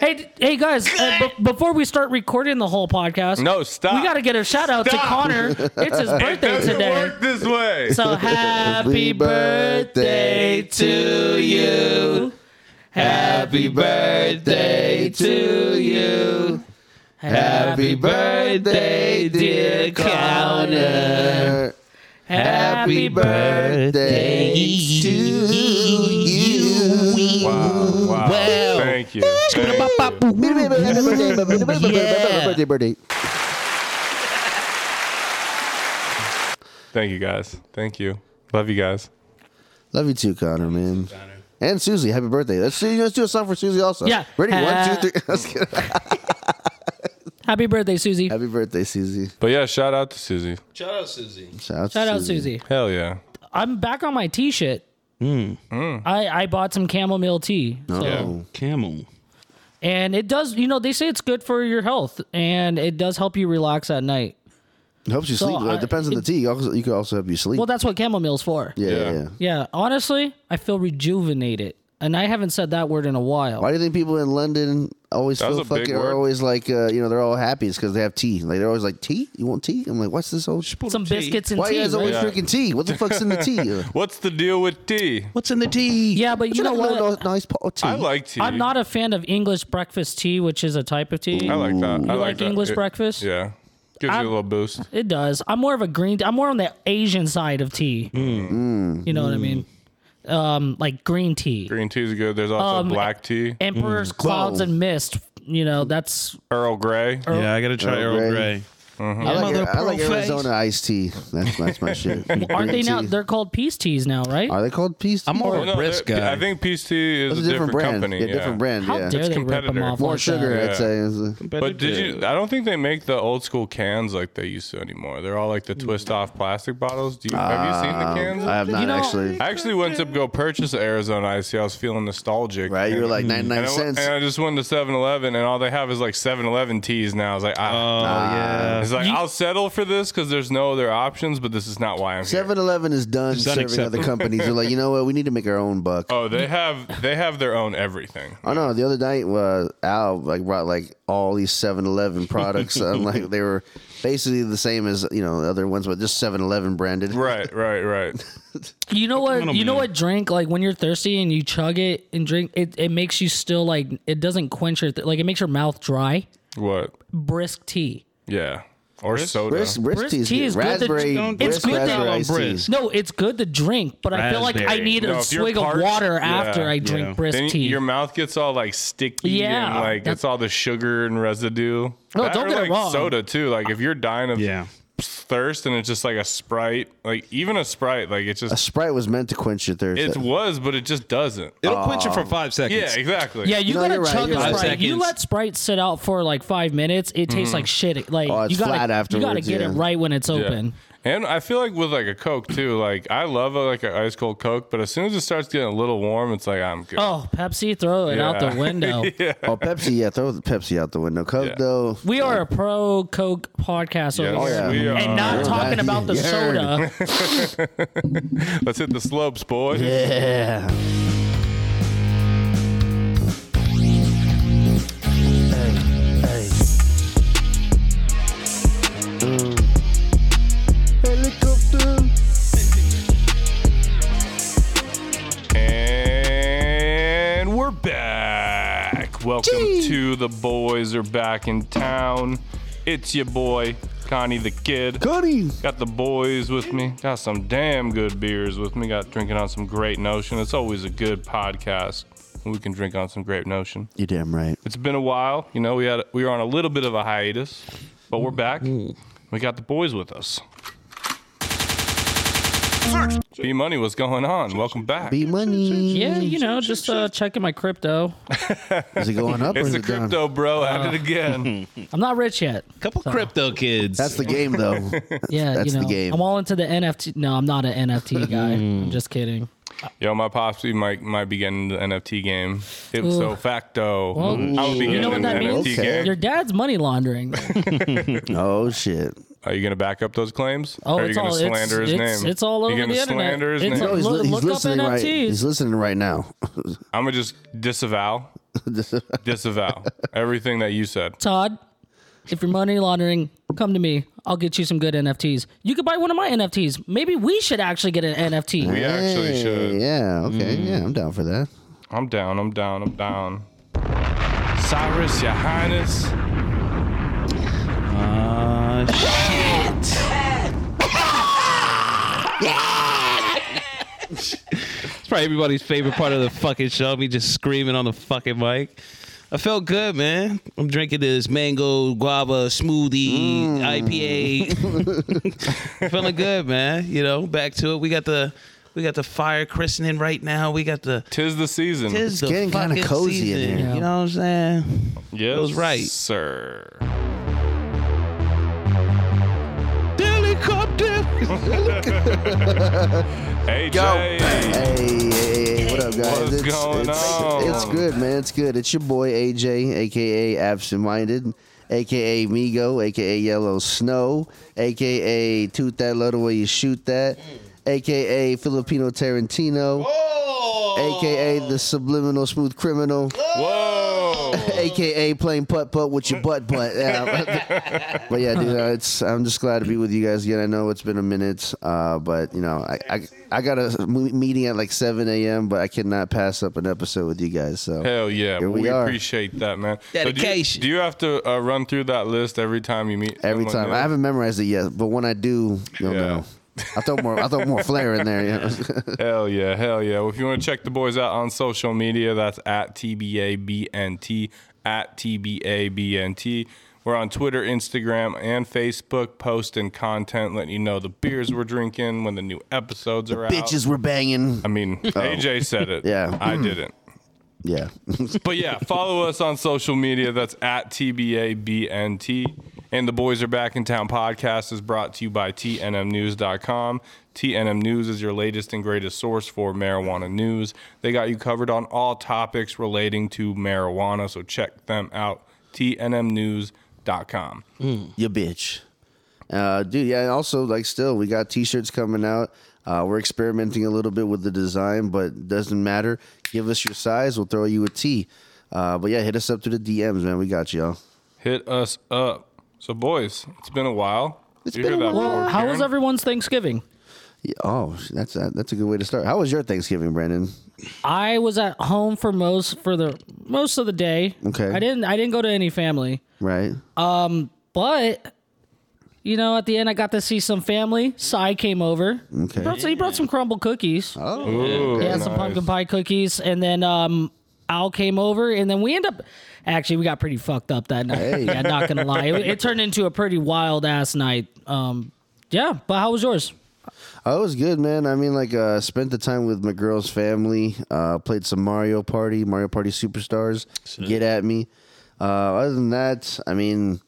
Hey, d- hey guys, uh, b- before we start recording the whole podcast, No, stop. We got to get a shout out to Stop. Connor. It's his birthday Doesn't today. work this way. So happy Happy birthday birthday to you. Happy birthday to you. Happy birthday, dear Connor. Happy birthday. birthday to you. wow, wow. Wow. Thank you. Thank you. Birthday, birthday. Thank you guys. Thank you. Love you guys. Love you too, Connor, man. And Susie, happy birthday. Let's see, let's do a song for Susie also. Yeah. Ready? One, Ha- two, three. Let's get it. Happy birthday, Susie. happy birthday, Susie. But yeah, shout out to Susie. Shout out Susie. Shout Shout out, Susie. Hell yeah. I'm back on my tea shit. Hmm. I, I bought some chamomile tea. So. Yeah. Camel. And it does, you know, they say it's good for your health and it does help you relax at night. Helps you So sleep. Well, I- it depends on the tea. You also- You could also help you sleep. Well, that's what chamomile's for. yeah, yeah, Yeah. yeah. Yeah, honestly, I feel rejuvenated. And I haven't said that word in a while. Why do you think people in London always That was feel a big fucking? Are word. always like, uh, you know, they're all happy. It's because they have tea. Like they're always like, tea? You want tea? I'm like, what's this old? Sh- Some tea. biscuits and Why tea. you guys right? always right? drinking tea? What the fuck's in the tea? Uh, What's the deal with tea? What's in the tea? Yeah, but you know like a what? little nice pot of tea. I like tea. I'm not a fan of English breakfast tea, which is a type of tea. I like that. I You like that. English It- breakfast? Yeah. Gives you a little boost. It does. I'm more of a green. I'm more on the Asian side of tea. You know what I mean? Um, like green tea, Green teas are good. There's also Um, black tea, Emperor's Mm. Clouds and Mist. You know that's Earl Grey. Yeah, I gotta try Earl Grey. Earl Grey. Uh-huh. I like, Mother I like profane. Arizona iced tea. That's that's my shit. aren't Green they now? tea. They're called peace teas now, right? Are they called peas? I'm tea? more Oh, of a brisk that- guy. I think Peace Tea is It's a, a different, different brand. company. yeah, different brand. How yeah, dare It's they rip them competitor. off? more like sugar. That. Yeah. I'd say. is a- But did you? I don't think they make the old school cans like they used to anymore. They're all like the twist off plastic bottles. Do you have you seen the cans? Um, I I, have not know- actually. actually went to go purchase an Arizona Ice Tea. I was feeling nostalgic. Right, you were And- like Mm. 99 and I, went- cents. And I just went to 7-Eleven, and all they have is like 7-Eleven teas now. I was like, Oh ah. yeah. It's like I'll settle for this because there's no other options. But this is not why I'm here. 7-Eleven is done It's serving unacceptable. other companies. They're like, you know what? We need to make our own buck. Oh, they have they have their own everything. I know. The other night, uh, Al like brought like all these 7-Eleven products. I'm like, they were basically the same as you know the other ones, but just 7-Eleven branded. Right, right, right. You know on what? 'em, You know man. what? Drink like when you're thirsty and you chug it and drink it. It makes you still like it doesn't quench your th- like it makes your mouth dry. What? Brisk tea. Yeah. Or soda. Brisk, brisk, Brisk tea is, tea good. is good that- raspberry. Don't- brisk it's good that- raspberry iced Brisk. teas. No, it's good to drink, but I feel like I Raspberry. need No, a if you're swig of parched- water yeah, after I drink yeah. brisk Then tea. your mouth gets all like sticky Yeah. and like it's all the sugar and residue. No, That don't or, get it like, wrong. Soda too. Like if you're dying of Yeah. thirst and it's just like a sprite, like even a sprite, like it's A just Sprite was meant to quench your thirst. it was, but it just doesn't. It'll quench it for Um, five seconds. yeah, exactly. yeah, you No, gotta you're right, chug you're a right. Sprite. Five You seconds. let Sprite sit out for like five minutes. It tastes like shit. Like Oh, it's you gotta flat you gotta afterwards, get it yeah. right when it's Mm-hmm. Yeah. open. And I feel like with like a Coke too, like I love a, like an ice cold Coke, but as soon as it starts getting a little warm, it's like I'm good. Oh, Pepsi, throw it out Yeah. the window. Oh, Pepsi, yeah, throw the Pepsi out the window. Coke, Yeah. though. We are a pro Coke podcast Yes, over here, Oh, we and are. not talking about the Yeah. soda. Let's hit the slopes, boys. Yeah. And we're back. Welcome to the boys are back in town. It's your boy, Connie the Kid. Cody. Got the boys with me. Got some damn good beers with me. Got drinking on some Great Notion. It's always a good podcast when we can drink on some Great Notion. You're damn right. It's been a while. You know, we had we were on a little bit of a hiatus, but we're back. We got the boys with us. B Money, what's going on? Welcome back. B money. Yeah, you know, just uh, checking my crypto. Is it going up or It's is the it Ah. down? crypto bro at it again. I'm not rich yet. Couple crypto kids. That's the game, though. Yeah, That's you the know, game. Mm. I'm all into the NFT. No, I'm not an NFT guy. I'm just kidding. Yo, my pops we might might be getting the NFT game. Ipso facto. I would be getting You know what in that the means? NFT Okay. game. Your dad's money laundering. oh, shit. Are you gonna back up those claims? Oh, or are you it's gonna all- it's- slander his it's- name? it's all over you gonna the internet. slander his It's name? all- No, Oh, he's, Look- li- he's look up listening right. NFTs. He's listening right now. I'm gonna just disavow Disavow everything that you said. Todd, if you're money laundering, come to me. I'll get you some good NFTs. You could buy one of my NFTs. Maybe we should actually get an NFT. Oh, We actually Hey, should. Mm. Yeah. Okay. Yeah, I'm down for that. I'm down. I'm down. I'm down. Cyrus, your highness. Uh, It's probably everybody's favorite part of the fucking show. Me just screaming on the fucking mic. I felt good, man. I'm drinking this mango guava smoothie Mm. IPA. Feeling good, man. You know, back to it. We got the we got the fire christening right now. We got the Tis the season. it's getting kinda cozy in here. Yeah. You know what I'm saying? yes, was right. sir. Helicopter. AJ. Hey, hey, hey, what up, guys? What's going it's, on? It's good, man. It's good. It's your boy AJ, aka Absent Minded, aka Migo, aka Yellow Snow, aka Toot That Low the Way You Shoot That, aka Filipino Tarantino, aka The Subliminal Smooth Criminal, Whoa. Uh, aka Playing Putt Putt with Your Butt Butt. Yeah. but yeah, dude, uh, it's I'm just glad to be with you guys again. I know it's been a minute, uh, but you know, I, I I got a m- meeting at like 7 a.m., but I cannot pass up an episode with you guys. So Hell yeah. Here we we are. appreciate that, man. So do you- Dedication. do, you, have to uh, run through that list every time you meet? every someone time new? I haven't memorized it yet, but when I do, you'll Yeah. know. I throw more. I throw more flair in there. You know? Hell yeah, hell yeah. Well, if you want to check the boys out on social media, that's at TBABNT, at TBABNT. We're on Twitter, Instagram, and Facebook, posting content, letting you know the beers we're drinking, when the new episodes are out. Bitches were banging. I mean, AJ said it. Yeah. I didn't. Yeah. But yeah, follow us on social media. That's at TBABNT. And the Boys Are Back in Town podcast is brought to you by TNMnews.com. TNM News is your latest and greatest source for marijuana news. They got you covered on all topics relating to marijuana, so check them out. TNMnews.com. you bitch. Uh, dude, yeah. and Also, like, still, we got T-shirts coming out. Uh, we're experimenting a little bit with the design, but doesn't matter. Give us your size, we'll throw you a T. Uh, but yeah, hit us up through the DMs, man. We got y'all. Hit us up. So, boys, it's been a while. It's been a while. Well, how was everyone's Thanksgiving? Yeah, oh, that's that's a good way to start. How was your Thanksgiving, Brandon? I was at home for most for the most of the day. Okay. I didn't I didn't go to any family. Right? But you know, at the end I got to see some family. Cy came over. Okay. He brought, he brought some crumble cookies. Ooh, Yeah, some pumpkin pie cookies, and then um, Al came over, and then we end up. Actually, we got pretty fucked up that night. Hey. Yeah, not gonna lie, it, it turned into a pretty wild ass night. Um, yeah, but how was yours? Oh, it was good, man. I mean, like, uh, spent the time with my girl's family. Uh, played some Mario Party, Mario Party Superstars. Get at me. Uh, other than that, I mean,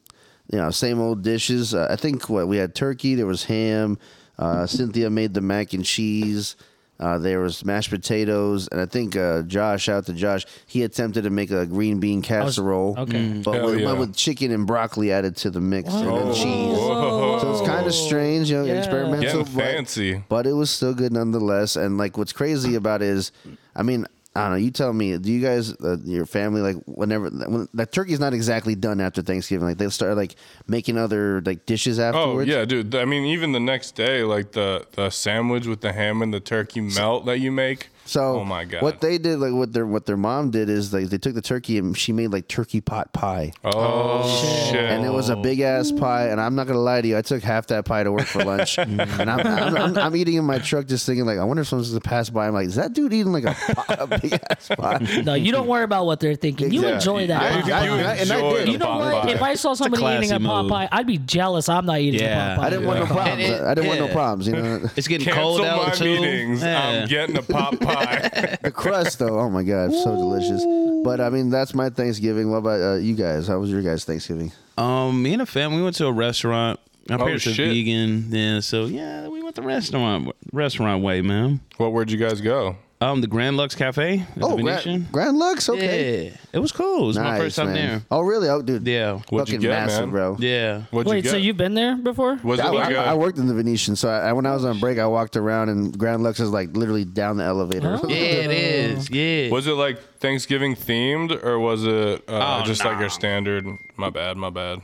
you know, same old dishes. Uh, I think what we had turkey. There was ham. Uh, Cynthia made the mac and cheese. Uh, there was mashed potatoes, and I think uh, Josh, shout out to Josh, he attempted to make a green bean casserole, okay. but Mm. Hell with, yeah. but with chicken and broccoli added to the mix, and then cheese. Whoa. Oh, So it's kind of strange, you know, Yeah. experimental. Getting but- fancy. but it was still good nonetheless. And like, what's crazy about it is, I mean, I don't know. You tell me. Do you guys, uh, your family, like whenever when, that turkey's not exactly done after Thanksgiving? Like they start like making other like dishes Oh afterwards. yeah, dude. I mean, even the next day, like the the sandwich with the ham and the turkey melt that you make. So oh my god. what they did, like what their what their mom did is like they took the turkey and she made like turkey pot pie, oh, shit. and it was a big ass pie. And I'm not gonna lie to you, I took half that pie to work for lunch, and I'm, I'm, I'm, I'm eating in my truck, just thinking like, I wonder if someone's gonna pass by. I'm like, is that dude eating like a, pie, a big ass pie? No, you don't worry about what they're thinking. You Yeah. enjoy that. I- pot I- pie. you I- and I enjoy did. the you know pot what? pie. If I saw somebody eating a classy pot move. pie, I'd be jealous. I'm not eating Yeah, a pot pie. I didn't want no problems. And it- I didn't want no yeah. problems. You know. It's getting Cancel cold out my too. meetings. Um, Yeah. I'm getting a pot pie. The crust, though, oh my god, so delicious. But I mean, that's my Thanksgiving. What about uh, you guys? How was your guys' Thanksgiving? Um, me and a family we went to a restaurant. My parents are Oh, shit. vegan, yeah. So yeah, we went the restaurant restaurant way, man. well, where'd you guys go? Um, the Grand Lux Cafe. at Oh, the Venetian. Grand, Grand Lux. Okay. Yeah, it was cool. It was my Nice, first time man. Oh, really? Oh, dude. there. Yeah, What'd you Fucking get, massive, man? bro. yeah. What'd you Wait, get? so you've been there before? was it I, like I- a- I worked in the Venetian, so I, when I was on break, I walked around, and Grand Lux is like literally down the elevator. Oh. Yeah, it is. Yeah. was it like Thanksgiving themed or was it uh, Oh, just like nah. your standard? My bad, my bad.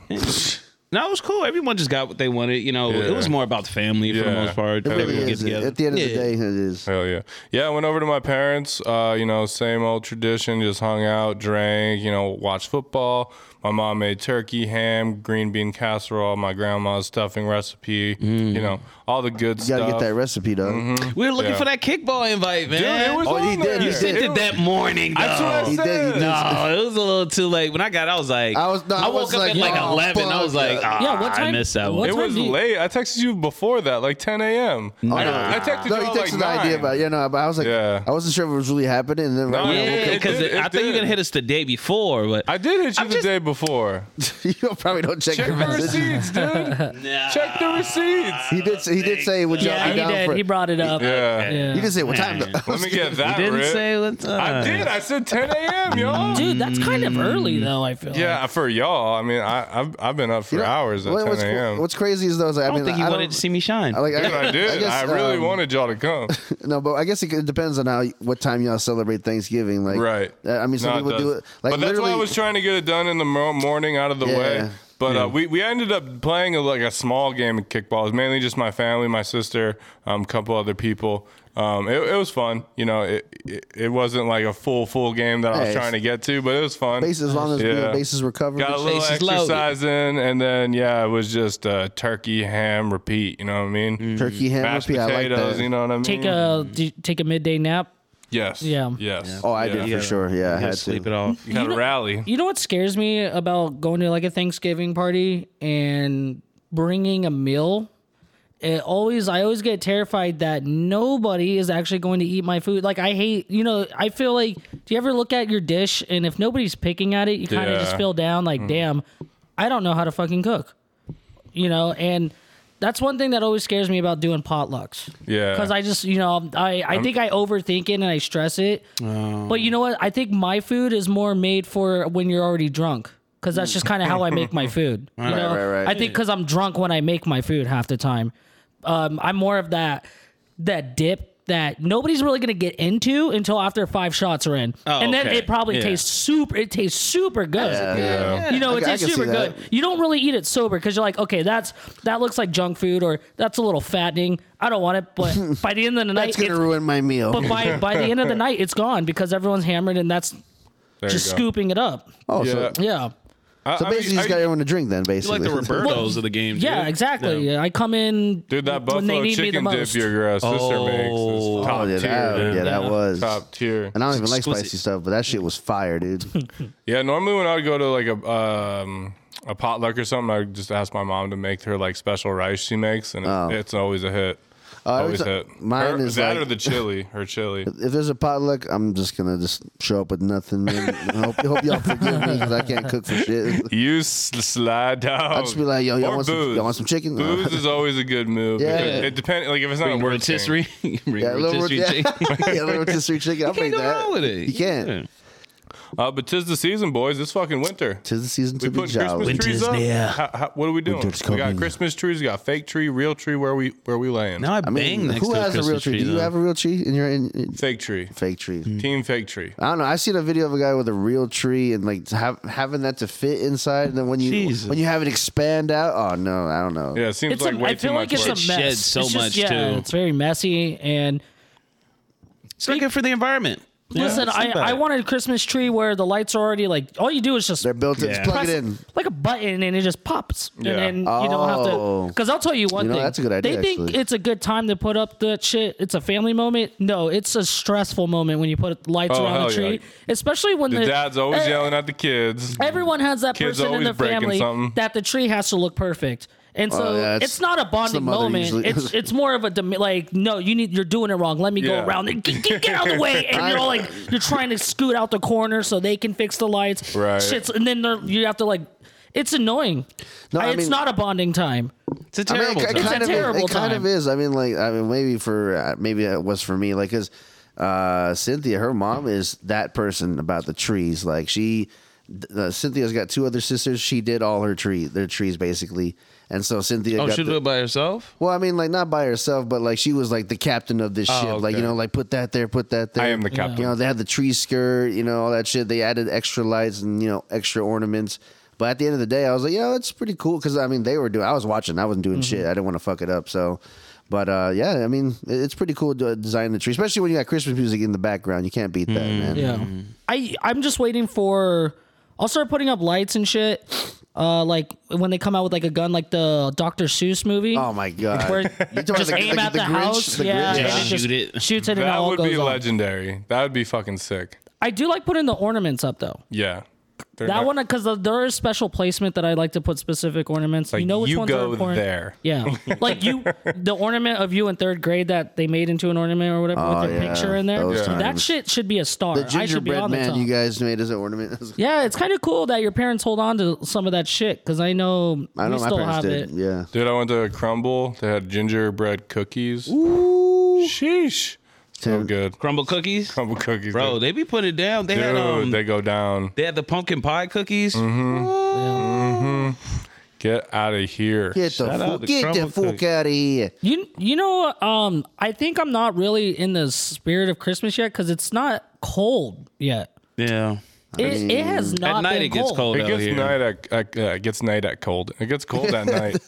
no, it was cool. Everyone just got what they wanted. You know, Yeah. it was more about the family for the Yeah. most part. It trying to really get is. together. At the end of the Yeah. day, it is. Hell yeah. Yeah, I went over to my parents, uh, you know, same old tradition, just hung out, drank, you know, watched football. My mom made turkey, ham, green bean casserole, my grandma's stuffing recipe, you know, all the good Mm. You gotta stuff. get that recipe, dog. We were looking Yeah. for that kickball invite, man. Dude, it was Oh, he on did, there. he you sent It it that morning. Though. That's what I He did, he said. did. No, it was a little too late. When I got, I was like, I was- no, I I woke was up like, at like oh, eleven. I was fuck. like, ah, Yeah, what I time- missed that what one. It time was do you- late. I texted you before that, like 10 a.m. I, I texted No, you he at texted like an idea 9. about you know, but I was like, Yeah. I wasn't sure if it was really happening, and then right No, when I it Yeah, did, because it I thought you were did. gonna hit us the day before, but I did hit you I'm the just- day before. woke up, you probably don't check, Check your the messages. receipts, dude. Nah. Check the receipts. He did. He did say, "Would y'all Yeah, be he down did. for?" He brought it up. Yeah. He Yeah. did say, "What time?" though?" Let me get that. You didn't Rip. say what time. I did. I said 10 a.m. y'all. Dude, that's kind of early though. I feel. like. Yeah, for y'all. I mean, I, I've I've been up for You know, hours at what- 10 what's, a.m. What's crazy is though, is, like, I, I don't mean, think he I wanted to see me shine. I, like, Dude, I did. I, guess, really um, wanted y'all to come. No, but I guess it could- depends on how what time y'all celebrate Thanksgiving. Like, Right. uh, I mean, some No, it people do does. it. but Like, that's why literally, I was trying to get it done in the mo- morning, out of the way. Yeah. But uh, we, we ended up playing a, like a small game of kickball. It was mainly just my family, my sister, um, a couple other people. Um, it, it was fun. You know, it, it it wasn't like a full full game that I Hey, was trying to get to, but it was fun. base as long as you know, bases were covered. Got a little Bases loaded. exercise in, and then yeah, it was just uh, turkey, ham, repeat. You know what I mean? turkey ham Mashed recipe. I like potatoes. that. you know what I mean? Take a do you take a midday nap. yes. Yeah. Yes. oh, I Yeah. did for sure. Yeah, I Yeah, had to. sleep it off. You got a rally. You know what scares me about going to like a Thanksgiving party and bringing a meal? It always, I always get terrified that nobody is actually going to eat my food. Like I hate, you know, I feel like, do you ever look at your dish and if nobody's picking at it, you kind of Yeah. just feel down. Like, damn, I don't know how to fucking cook. You know, and that's one thing that always scares me about doing potlucks. Yeah. Because I just, you know, I, I think I overthink it and I stress it. Oh. But you know what? I think my food is more made for when you're already drunk. Because that's just kind of how I make my food. You know? right, right. I think because I'm drunk when I make my food half the time. Um, I'm more of that that dip that nobody's really gonna get into until after five shots are in, Oh, and then okay. it probably Yeah. tastes super. It tastes super good. Yeah. You know, I it ca- I tastes can see super good. that. You don't really eat it sober because you're like, okay, that's that looks like junk food or that's a little fattening. I don't want it, but by the end of the night, That's gonna it's- ruin my meal. but by by the end of the night, it's gone because everyone's hammered and that's There just you go. scooping it up. oh, Yeah. so, Yeah. I- so I mean, basically, you just I- got everyone to drink then. You like Basically, the Robertos of the game. Yeah, dude. exactly. I come in Dude, that when they buffalo need me the chicken dip most. your girl sister Oh. makes Oh, is top Oh, yeah, tier. that, dude. yeah, that was. Top tier. And I don't even like Exquisite. spicy stuff, but that shit was fire, dude. Yeah, normally when I would go to like a um, a potluck or something, I would just ask my mom to make her like special rice she makes, and Oh. it's, it's always a hit. always every hit. ti- mine Her- is that or like- the chili, her chili. if there's a potluck, I'm just gonna just show up with nothing. Man. I hope, I hope y'all forgive me because I can't cook for shit. You s- slide down. I'll just be like, yo, y'all Or want some- booze. y'all want some chicken? Booze is always a good move. Yeah. because It depends. Like if it's not Bring a work thing. rotisserie. You Bring Yeah, a little rotisserie yeah. chicken. yeah, a little rotisserie chicken. I'll Can't make go that. wrong with it. You can't. Yeah. Uh, but tis the season, boys. It's fucking winter. Tis the season We to be putting Christmas jolly. trees Winter's up. near. How, how, what are we doing? Winter's we got coming. Christmas trees. We got fake tree, real tree. Where we where we laying? Now I I bang mean, next who to has a real Christmas tree? Do you though. Mm. have a real tree in your in, in- Fake tree. fake tree? Team fake tree. I don't know. I seen a video of a guy with a real tree and like have, having that to fit inside, and then when you Jesus. when you have it expand out, oh no, I don't know. Yeah, it seems It's like a, way I feel too like it's much work. a mess. sheds so It's just- much, yeah, too. It's very messy and It's not good for the environment. listen, I, I wanted a Christmas tree where the lights are already like all you do is just They're built in. Just Yeah. plug press it in. like a button and it just pops Yeah. and then you don't have Oh. to because i'll tell you one You know, thing that's a good idea, they think actually. it's a good time to put up that shit it's a family moment no it's a stressful moment when you put lights Oh, around the hell tree yeah. especially when the, The dad's always eh, yelling at the kids. everyone has that Kids person in always their breaking family something. that the tree has to look perfect and so Oh, yeah, it's- it's, not a bonding mother moment. usually- It's it's more of a dem- like no, you need you're doing it wrong. Let me Yeah. go around and get, get, get out of the way. And you're all like you're trying to scoot out the corner so they can fix the lights. Right. Shit's, and then they're- you have to like it's annoying. No, I I- it's mean- not a bonding time. It's a I mean, terrible. it, it time. It's a kind of is, terrible it kind time. of is. I mean, like I mean, maybe for uh, maybe it was for me, like because uh, Cynthia, her mom is that person about the trees. Like she, uh, Cynthia's got two other sisters. She did all her tree, their trees basically, and so Cynthia. Oh, got she the- do it by herself. well, I mean, like not by herself, but like she was like the captain of this Oh, ship. Like you okay. know, like put that there, put that there. I am the captain. You know, they had the tree skirt, you know, all that shit. They added extra lights and you know extra ornaments. But at the end of the day, I was like, yo, it's pretty cool because I mean, they were doing. I was watching. I wasn't doing Mm-hmm. shit. I didn't want to fuck it up. So, but uh, yeah, I mean, it- it's pretty cool to design the tree, especially when you got Christmas music in the background. You can't beat that, Mm. man. Yeah. I I'm just waiting for I'll start putting up lights and shit. Uh like when they come out with like a gun like the Dr. Seuss movie. Oh my god. Where You talking just about the- aim like at the the, Grinch? house. The yeah, and Grinch? Yeah. it just Shoot it. Shoots it and it That all would goes be on. legendary. That would be fucking sick. I do like putting the ornaments up though. Yeah. They're That not- one because there is special placement that I like to put specific ornaments. Like, you know which you ones are go important. there. Yeah, like you, the ornament of you in third grade that they made into an ornament or whatever Oh, with your yeah, picture in there. those That times. shit should be a star. The I should be gingerbread on the man top. you guys made as an ornament. yeah, it's kind of cool that your parents hold on to some of that shit because I know I know we my still parents have did. it. Yeah. Dude, I went to Crumble. They had gingerbread cookies. Sheesh. So Tim. good. Crumble cookies, Crumble cookies. bro. dude. They be putting it down. They Dude, had um, they Mm-hmm. go down. they had the pumpkin pie cookies. Get out of here. Get Shout the out fuck, to get the Crumble fuck Cookies. out of here. You you know um I think I'm not really in the spirit of Christmas yet because it's not cold yet. Yeah. It, it has not Mm. At night been it gets cold. It out gets here. night at, at uh, it gets night at cold. It gets cold at night.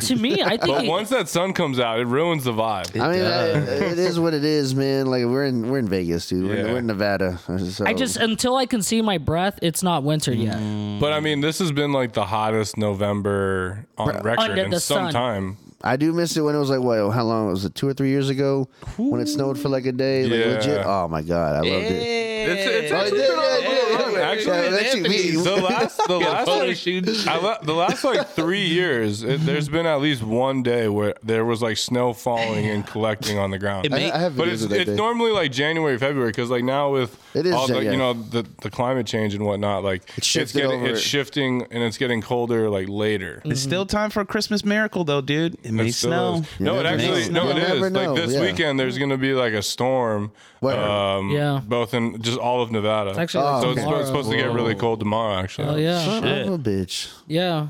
to me. I think But it- once that sun comes out, it ruins the vibe. I mean, I, it is what it is, man. Like we're in we're in Vegas, dude. We're, in, Yeah. we're in Nevada. so- I just until I can see my breath, it's not winter yet. Mm. But I mean, this has been like the hottest November on record Under in the some sun. time. I do miss it when it was like what? How long was it? Two or three years ago when it snowed for like a day. Like, Yeah. legit. Oh my god, I loved it. It's, it's Oh, actually yeah, been on a yeah, little yeah, run, yeah. actually. Yeah, that's Anthony's. me. The last, the last, photo like, shoot. I le- the last like three years, it, there's been at least one day where there was like snow falling and collecting on the ground. I, I have but videos it's, of that it's day. normally like January, February, because like now with It is all the, Jan- you yeah. know the, the climate change and whatnot, like it's, shifted getting over. it's shifting and it's getting colder like later. It's still time for a Christmas miracle, though, dude. It may It still snow. is. No, it Yeah. actually Nice. no, it You'll never is. know, Like this yeah. weekend, there's gonna be like a storm. Where? Um, Yeah. both in just all of Nevada. actually Oh, like so it's tomorrow. supposed, it's supposed to get really cold tomorrow. Actually, Oh yeah, Son of a bitch. yeah.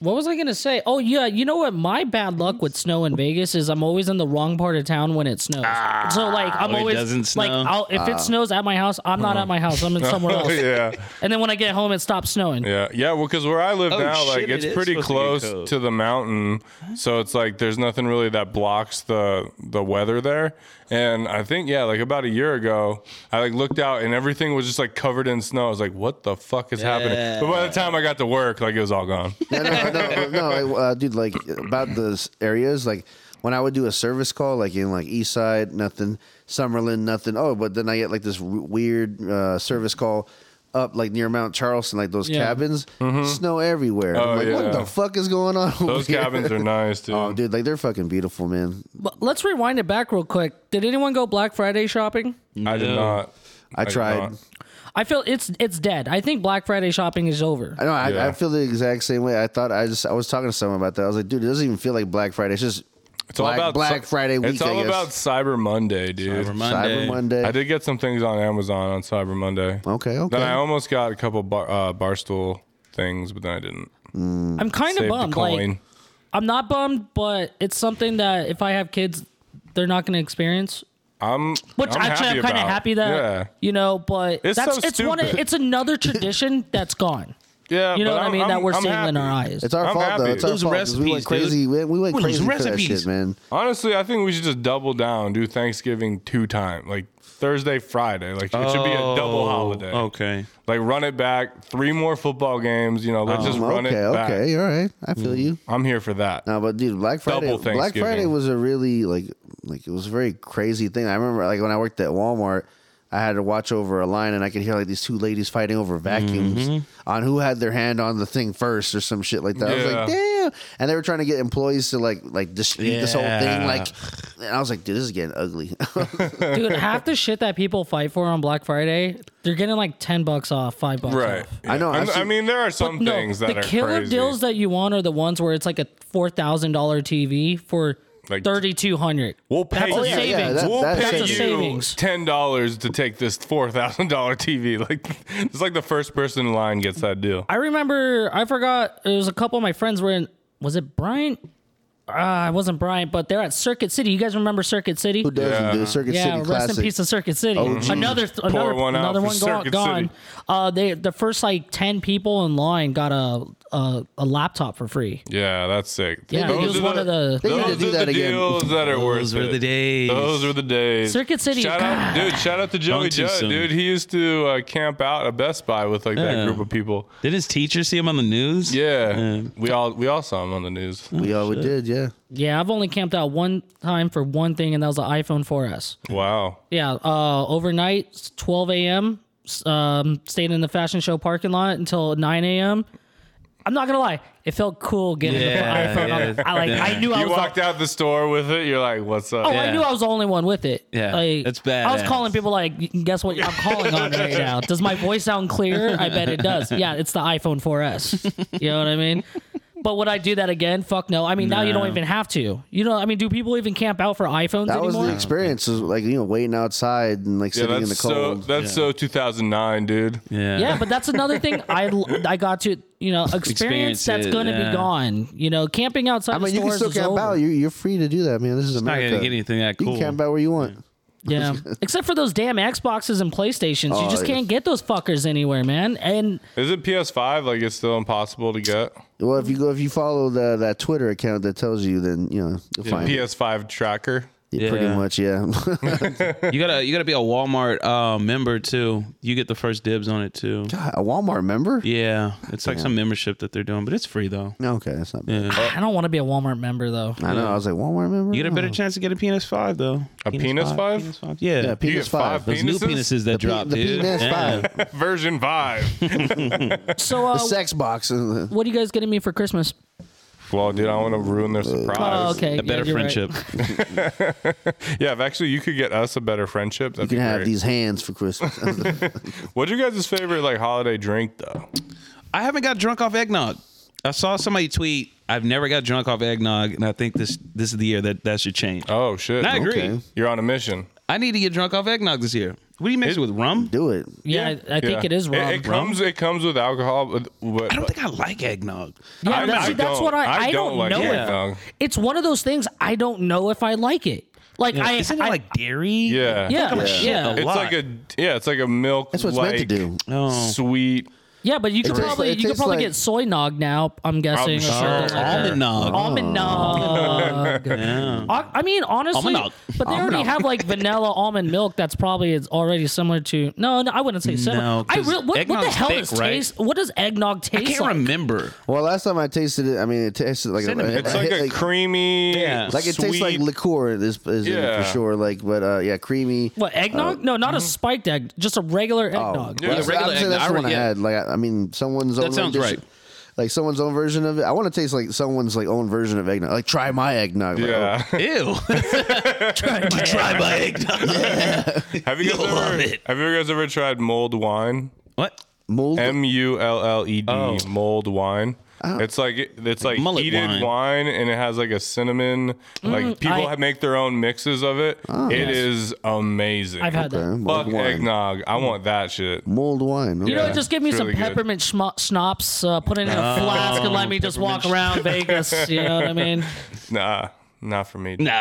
What was I gonna say? Oh yeah, you know what? My bad luck with snow in Vegas is I'm always in the wrong part of town when it snows. so like I'm Oh, it always doesn't like snow? I'll, if it snows at my house, I'm not at my house. I'm in somewhere else. yeah, And then when I get home, it stops snowing. yeah, yeah. Well, because where I live Oh, now, shit, like it's it is pretty supposed to close get cold. to the mountain, so it's like there's nothing really that blocks the the weather there. And I think yeah, like about a year ago, I like looked out and everything was just like covered in snow. I was like, what the fuck is happening? But by the time I got to work, like it was all gone. no, no, no, no, I- uh, dude. Like about those areas, like when I would do a service call, like in like East Side, nothing, Summerlin, nothing. Oh, but then I get like this w- weird uh, service call up like near Mount Charleston, like those Yeah. cabins, snow everywhere. Mm-hmm. Oh, I'm like, yeah. what the fuck is going on? over Those here? cabins are nice, dude. Oh, dude, like they're fucking beautiful, man. But let's rewind it back real quick. Did anyone go Black Friday shopping? I did not. I did tried. not. I feel it's it's dead. I think Black Friday shopping is over. I know. I, Yeah. I feel the exact same way. I thought I just I was talking to someone about that. I was like, dude, it doesn't even feel like Black Friday. It's just It's Black, all about Black Cy- Friday week. It's all I guess. about Cyber Monday, dude. Cyber Cyber Monday. I did get some things on Amazon on Cyber Monday. Okay, okay. Then I almost got a couple bar, uh, barstool things, but then I didn't. I'm kind of Saved bummed. the coin. Like I'm not bummed, but it's something that if I have kids, they're not going to experience. I'm. Which I'm actually, happy I'm kind of about. happy that Yeah, you know. But It's that's so it's one. Of, stupid. it's another tradition that's gone. yeah. You know but what i I'm- mean? that I'm- we're I'm seeing in happy. our eyes. It's our I'm fault happy. though. It's our Losing fault 'cause we went crazy. recipes, dude. We, we went We're crazy losing for that recipes. shit, man. Honestly, I think we should just double down. Do Thanksgiving two time, like Thursday, Friday. Like it should be a double Oh, holiday. Okay. Like run it back. Three more football games. You know, let's just run Oh, okay, it back. okay, all right. I feel you. I'm here for that. No, but dude, Black Friday, Double Black Thanksgiving. Friday was a really like like it was a very crazy thing. I remember like when I worked at Walmart, I had to watch over a line and I could hear like these two ladies fighting over vacuums on who had their hand on the thing first or some shit like that. I was like, Yeah. damn. And they were trying to get employees to like like dispute this whole thing. Yeah. Like, and I was like, dude, this is getting ugly. Dude, half the shit that people fight for on Black Friday, they're getting like ten bucks off, five bucks Right. off. Yeah. I know, I, I've I seen- mean, there are some No, things that the are killer crazy. deals that you want are the ones where it's like a four thousand dollar TV for Like thirty two hundred. We'll pay That's a you. savings. Yeah, that- we'll that's pay a you savings. ten dollars to take this four thousand dollar TV. Like it's like the first person in line gets that deal. I remember I forgot it was a couple of my friends were in was it Bryant? Uh, it wasn't Bryant, but they're at Circuit City. You guys remember Circuit City? Who doesn't Yeah. Mm-hmm. do Circuit yeah, City rest Classic? Oh, in peace to Circuit City. Another th- another one out another for one go- Circuit gone. City. Uh, they the first like ten people in line got a a, a laptop for free. Yeah, that's sick. Yeah, he was are one of the- They need to those do are that the again. deals that are Those worth were it. the days. Those were the days. Circuit City- Shout out, dude! Shout out to Joey Don't too Judd, soon. dude. He used to uh, camp out at Best Buy with like that Yeah. group of people. Did his teacher see him on the news? Yeah, we all we all saw him on the news. we all we did, yeah. Yeah, I've only camped out one time for one thing, and that was the iPhone 4S. Wow. Yeah, uh, overnight, s- 12 a.m. s- Um, stayed in the fashion show parking lot until 9 a.m. I'm not gonna lie, it felt cool getting Yeah, the iPhone. on yeah. the- I like, I knew I You was. walked the, out the store with it. You're like, "What's up?" Oh, Yeah. I knew I was the only one with it. Yeah, like, that's I was badass. calling people like, guess what? I'm calling on it right now. Does my voice sound clear? I bet it does. Yeah, it's the iPhone 4S. You know what I mean? But would I do that again? Fuck no. I mean, now you don't No. even have to. You know, I mean, do people even camp out for iPhones That was anymore? the experience, was like you know, waiting outside and like Yeah, sitting in the that's so. cold. That's so 2009, dude. Yeah. yeah, but that's another thing I I got to you know experience, Experience that's it, going to yeah. be gone. You know, camping outside. I mean, the you can stores still is camp over. out. You, you're free to do that, man. This is Not America. gonna get anything that you cool. can camp out where you want. Yeah, except for those damn Xboxes and PlayStations, you Oh, just yeah. can't get those fuckers anywhere, man. And Is it PS5? Like, it's still impossible to get. Well, if you go, if you follow the, that Twitter account that tells you, then you know you'll find it. PS5 tracker. Yeah, pretty Yeah. much. Yeah, You gotta you gotta be a Walmart uh, member too. You get the first dibs on it too. a Walmart member. Yeah, it's like some membership that they're doing, but it's free though. Okay, that's not bad. Oh. I don't want to be a Walmart member though. I know. I was like Walmart member. You get a better chance to get a PS5 though. A penis five? PS5? Yeah. Yeah, You get PS five five. Those new penises? penises that P- drop, the dude. penis Yeah. five, Version five. So, uh, the sex box. and the- what are you guys getting me for Christmas? well, dude, I want to ruin Uh, their surprise. Oh, okay, A better yeah, you're right. friendship. Yeah, if actually you could get us a better friendship, You that'd can be have great. these hands for Christmas. What's your guys' favorite like holiday drink though? I haven't got drunk off eggnog. I saw somebody tweet, "I've never got drunk off eggnog," and I think this this is the year that that should change. Oh shit! And I agree. Okay. You're on a mission. I need to get drunk off eggnog this year. What do you mix it with rum? Do it. Yeah, I, I think Yeah. it is rum. It, comes. It comes with alcohol. But, but I don't think I like eggnog. Yeah, I- that's, I that's don't- what I. I I, don't don't, like know. it, It. dog. It's one of those things I don't know if I like it. Like I, Isn't it I- like dairy? yeah, yeah, I'm a yeah, shit yeah. It's lot. like a yeah. It's like a milk. That's what it's like, meant to do. Oh. Sweet. but you could tastes probably like- it you could tastes probably like- get soy nog now. I'm guessing. or sure. something like that. almond nog. Almond nog. I I mean, honestly, Almond nog. but they already have like vanilla almond milk. That's probably it's already similar to. No, no, I wouldn't say similar. No, I 'cause real what, what the eggnog's hell thick, does right? taste? What does eggnog taste I can't like? remember. Well, last time I tasted it, I mean, it tasted like Cinnamon. a, It's I like a hit, creamy. Yeah. like it tastes like sweet- liqueur. Is, is in it Yeah. for sure. Like, but uh, yeah, creamy. What Oh. eggnog? no, Mm-hmm. not a spiked egg. Just a regular Oh. eggnog. Yeah, That's- the regular I'm saying that's eggnog. the one I Yeah. had. Like, I I mean, someone's own. sounds rendition- right. Like someone's own version of it. I want to taste like someone's like own version of eggnog. Like try my eggnog. Like, Yeah. Ew. try my eggnog. Have you guys You'll ever? love it. Have you guys ever tried mulled wine? What? oh, mold. M U L L E Oh. D mulled wine. It's like it's like Mullet heated wine. wine. Mm, and it has like a cinnamon. like people I- have make their own mixes of it. It is amazing. I've had that. Oh, Okay, mulled Fuck wine. eggnog. I want that shit. Mulled wine. You know, okay. what, just give me it's some really good. peppermint schmo- schnapps, uh, put it in a Oh. flask, and let me just walk around Vegas. You know what I mean? Nah, not for me. Nah.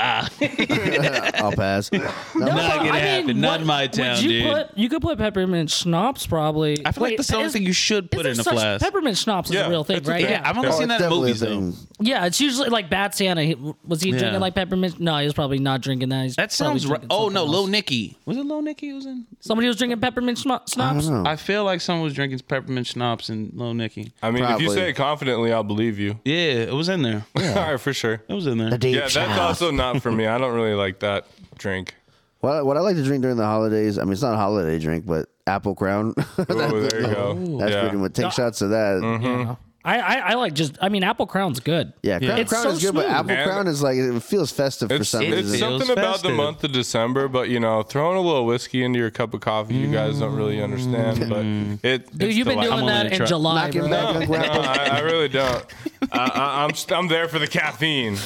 I'll pass. No, Not gonna happen. Not in my town, you dude. Put, you could put peppermint schnapps, probably. I feel like that's the only thing you should put there in a such- flask. Peppermint schnapps is Yeah, a real thing, it's right? okay. Yeah. I've only Yeah. Oh, seen it's that in definitely a movies though. thing. Yeah, it's usually like Bad Santa. He, was he Yeah. drinking like peppermint? No, he was probably not drinking that. He's That probably sounds right. drinking Oh something no, else. Lil Nicky. Was it Lil Nicky who was in? Somebody was drinking peppermint schma- I schnapps. don't know. I feel like someone was drinking peppermint schnapps and Lil Nicky. I mean, if you Probably. say it confidently, I'll believe you. Yeah, it was in there. All right, for sure. It was in there. The deep Yeah, that's child. also not for me. I don't really like that drink. What, what I like to drink during the holidays. I mean, it's not a holiday drink, but apple crown. Oh, there you go. That's yeah. pretty much take shots of that. I I, I I like just. I mean, Apple Crown's good. Yeah, Crown, It's Crown so is good, but smooth. Apple And- Crown is like it feels festive for It's, some it's reason. so- something Feels about the festive. month of December, but you know, throwing a little whiskey into your cup of coffee, you guys don't Mm. really understand. But it, Dude, you've been doing I'm that gonna in try- July, Knock it bro. back, Uncle No, Apple. I, I really don't. I, I, I'm st- I'm there for the caffeine.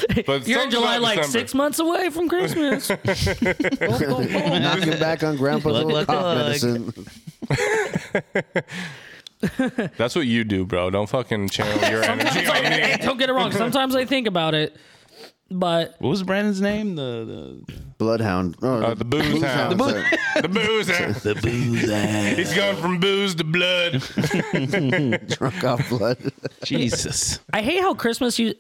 But You're in something July, about like December. six months away from Christmas. Knocking back on Grandpa's Look, old look, cough look. medicine. That's what you do, bro. Don't fucking channel your energy Sometimes I- on me. hey, don't get it wrong. Sometimes I think about it, but What was Brandon's name? The Bloodhound. Oh, Uh, the booze hound. hound, sorry. The booze. hound. the the booze. He's gone from booze to blood. Drunk off blood. Jesus. I hate how Christmas you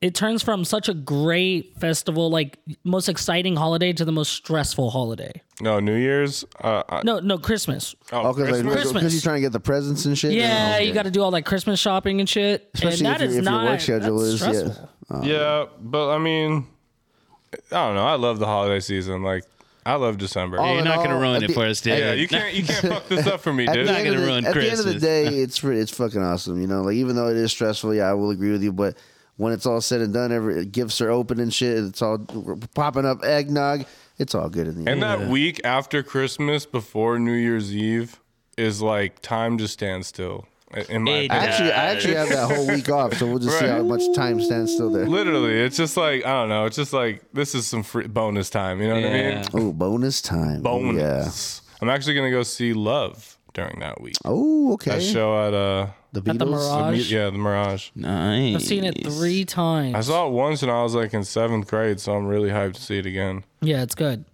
it turns from such a great festival, like most exciting holiday, to the most stressful holiday. No, New Year's. Uh, I- No, no, Christmas. oh, Oh, because Christmas? Christmas. you're trying to get the presents and shit. Yeah, Oh, you okay. got to do all that Christmas shopping and shit. Especially and that if, is your- if not your work schedule that's is stressful. yeah. yeah, but I mean, I don't know. I love the holiday season. Like, I love December. All You're in not gonna all, ruin at it the- for us, dude. yeah, you can't you can't fuck this up for me, At dude. the not end gonna of the- ruin At the end of the Christmas. day, it's re- it's fucking awesome. You know, like even though it is stressful, yeah, I will agree with you. But when it's all said and done, every gifts are open and shit. It's all we're popping up eggnog. It's all good in the And end. that week after Christmas, before New Year's Eve, is like time to stand still. In my opinion. It- actually, I actually have that whole week off, so we'll just see Right. how much time stands still there. literally, it's just like I don't know. It's just like this is some free bonus time. You know what I mean? Yeah. Oh, bonus time. Oh, Yeah. Bonus. I'm actually gonna go see Love during that week. Oh, That okay. show at uh, The At the Beatles. the, mu- Mirage. yeah, the Mirage. Nice. I've seen it three I times. saw it once and I was like in seventh grade, so I'm really hyped to see it again. Yeah, it's good.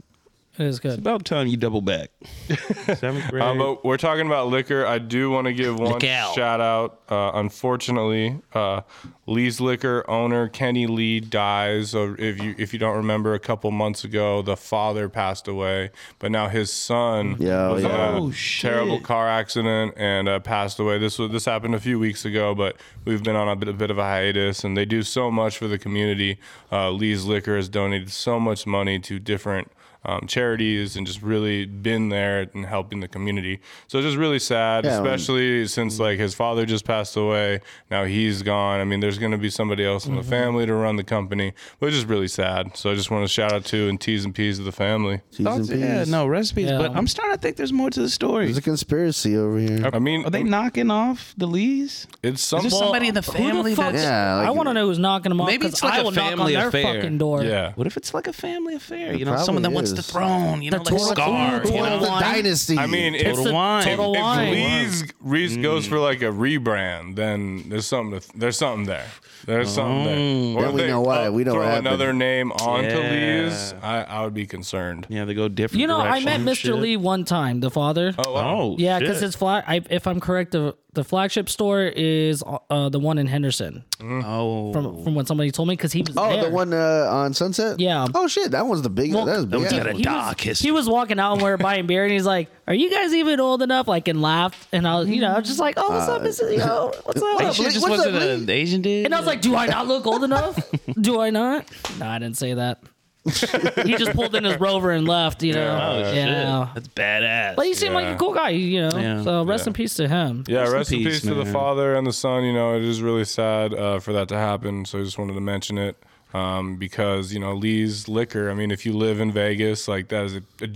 It is good. About time you double back. Uh, Seventh grade. Um, but we're talking about liquor. I do want to give one Look out. shout out. Uh, unfortunately, uh, Lee's Liquor owner Kenny Lee dies. So if you if you don't remember, a couple months ago, the father passed away, but now his son Yeah, was in yeah. a Oh, shit. terrible car accident and uh, passed away. This was this happened a few weeks ago, but we've been on a bit, a bit of a hiatus, and they do so much for the community. Uh, Lee's Liquor has donated so much money to different um, charities and just really been there and helping the community. So it's just really sad, Yeah, especially since like his father just passed away. Now he's gone. I mean, there's going to be somebody else in the family to run the company, but it's just really sad. So I just want to shout out to and T's and P's of the family. Cheese and yeah, peas. no recipes. Yeah. But I'm starting to think there's more to the story. There's a conspiracy over here. I mean, Are they knocking off the Lees? it's Is some there somebody in the Who the family fuck- that's Yeah, like- I want to know who's knocking them off. Maybe 'cause it's like I a will knock on family their affair. fucking door. yeah. What if it's like a family affair? you know, probably someone that wants the is. throne. You know, The like total- Scar. Ooh, you total know? the wine. dynasty. I mean, Total if, wine. Mm. If, Total wine. Lee's Reese goes for like a rebrand, then there's something. To, there's something there. There's something there. Or Then we they know why. We know throw what happened. another name onto Mm. Yeah. Lee's. I, I would be concerned. Yeah, they go different. You know, I met directions and Mr. shit. Lee one time, the father. Oh, wow. Oh, Yeah, shit. because it's flag. I, if I'm correct, the, the flagship store is uh, the one in Henderson. oh, From from what somebody told me, because he was Oh, there. the one uh, on Sunset. Yeah. Oh shit, that one's the big. Well, that was big. one's Yeah. got a He dark was, history. he was walking out and we were buying beer, and he's like, "Are you guys even old enough?" Like and laughed, and I was, you know, I was just like, "Oh, what's Uh, up, Mr. Yo, what's They up?" should just What's up, wasn't an Asian dude. And I was like, "Do I not look old enough? Do I not?" No, I didn't say that. he just pulled in his rover and left. You know, oh, yeah. shit. That's badass. But he seemed like Yeah. a cool guy. You know, Yeah. so rest in peace to him. Yeah, Rest in rest in peace, peace to the man. father and the son. You know, it is really sad uh, for that to happen. So I just wanted to mention it um, because you know Lee's liquor. I mean, if you live in Vegas, like that is, a, a-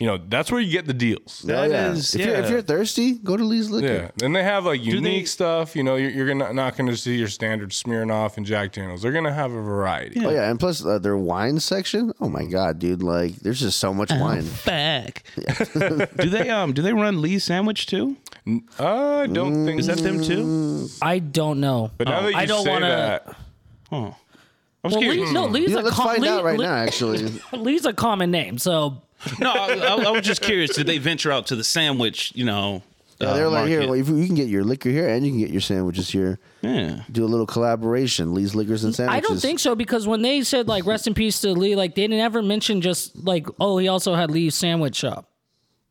you know, that's where you get the deals. Oh, That yeah. is- if, You're, if yeah. you're thirsty, go to Lee's Yeah, Liquor. and they have like unique they- stuff. You know, you're, you're gonna, not going to see your standard Smirnoff and Jack Daniels. They're going to have a variety. Oh yeah, and plus uh, their wine section. Oh my god, dude! Like, there's just so Uh-huh. much wine. back. do they um? Do they run Lee sandwich too? Uh, I Mm. don't think. Is that Oh. them too? I don't know. But now that you I don't say wanna- that, Huh. I was Well, curious. Lee, no, Lee's You know, a let's com- find Lee- out right Lee- now. Actually, Lee's a common name, so no, I, I, I was just curious. Did they venture out to the sandwich? You know, Yeah, uh, they're like, here, market? well, if you can get your liquor here, and you can get your sandwiches here. yeah. Do a little collaboration, Lee's Liquors and I Sandwiches. don't think so because when they said like rest in peace to Lee, like they never mentioned just like oh he also had Lee's sandwich shop.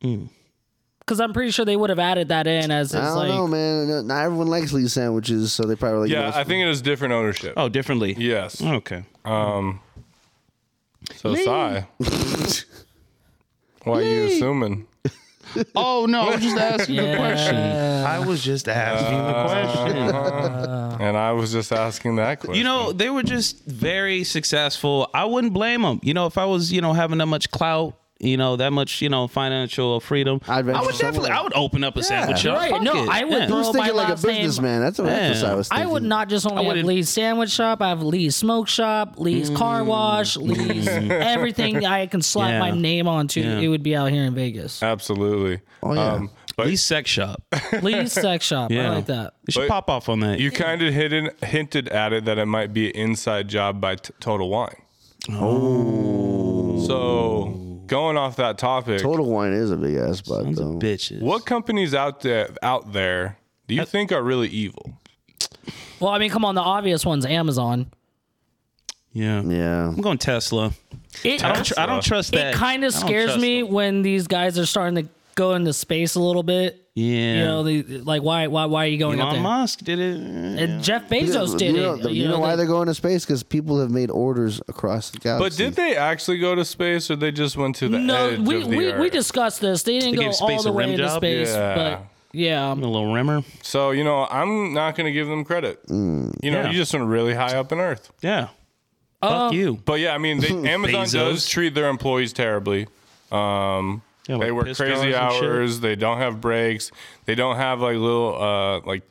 Hmm. Because I'm pretty sure they would have added that in as it's I don't like know, man. No, Not everyone likes Lee's sandwiches, so they probably like. yeah, I think it is different ownership. Oh, differently. Yes. Okay. So sigh. Why are you assuming? Oh no, I was just asking a question. Yeah. I was just asking a question. and I was just asking that question. Uh. You know, they were just very successful. I wouldn't blame them. You know, if I was, you know, having that much clout, you know, that much, you know, financial freedom, I'd venture I would definitely, somewhere. I would open up a sandwich shop. Right, Fuck no, it. I would Yeah. He was Well, my thinking like a last name- businessman. That's what, that's what I was I thinking. would not just only have wouldn't- Lee's sandwich shop. I have Lee's smoke shop, Lee's Hmm. car wash, Lee's everything I can slap Yeah. my name onto. Yeah. It would be out here in Vegas. absolutely. Um, Oh, yeah. but Lee's sex shop. Lee's sex shop. I Yeah. like that. You should But- pop off on that. you kind of hidden, hinted at it that it might be an inside job by t- Total Wine. Oh. So going off that topic, Total Wine is a big ass spot, Sons of though. bitches. what companies out there out there do Uh, you think are really evil? Well, I mean, come on. The obvious one's Amazon. Yeah. Yeah. I'm going Tesla. It, I don't, tr- I don't trust it that. kind I of don't scares trust me them. when these guys are starting to go into space a little bit. Yeah. You know, they, like why why why are you going Elon up Musk did it. there? And Jeff Bezos did you know, it. the- you know why they- they're going to space? Because people have made orders across the galaxy. But did they actually go to space, or they just went to the No, edge we of the we, earth? we discussed this. They didn't They go gave all space the a rim way into job? space, Yeah. but yeah. um, A little rimmer. So you know, I'm not going to give them credit. You know, Yeah. you just went really high up in Earth. Yeah. Uh, Fuck you. But yeah, I mean, they, Amazon does Bezos. treat their employees terribly. Um, Yeah, like they work piss crazy hours and shit. hours. They don't have breaks. They don't have like little uh, like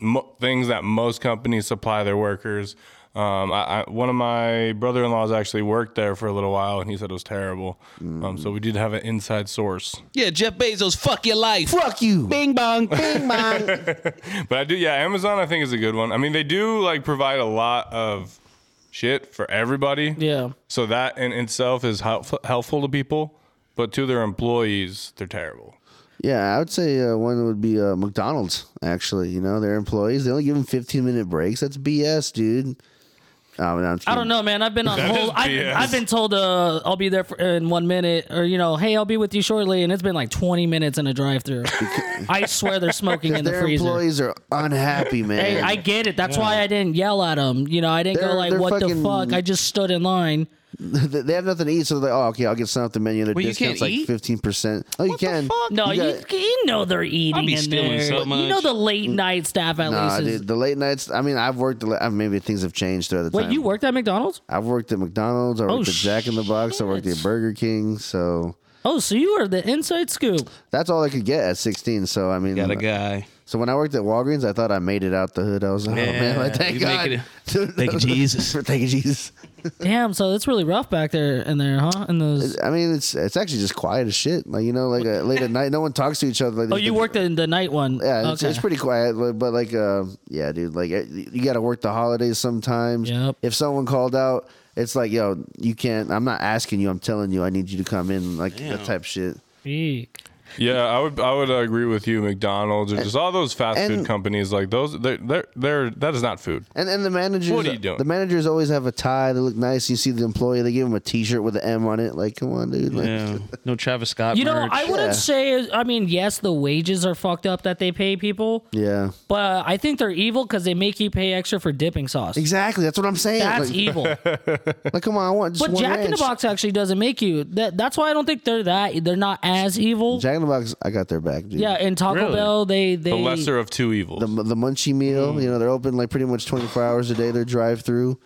mo- things that most companies supply their workers. Um, I, I, one of my brother-in-laws actually worked there for a little while, and he said it was terrible. Um, so we did have an inside source. Yeah, Jeff Bezos, fuck your life. Fuck you. Bing bong. Bing bong. But I do, yeah. Amazon, I think, is a good one. I mean, they do like provide a lot of shit for everybody. Yeah. So that in itself is helpful, helpful to people, but to their employees, they're terrible. Yeah, I would say uh, one would be uh, McDonald's. Actually, you know, their employees they only give them fifteen minute breaks. That's BS, dude. Oh, no, I'm just I don't know, man. I've been on That hold. is I, BS. I've been told uh, I'll be there for, in one minute, or you know, hey, I'll be with you shortly, and it's been like 20 minutes in a drive-through. I swear they're smoking in kidding. the Their freezer. employees are unhappy, man. Hey, I get it. That's why I didn't yell at them. You know, I didn't go They're- like, they're "What the fucking- fuck?" I just stood in line. They they have nothing to eat, so they're like, oh, okay, I'll get something off the menu. Their Well, you discount's can't like eat? fifteen percent. Oh, you can. No, you, got- you, know they're eating be in stealing there. so You much. know the late night staff at Nah, least. Is, dude, the late nights. I mean, I've worked. the la- I mean, Maybe things have changed throughout the Wait, time. you worked at McDonald's? I've worked at McDonald's. I worked at Jack in the Box. I worked at Oh, shit. Burger King. So Oh, so you are the inside scoop. that's all I could get at sixteen. So I mean, Got a guy. So when I worked at Walgreens, I thought I made it out the hood. I was like, oh man, like, Yeah, thank you God. make Thank you, Jesus. For thank you, Jesus. Damn, so it's really rough back there in there, huh? In those. I mean, it's it's actually just quiet as shit. Like you know, like uh, late at night, no one talks to each other. Like, Oh, you worked in the night one. Yeah, it's, it's pretty quiet, but, but like, uh, yeah, dude, like uh, you got to work the holidays sometimes. Yep. If someone called out, it's like, yo, you can't. I'm not asking you. I'm telling you, I need you to come in, like that type shit. Speak. Yeah, I would I would agree with you. McDonald's or just all those fast and- food companies like those. They're, they're they're that is not food. And and the managers, What are you doing? the managers always have a tie. They look nice. You see the employee, they give him a T-shirt with an M on it. Like, come on, dude. Like, Yeah. No Travis Scott. You know, merch. I wouldn't Yeah. say. I mean, yes, the wages are fucked up that they pay people, yeah. but I think they're evil because they make you pay extra for dipping sauce. Exactly. That's what I'm saying. That's like, evil. like, come on, I want just But one Jack in the ranch. Box actually doesn't make you. That that's why I don't think they're that. They're not as evil. Jack in the Box, I got their back, dude. yeah, and Taco Really? Bell, they they The lesser of two evils. The, the munchie meal, Mm. you know, they're open like pretty much 24 hours a day. They're drive through.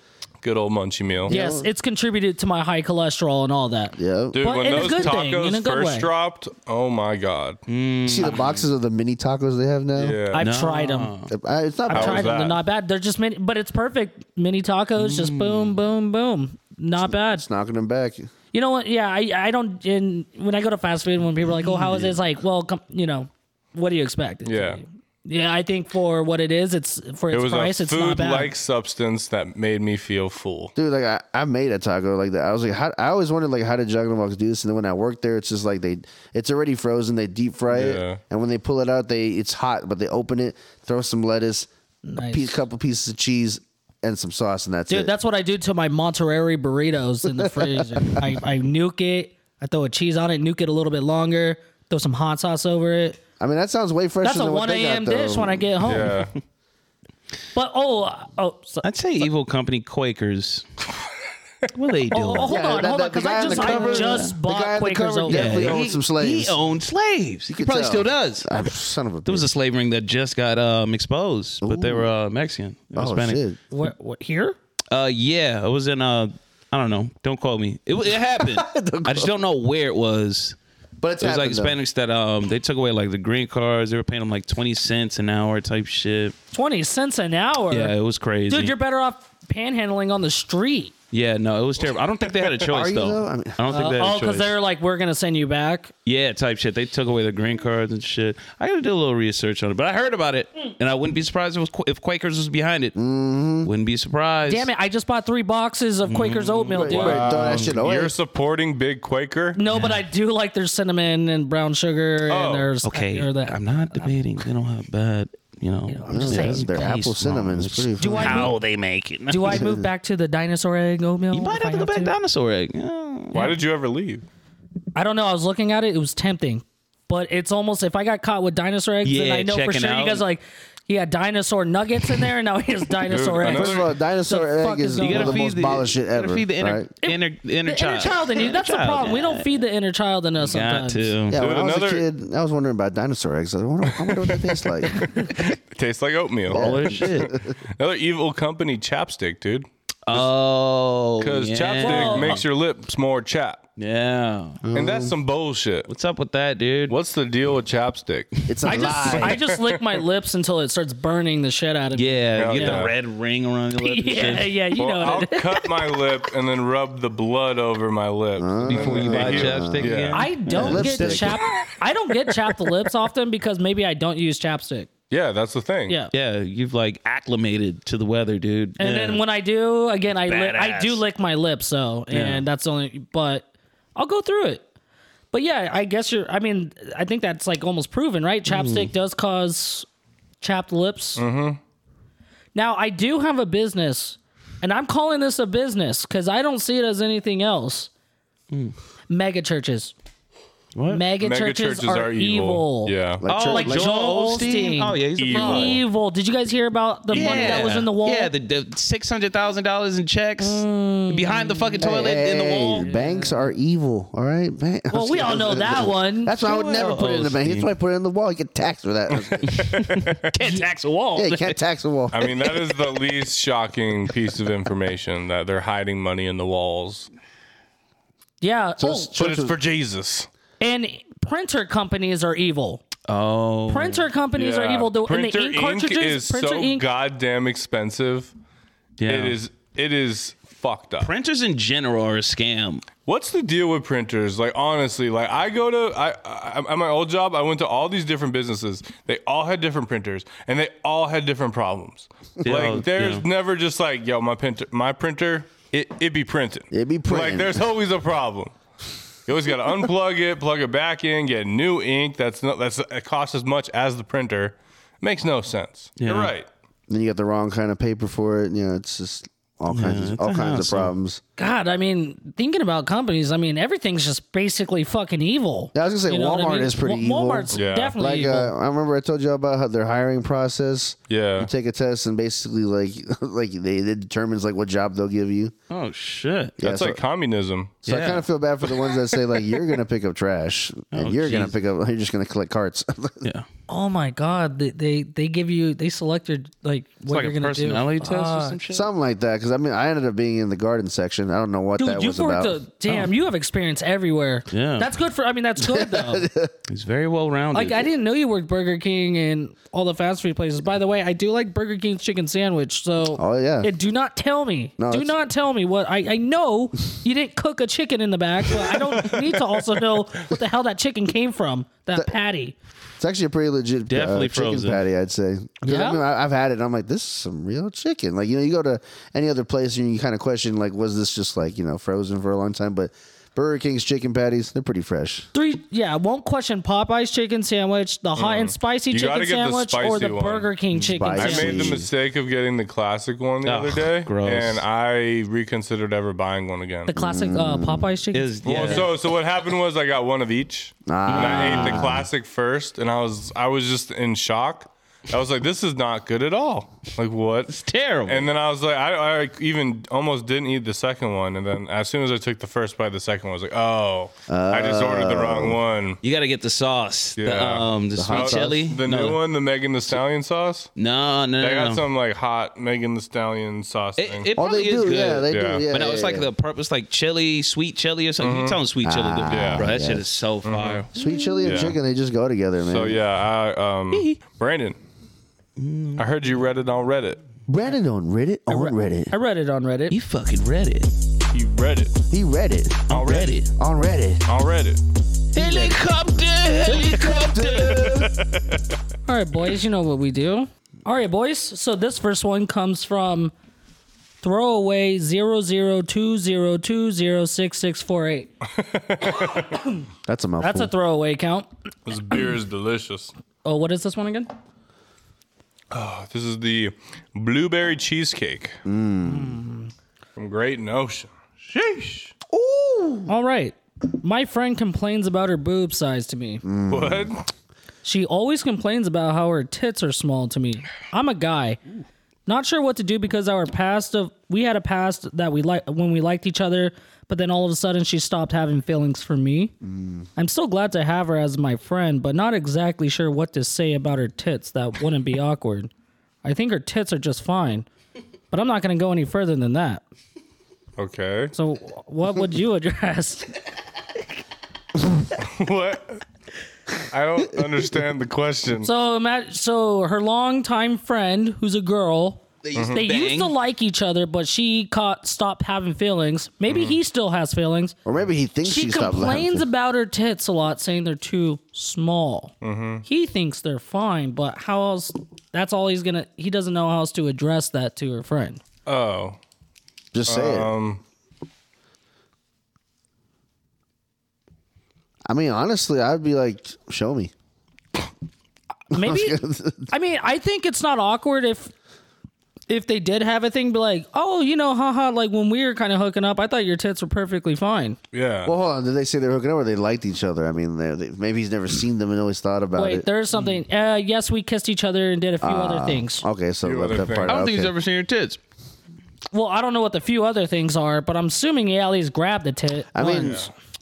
Good old munchie meal. yes, it's contributed to my high cholesterol and all that. Yeah. Dude, But when in a those good thing, tacos in a good first way. Mm. dropped, oh my god! You see the boxes of the mini tacos they have now? Yeah, I've 'em. tried them. I- It's not I've bad. tried them. that? They're not bad. They're just mini, but it's perfect. Mini tacos, just boom, boom, boom. Not bad. Mm. It's knocking them back. You know what? Yeah, I I don't. In when I go to fast food, when people are like, "Oh, Mm. how is it?" It's like, well, come, you know, what do you expect? It's Yeah. like- yeah. I think for what it is, it's for it its was price, a it's not bad. food-like substance that made me feel full. Dude, like I, I made a taco like that. I was like, how, I always wondered like how did Jack in the Box do this? And then when I worked there, it's just like they, it's already frozen. They deep fry Yeah. it, and when they pull it out, they it's hot, but they open it, throw some lettuce, a Nice. piece, couple pieces of cheese, and some sauce, and that's Dude, it. that's what I do to my Monterey burritos in the freezer. I, I nuke it. I throw a cheese on it, nuke it a little bit longer, throw some hot sauce over it. I mean, that sounds way fresher That's a than what 1 they a.m. got, dish though. when I get home. Yeah, But oh, uh, oh, so, I'd say evil company Quakers. What are they doing? Oh, hold Yeah, on, hold that- on, that- the because guy I on the just, cover- I the just guy on bought the Quaker's cover Oat. definitely- Milk. He owned some slaves. He owned slaves. He could probably tell. still does. Ah, son of a. There was a slave ring that just got um, exposed, but they were uh, Mexican, oh Hispanic. shit. What, what, here? Uh, yeah, it was in. Uh, I don't know. Don't call me. It, it happened. I just don't know where it was. But it's It was like happened, though. Hispanics that um they took away like the green cards. They were paying them like twenty cents an hour type shit. 20 cents an hour. Yeah, it was crazy. Dude, you're better off panhandling on the street. yeah, no, it was terrible. I don't think they had a Are choice you, though. though? I I, mean- don't think they oh, had a choice. because they're like, we're going to send you back. Yeah, type shit. They took away the green cards and shit. I gotta do a little research on it, but I heard about it, Mm. and I wouldn't be surprised if, it was, Qu- if Quakers was behind it. Mm-hmm. Wouldn't be surprised. Damn it, I just bought three boxes of Quaker's oatmeal, Wait, dude. wait, throw that shit away. Um, You're supporting Big Quaker? No, but I do like their cinnamon and brown sugar Oh, and there's Okay, or that. I'm not debating. They don't have bad, you know. I'm just it saying, doesn't Their taste apple wrong. cinnamon's It's pretty. Do fucking- I How move, they make it? do I move back to the dinosaur egg oatmeal? You might if have I to go back to? dinosaur egg. Yeah. Why did you ever leave? I don't know. I was looking at it. It was tempting, but it's almost if I got caught with dinosaur eggs, then Yeah, I know for checking sure you out. guys are like, he had dinosaur nuggets in there, and now he has dinosaur Dude, I eggs. know. First of all, Oh, dinosaur The fuck egg is is going one on? of the You most baller shit gotta ever. feed the inner, right? inner, inner, The child. inner child in you. That's the child, problem. We yeah. don't feed the inner child in us Got sometimes. to. Yeah, when I was another- a kid, I was wondering about dinosaur eggs. I was wondering, I wonder what they taste like. It tastes like oatmeal. Holy shit. Another evil company, chapstick, dude. Oh, Because yeah. chapstick makes your lips more chap. Yeah. Mm. And that's some bullshit. What's up with that, dude? What's the deal with chapstick? It's a I just lie. I just lick my lips until it starts burning the shit out of me. Yeah, Yeah. you get Yeah. the red ring around your lip. and yeah, shit. yeah, you Well, know I'll it. cut my lip and then rub the blood over my lip. Before you buy chapstick Yeah. again. I don't Yeah, get lipstick. chap. I don't get chapped lips often because maybe I don't use chapstick. yeah, that's the thing. Yeah. yeah, you've like acclimated to the weather, dude. And yeah. then when I do, again, I li- I Badass. do lick my lips, so and that's the only. But I'll go through it. But yeah, I guess you're. I mean, I think that's like almost proven, right? Chapstick does cause chapped lips. Mm-hmm. Now I do have a business, and I'm calling this a business because I don't see it as anything else. Mega churches. What? Mega, Mega churches, are, evil. Yeah. Like oh, church- uh, like Joel, Joel Osteen? Osteen. Oh yeah, he's a Evil. problem. Evil. Did you guys hear about the money that was in the wall? Yeah, the, the six hundred thousand dollars in checks Mm. behind the fucking Hey, toilet in the hey, wall. Banks are evil, all right? Ban- well, we all know that one. That's why I would never put it in the bank. That's why I put it in the wall. You get taxed for that. Can't tax a wall. yeah, you can't tax the wall. I mean, that is the least shocking piece of information that they're hiding money in the walls. Yeah. Oh, So it's But church it's was- for Jesus. and printer companies are evil. Oh, Printer companies are Yeah. evil. The, and printer the ink ink cartridges, is printer so ink. goddamn expensive. yeah. It is. It is fucked up. Printers in general are a scam. What's the deal with printers? Like honestly, like I go to I, I at my old job, I went to all these different businesses. They all had different printers, and they all had different problems. all- like there's yeah. never just like yo, my printer, my printer, it it be printing. It be Like printing. there's always a problem. You always got to unplug it, plug it back in, get new ink. That's not that's it costs as much as the printer. Makes no sense. You're Yeah. right. then you got the wrong kind of paper for it. You know, it's just all kinds of it's all a kinds of hassle. problems. God, I mean, thinking about companies, I mean, everything's just basically fucking evil. Yeah, I was gonna say know what Walmart is pretty Wa- evil. Walmart's Yeah. definitely Like evil. uh, I remember I told you about how their hiring process. Yeah. You take a test and basically like like they it determines like what job they'll give you. Oh shit. Yeah, That's so- like communism. So I Yeah. Oh, kind of feel bad for the ones that say like you're gonna pick up trash and you're gonna jeez. pick up you're just gonna collect carts. Yeah. oh my God, they, they they give you they select your like what like you're a gonna do. personality test or Fuck. some shit. Something like that because I mean I ended up being in the garden section. I don't know what that Dude, was you've worked about. Oh. a damn. You have experience everywhere. Yeah. that's good for. I mean, that's good though. He's very well rounded. Like I didn't know you worked Burger King and all the fast food places. By the way, I do like Burger King's chicken sandwich. So Oh, yeah. And do not tell me. No, do it's- not tell me what I, I know you didn't cook a chicken in the back, but I don't need to also know what the hell that chicken came from. That patty. It's actually a pretty legit Definitely uh, chicken frozen. patty, I'd say. 'Cause Yeah? I mean, I, I've had it. and I'm like, this is some real chicken. Like you know, you go to any other place and you kind of question like, was this just like you know frozen for a long time? But Burger King's chicken patties, they're pretty fresh. Three yeah, won't question Popeye's chicken sandwich, the hot and spicy You gotta chicken get the sandwich, or spicy the one. Burger King chicken Mm. Spicy. I sandwich. made the Actually- mistake of getting the classic one the Ugh, other day, gross. and I reconsidered ever buying one again. the classic uh, Mm. Popeye's chicken. Is- Well, yeah. so so what happened was I got one of each, and I ate Ah. the classic first, and I was I was just in shock. I was like, this is not good at all. Like what? It's terrible. And then I was like, I, I even almost didn't eat the second one. And then as soon as I took the first bite, the second one I was like, oh, I just ordered the Oh. wrong one. you got to get the sauce. The, Yeah. um, the, hot sweet sauce? chili. The no, new one, the Megan the Stallion sauce. No, no, no. They got no. some like hot Megan the Stallion sauce thing. It, it Oh, probably they is do, good. yeah, they Yeah. do, yeah. but no, yeah, it's like yeah. the purpose, like chili, sweet chili or something. You tell them sweet chili, to Yeah. Ah, bro, that shit yes. is so Mm-hmm. fire. sweet chili and Yeah. chicken. They just go together, man. so yeah, I, um, Brandon, I heard you read it on Reddit. Brandon on Reddit on Reddit. I read it on Reddit. You fucking read it. You read it He read it on Reddit. on Reddit. On Reddit. Helicopter, helicopter. All right, boys, you know what we do. All right, boys. So this first one comes from throwaway 0020206648. That's a mouthful. That's a throwaway count. This beer is delicious. Uh, Oh, what is this one again? This is the blueberry cheesecake from Great Notion. Sheesh. All right. My friend complains about her boob size to me. Mm. What? She always complains about how her tits are small to me. I'm a guy. Not sure what to do because our past of we had a past that we like when we liked each other, but then all of a sudden she stopped having feelings for me. I'm still glad to have her as my friend, but not exactly sure what to say about her tits that wouldn't be awkward. I think her tits are just fine, but I'm not going to go any further than that. Okay. So what would you address? What? I don't understand the question. So ima- so her longtime friend, who's a girl, Mm-hmm. they, used, to like each other, but she caught stopped having feelings. Maybe he still has feelings. or maybe he thinks She Mm-hmm. she, stopped complains laughing. about her tits a lot, saying they're too small. Mm-hmm. He thinks they're fine, but how else? That's all he's gonna. He doesn't know how else to address that to her friend. oh. um, Just say it. I mean, honestly, I'd be like, show me. Maybe. I mean, I think it's not awkward if. If they did have a thing, be like, oh, you know, haha, like when we were kind of hooking up, I thought your tits were perfectly fine. Yeah. Well, hold on. Did they say they're hooking up or they liked each other? I mean, they, they, maybe he's never seen them and always thought about Wait, it. Mm. Ah, there's something. Uh, yes, we kissed each other and did a few other things. Okay, so Few left other that things. part I I don't out. think he's Okay. ever seen your tits. Well, I don't know what the few other things are, but I'm assuming he at least grabbed a tit. I mean,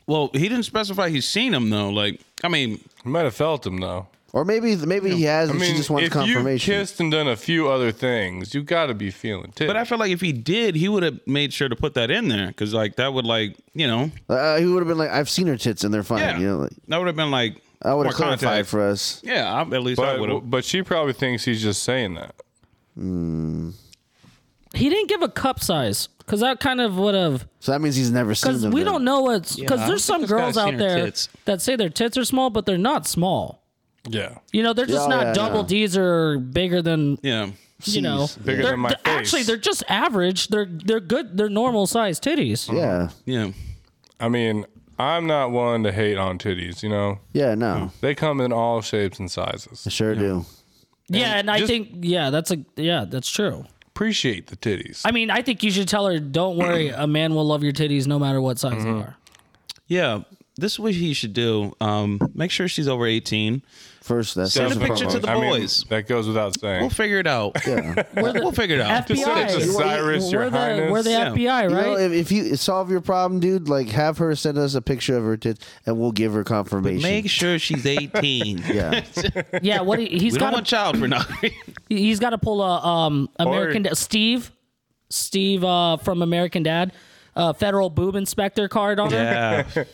Well, he didn't specify he's seen them though. Like, I mean, you might have felt him though. or maybe maybe he has. I and mean, she just wants if confirmation. you kissed and done a few other things, you got to be feeling tits. but I feel like if he did, he would have made sure to put that in there because, like, that would like you know, uh, he would have been like, "I've seen her tits and they're fine." yeah, You know, like, that would have been like I would have more clarified contact. for us. Yeah, I, at least I would have. but, but she probably thinks he's just saying that. he didn't give a cup size because that kind of would have. So that means he's never seen Because them. we then. don't know what's. Because I there's some don't think this girls guy's out seen her there tits. that say their tits are small, but they're not small. Yeah. You know, they're just Yeah, not yeah, double yeah. D's or bigger than. Yeah. You know, C's. Bigger They're- than my they're- face. actually they're just average. They're they're good. They're normal size titties. Yeah, Yeah. I mean, I'm not one to hate on titties. You know, yeah, no, they come in all shapes and sizes. I sure do. Yeah, and I just- think yeah, that's a yeah, that's true. Appreciate the titties. I mean, I think you should tell her, don't worry, a man will love your titties no matter what size Mm-hmm. they are. Yeah. This is what he should do. Um, make sure she's over 18. First, that's Send a that's picture promo. to the I mean, boys. that goes without We'll saying. figure it out. we'll figure it out. FBI. Just say to You want- Cyrus, we're your the, highness. we're the Yeah. FBI, You know, right? if, if you solve your problem, dude, like have her send us a picture of her tits, and we'll give her confirmation. Make sure she's 18. yeah, yeah, what he, he's We don't got want to, child pornography. he's got to pull a um American Da- Steve Steve uh from American Dad uh federal boob inspector card on her. yeah.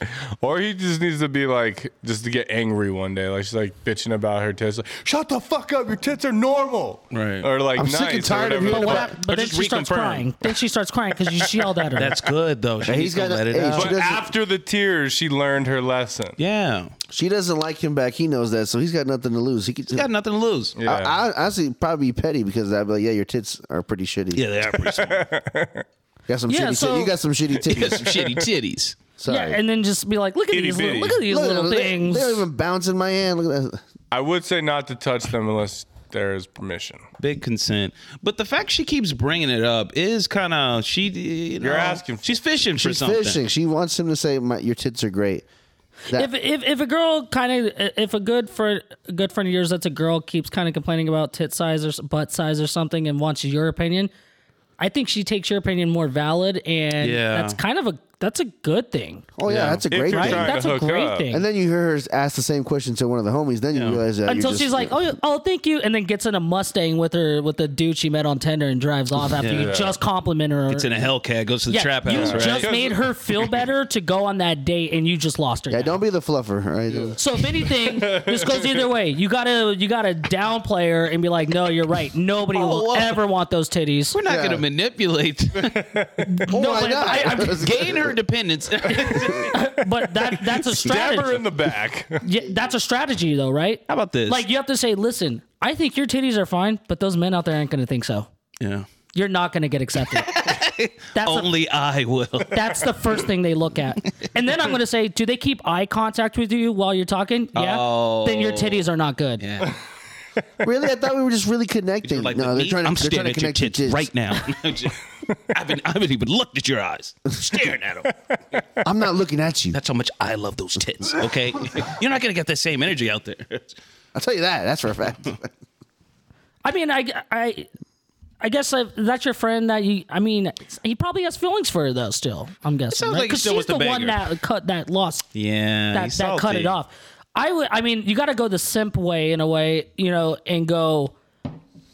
Or he just needs to be like, just to get angry one day. Like she's like bitching about her tits. Like, Shut the fuck up! Your tits are normal. Right. Or like, I'm nice, sick and or tired of whatever you. the But, fuck. that- but But then just she starts reconfirm. crying. Then she starts crying because you yelled at her. That's good, though. She he's needs to got a- let it hey, out. she But doesn't- after the tears, she learned her lesson. yeah. she doesn't like him back. He knows that, so he's got nothing to lose. He could. Got nothing to lose. Yeah. I, I honestly probably be petty because I'd be like, yeah, your tits are pretty shitty. they are pretty small. got some Yeah, shitty. so- tit- you got some shitty Got titties. some shitty titties. Sorry. Yeah, and then just be like, look at Itty these, little, bitty. look at these Look at little them. things. They, they don't even bounce in my hand. Look at that. I would say not to touch them unless there is permission. Big consent. But the fact she keeps bringing it up is kind of, she, you know, asking for- She's fishing for She's something. fishing. She wants him to say, my, "Your tits are great." That- if, if if a girl kind of if a good friend good friend of yours that's a girl keeps kind of complaining about tit size or s- butt size or something and wants your opinion, I think she takes your opinion more valid and Yeah. that's kind of a that's a good thing. Oh yeah, that's a If great you're thing. trying That's a hook great up. thing. And then you hear her ask the same question to one of the homies. Then you realize that you're Until just- she's like, oh, oh, thank you, and then gets in a Mustang with her with the dude she met on Tinder and drives off after you just compliment her. It's in a Hellcat, goes to the yeah, trap you house, right? just made her feel better to go on that date, and you just lost her. yeah, now. don't be the fluffer, all right? So if anything, this goes either way. You gotta you gotta downplay her and be like, no, you're right. Nobody will whoa. ever want those titties. We're not Yeah. going to manipulate. no, but I, I've gained her dependence. How But that that's a Stab her strategy. in the back. Yeah, that's a strategy though, right? about this? Like you have to say, listen, I think your titties are fine, but those men out there aren't gonna think so. yeah. You're not gonna get accepted. That's the- Only I will. that's the first thing they look at. And then I'm gonna say, do they keep eye contact with you while you're talking? Yeah. Oh. Then your titties are not good. Yeah. really? I thought we were just really connecting. Like no, the they're meat, trying to, I'm they're trying staring to at your connect your tits tits. right now. I've been, I haven't even looked at your eyes. Staring at them. I'm not looking at you. That's how much I love those tits. Okay, you're not gonna get the same energy out there. I'll tell you that. That's for a fact. I mean, I, I, I guess if that's your friend that you. I mean, he probably has feelings for her though. Still, I'm guessing. sounds right? like he 'Cause still she's wants the to bang one her. that cut that lost Yeah, that, he's that cut salty. it off. I would. I mean, you got to go the simp way in a way, you know, and go,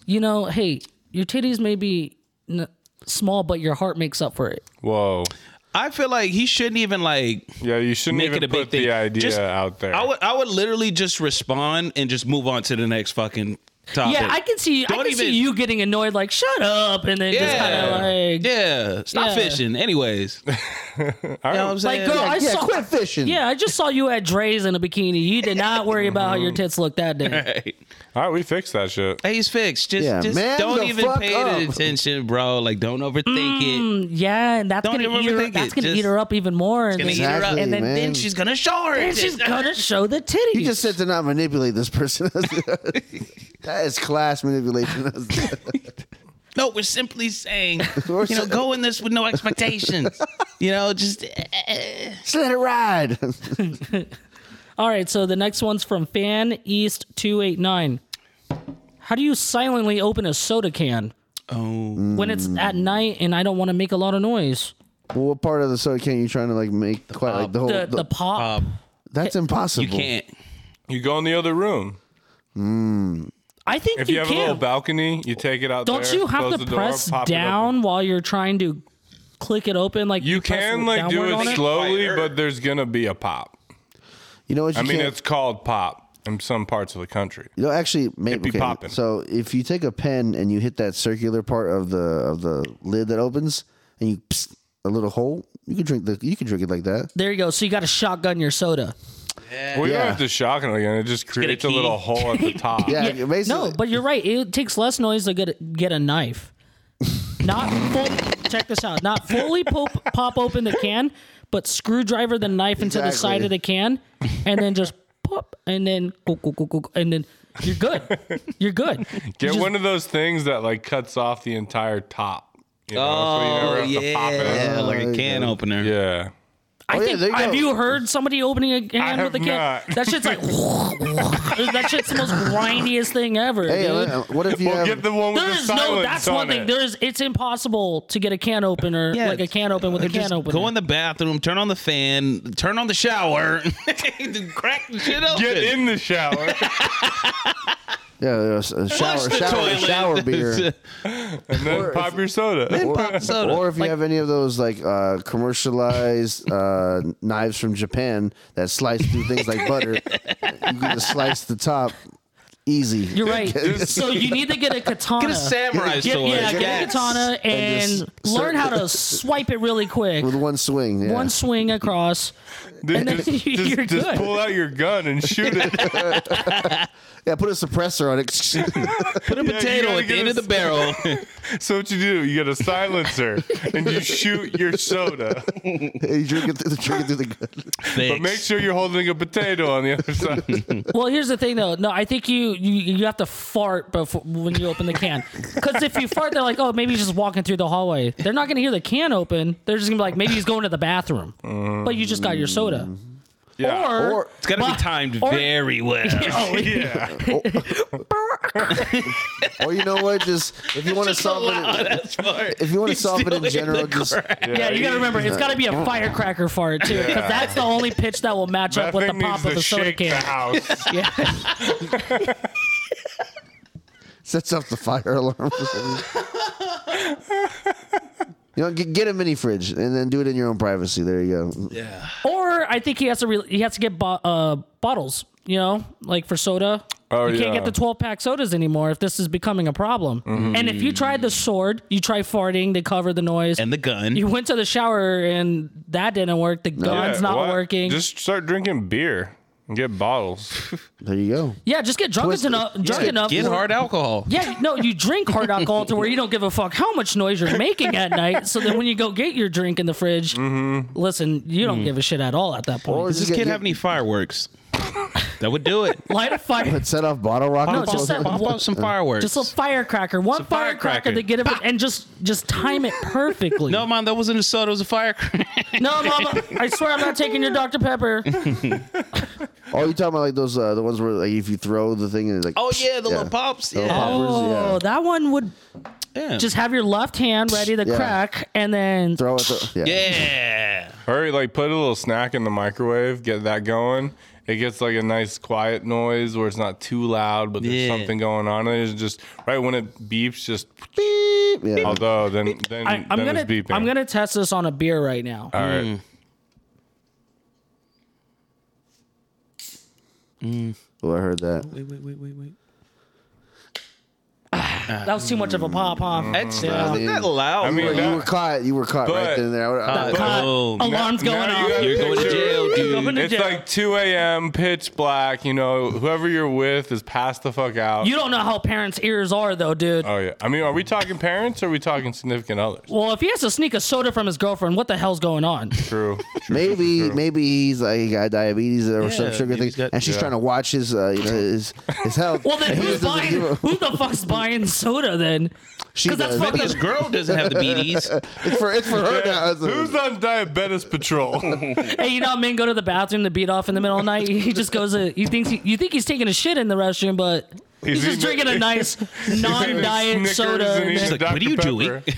you know, hey, your titties may be n- small, but your heart makes up for it. Whoa. I feel like he shouldn't even like Yeah, you shouldn't make even it a big put thing. the idea Just- out there. I would, I would literally just respond and just move on to the next fucking topic. Yeah, I can see. I Don't can even- see you getting annoyed, like shut up, and then just kind of like, yeah, stop Yeah. fishing. Anyways, you know what I'm Like, saying? girl, I yeah, saw. quit fishing. yeah, I just saw you at Dre's in a bikini. You did not worry about how your tits looked that day. Right. All right, we fixed that shit. Hey, he's fixed. Just, Yeah, just man, don't the even fuck pay up. it attention, bro. Like, don't overthink Mm. it. Yeah, and that's Don't gonna even eat her, overthink that's it. gonna eat Just- her up even more. And Gonna then, eat her up, Exactly, and then, then man. she's gonna show her. and she's gonna show the titties. He just said to not manipulate this person. that is class manipulation. No, we're simply saying, We're you know, sa- go in this with no expectations. you know, just eh, Just let it ride. All right, so the next one's from Fan East two eight nine. How do you silently open a soda can? Oh, when it's at night and I don't want to make a lot of noise. well, what part of the soda can you trying to like make quite like the whole? The the, the- pop. that's impossible. Uh, you can't. You go in the other room. I think If you, you, have can. a little balcony, you take it out don't there, you have close to the door, press pop it open. down while you're trying to click it open? Like You press can like do downward on it it? slowly, but there's gonna be a pop. You know what? You I mean, can't- it's called pop in some parts of the country. You know, actually, It be maybe okay, poppin'. so. If you take a pen and you hit that circular part of the of the lid that opens, and you psst, a little hole, you can drink the you can drink it like that. There you go. So you got to shotgun your soda. We Yeah. don't have to shock it again. It just a creates a, key. little hole at the top. Yeah, Yeah, basically. No, but you're right. It takes less noise to get get a knife. Not full, check this out. Not fully pop, pop open the can, but screwdriver the knife into the side Exactly. of the can, and then just pop, and then go, go, go, go, go, and then you're good. You're good. Get Just- one of those things that like cuts off the entire top. You know, so you never Oh, have to pop it. yeah, like a uh, can opener. Yeah. I Oh, yeah, think there you have go. you heard somebody opening a can have with a can? not. That shit's like that shit's the most grindiest thing ever, hey, dude. uh, what if you Well, have? get the one with There the is silence no. That's on one thing. it. There is. It's impossible to get a can opener Yeah, like a can open with a Just can opener. go in the bathroom, turn on the fan, turn on the shower, crack the shit open. Get in the shower. yeah, a, s- a Flush shower, the shower, toilet. shower beer. and then pop your soda. Pop soda. Or if you have any of those like uh, commercialized uh, knives from Japan that slice through things like butter, you can just slice the top easy. You're right. so you need to get a katana. Get a samurai Get- sword. yeah, get a yes. katana and, And just- learn how to swipe it really quick. with one swing. Yeah. One swing across. Dude, then just, you're just- just good. pull out your gun and shoot it. yeah, put a suppressor on it. Put a Yeah, you potato gotta at the get end a of the s- barrel. so what you do? You get a silencer and you shoot your soda, you drink it through the drink it through the gun. but make sure you're holding a potato on the other side. Well, here's the thing though. No, I think you you, you have to fart before when you open the can. Because if you fart, they're like, oh, maybe he's just walking through the hallway. They're not gonna hear the can open. They're just gonna be like, maybe he's going to the bathroom. But you just got your soda. Yeah. Or, Or It's gotta be But- timed or- very well. Oh, Yeah. or you know what? Just if you want to soften it, That's far. if you want to He's soften still it in in general, the just yeah, you gotta remember, it's gotta be a firecracker fart too, because that's the only pitch that will match up That with the thing needs pop of to the soda shake the can. house. Yeah. sets off the fire alarm. or something. you know, get, get a mini fridge and then do it in your own privacy. There you go. Or I think he has to re- he has to get bo- uh, bottles, you know, like for soda. Oh, you can't yeah. get the 12 pack sodas anymore if this is becoming a problem. And if you tried the sword, you try farting to cover the noise. And the gun. you went to the shower and that didn't work. The gun's Yeah, not why- working. Just start drinking beer and get bottles. There you go. yeah, just get drunk Twist it. enough. Drunk Get- enough. Get where- hard alcohol. Yeah, no, you drink hard alcohol to where you don't give a fuck how much noise you're making at night. So then when you go get your drink in the fridge, listen, you don't give a shit at all at that point. Or Does this just kid get- have any fireworks? that would do it. Light a fire. But set off bottle rockets. just set- Pop up some fireworks. Just a firecracker, one firecracker firecracker. to get it, and just just time it perfectly. no, man, that wasn't a soda. It was a firecracker. no, mama, I swear I'm not taking your Dr Pepper. oh, you talking about like those uh, the ones where like if you throw the thing and it's like Oh yeah, the little pops. little Yeah. pop. Poppers, Oh, yeah. that one would yeah. just have your left hand ready to Yeah. crack, and then throw it. Throw, yeah. yeah. Hurry, like put a little snack in the microwave, get that going. It gets like a nice quiet noise where it's not too loud, but there's Yeah. something going on. And it's just right when it beeps, just Beep. Yeah. although then then, I, I'm then gonna it's beeping. I'm gonna test this on a beer right now. All right. Oh, I heard that. Wait, wait, wait, wait, wait. that was too much of a pop, huh? uh, That's Yeah. not mm, that loud. I mean, But that- you were caught. You were caught But- right then and there. I would- I would- but- Caught. Boom. Alarm's Now- going now off. gotta You're going to picture- jail, Going dude. to It's jail. like 2 a.m., pitch black. You know, whoever you're with is passed the fuck out. You don't know how parents' ears are, though, dude. oh, yeah. I mean, are we talking parents or are we talking significant others? well, if he has to sneak a soda from his girlfriend, what the hell's going on? True. True. Maybe maybe he's like he got diabetes or some Yeah, sugar maybe thing, he's got- and she's yeah. trying to watch his uh, you know his his health. Well, then And he who's doesn't buying? give a- Who the fuck's buying soda then? She 'cause that's does. fucked This girl doesn't have the BDs. It's for it's for her now. It's like- Who's on diabetes patrol? Hey, you know, how men go to the bathroom to beat off in the middle of the night. He just goes. To, he thinks. He, you think he's taking a shit in the restroom, but he's, He's just eating- drinking a nice eating non-diet Snickers soda. and and eating then She's like, what are Dr. you Pepper.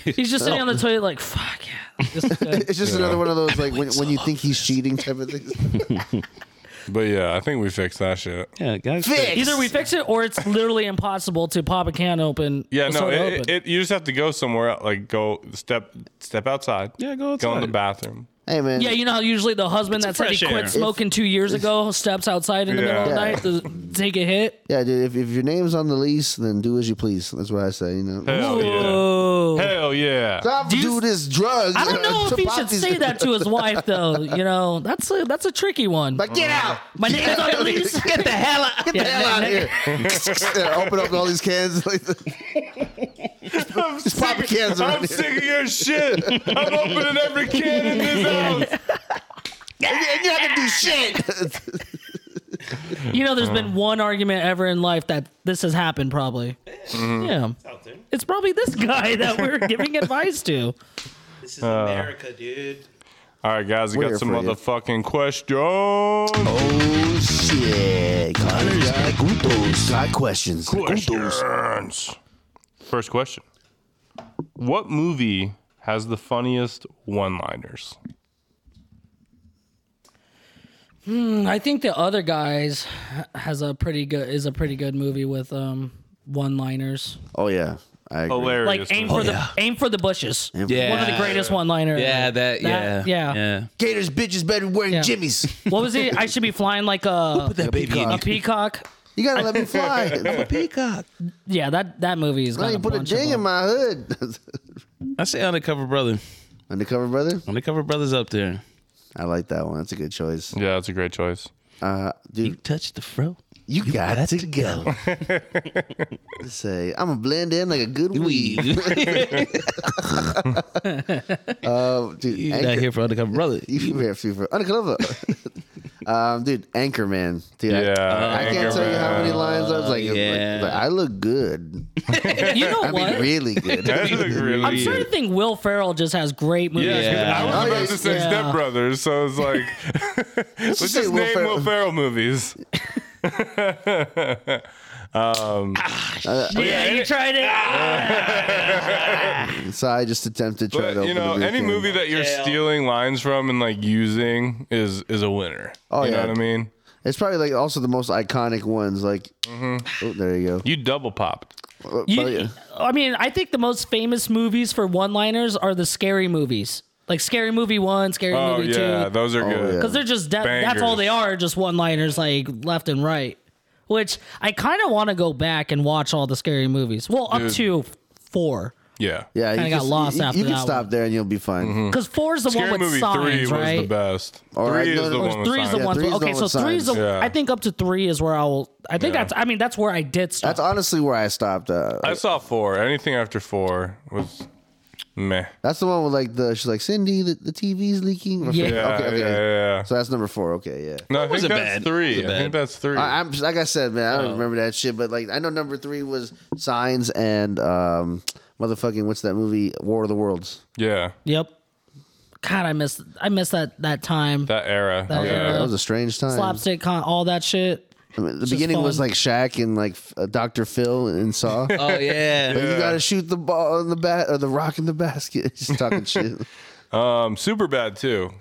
doing? he's just sitting on the toilet, like, fuck yeah. This is good. It's just another one of those like when, when you think he's cheating type of things. But yeah, I think we fixed that shit. yeah, guys. Either we fix it, or it's literally impossible to pop a can open. Yeah, a no, soda it, open. it, it, you just have to go somewhere, el- like go step step outside. Yeah, go Go in the outside. bathroom. Hey man, Yeah, you know how usually the husband that said he fresh quit air. smoking two years ago steps outside in the Yeah. middle of the night to take a hit. yeah, dude. If, if your name's on the lease, then do as you please. That's what I say. You know, Hell Oh, yeah. Whoa. Hell yeah. stop Do do, you- this drug. I don't know if he should say that to his wife though. You know, that's a that's a tricky one. Like get out, My name's on the lease. Get the hell out. Get get the hell out of here. Yeah, open up all these cans. Like just pop cans around I'm here. sick of your shit. I'm opening every can in this house. and you're not gonna do shit. You know, there's been one argument ever in life that this has happened probably. Yeah. It's probably this guy that we're giving advice to. This is America, dude. All right, guys, we We're got here some for you. motherfucking questions. Oh, oh shit, Connor's got Gutos. Got questions. Gutos. questions. First question What movie has the funniest one liners? Mm, I think the other guys has a pretty good is a pretty good movie with um one-liners. Oh yeah, I agree. Hilarious. Like aim for movie. the aim for the bushes. Yeah. One of the greatest one-liner. Yeah, that, yeah. That- yeah. Yeah. Gators bitches better wearing Yeah. jimmies. What was it? I should be flying like a That baby a peacock. You gotta let me fly. I peacock. Yeah, that that movie is. ain't put a ding in my hood. I say undercover brother. Undercover brother. Undercover brother's up there. I like that one. That's a good choice. Yeah, that's a great choice. Uh, dude, Touch the fro. you, got, to, go. Say, I'm gonna blend in like a good weed. Weed. Uh, dude, you anchor, not here for undercover brother. you here for undercover. Um, dude, Anchorman. Dude, I- Yeah, I, can't tell you how many Anchorman. lines I was like, like- Yeah. like, I look good. You know I mean, what? really good. That looked really I'm starting good. to think Will Ferrell just has great movies. Yeah, 'cause Yeah. I was Oh, about yeah, to say yeah. Step Brothers, so it's like let's just just, say Will name Ferrell. Will Ferrell movies. Yeah, you tried it. so I just attempted to try But to open you know, the beer any can. movie that you're stealing lines from and like using is is a winner. Oh, you yeah. know what I mean? It's probably like also the most iconic ones. Like, Mm-hmm. oh, there you go. You double popped. Uh, You- but yeah. I mean, I think the most famous movies for one-liners are the scary movies, like Scary Movie One, Scary Oh Movie yeah, Two, those are good. yeah. because they're just that, that's all Bangers. they are, just one-liners, like left and right. Which I kind of want to go back and watch all the scary movies. Well, up Dude. to four, Yeah. Yeah, you Kinda got just- lost you, after you can that stop one. there and you'll be fine. Mm-hmm. because four is the Scary one with movie signs, three right? was the best. All right, three no, is the no, one with Three is the signs. one. three's the Okay, one so with three is the. signs. Yeah. I think up to three is where I will. I think that's. I mean, that's where I did stop. That's honestly where I stopped. Uh, I saw four. Anything after four was meh. that's the one with like the she's like Cindy, the, the TV's leaking. Yeah. Yeah, okay, okay. yeah, yeah, yeah. So that's number four. Okay, yeah. No, I think wasn't that's bad. It three. I wasn't think bad. that's three. I, I'm like I said, man, I don't remember that shit, but like I know number three was Signs and um, motherfucking what's that movie? War of the Worlds. yeah, Yep. God, I miss I miss that that time. that era. That yeah. era. That was a strange time. Slapstick con all that shit. I mean, the just beginning was fun. like Shaq and like f- uh, Dr. Phil and Saw. Like, Oh yeah. You gotta shoot the ball in the bat or the rock in the basket. Just talking shit. Um, super bad too.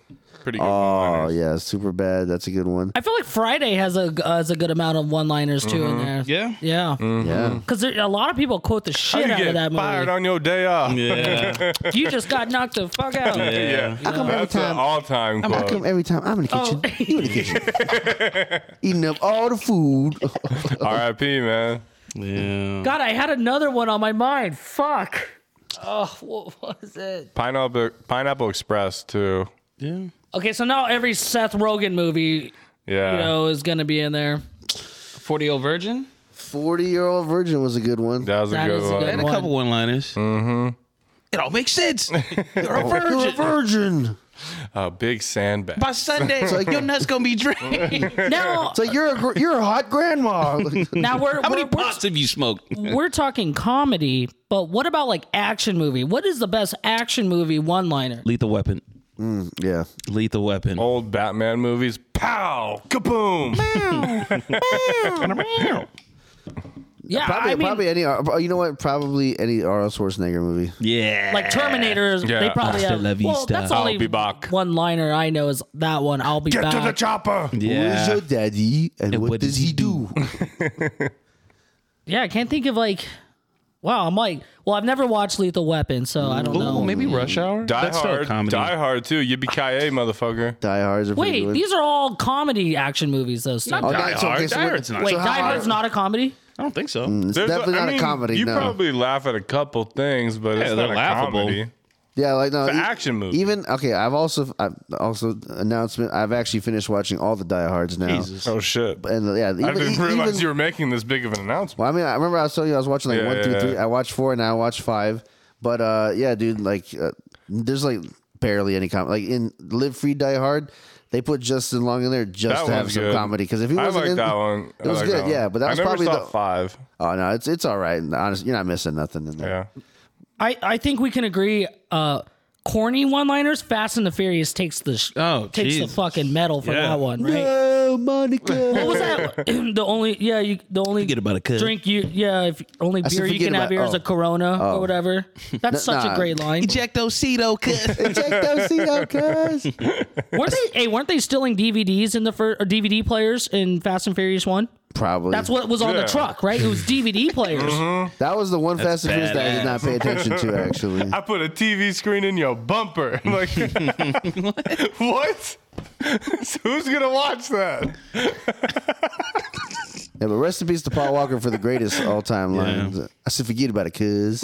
Pretty good. Oh one-liners. yeah, super bad. That's a good one. I feel like Friday has a has a good amount of one liners too in there. Yeah. Yeah. Mm-hmm. Yeah. Because a lot of people quote the How shit you out of get that fired movie. on your day off? Yeah, Yeah. you just got knocked the fuck out. How come every that's an time? all-time How quote. come every time I'm in the Oh. kitchen? You in the kitchen? Eating up all the food. R.I.P. Man. Yeah. God, I had another one on my mind. Fuck. Oh, what was it? Pineapple Pineapple Express too. Yeah. Okay, so now every Seth Rogen movie, Yeah. you know, is gonna be in there. Forty old virgin. Forty year old virgin was a good one. that was a That good is a one. good And a One. couple one liners. Mm-hmm. It all makes sense. You're a You're a virgin. virgin. A Oh, big sandbag. By Sunday, your nuts gonna be drained. Now, It's like you're a gr- you're a hot grandma. now we're How we're, many we're pots have you smoked? we're talking comedy, but what about like action movie? What is the best action movie one liner? Lethal weapon. Oh. yeah. Lethal weapon. Old Batman movies. Pow! Kaboom! Yeah, Probably, I mean, probably any. uh, You know what? Probably any Arnold Schwarzenegger movie. Yeah. like Terminators, Yeah. they probably Hasta have. la Well, vista. that's only I'll be back. one liner I know is that one. I'll be back. chopper! Where's Yeah. your daddy? And, what, does he do? yeah, I can't think of like. Wow, I'm like, well, I've never watched Lethal Weapon, so I don't know. Ooh, maybe Rush Hour. Die Oh, That's still a Hard. comedy. Die Hard too. Yippee ki motherfucker. Die Hard's a pretty Wait, good. these are all comedy action movies, though. Still. Oh, Die that's okay, Hard. so Die what- Hard's not. Wait, so Die how- Hard's not a comedy. I don't think so. It's There's definitely a- I not mean, a comedy. You no. probably laugh at a couple things, but it's not Yeah, they're a laughable. comedy. yeah, like no It's an e- action movie. Even okay, I've also I've also announcement. I've actually finished watching all the Die Hards now. Jesus. Oh shit! And yeah, even, I didn't e- realize even- you were making this big of an announcement. Well, I mean, I remember I was telling you I was watching like Yeah, one through yeah, three. yeah. I watched four, and now I watched five. But uh, yeah, dude, like uh, there's like barely any comedy. Like in Live Free Die Hard, they put Justin Long in there just That to one's have some good. comedy. Because if he I wasn't like in, that one. it was I like good. that one. yeah, but that was I never probably saw the. five. Oh no, it's it's all right. Honestly, you're not missing nothing in there. Yeah. I, I think we can agree. Uh, corny one-liners. Fast and the Furious takes the sh- Oh, takes the jeez. fucking medal for Yeah. that one, right? Oh, Monica. What was that? the only yeah, you, the only Forget about it, cuz. drink you yeah, if only said beer you forget can have about- here is oh. a Corona or whatever. That's such nah. a great line. Ejectocito. cuz. Check those out, cuz. weren't they? Hey, weren't they stealing DVDs in the first or DVD players in Fast and Furious One? Probably. That's what was on Yeah. Mm-hmm. the truck, right? It was DVD players. That was the one Fast and Furious that I did badass. not pay attention to. Actually, I put a TV screen in your bumper. I'm like, what? So Who's gonna watch that? yeah, but rest in peace to Paul Walker for the greatest all time lines. I said, forget about it, cuz.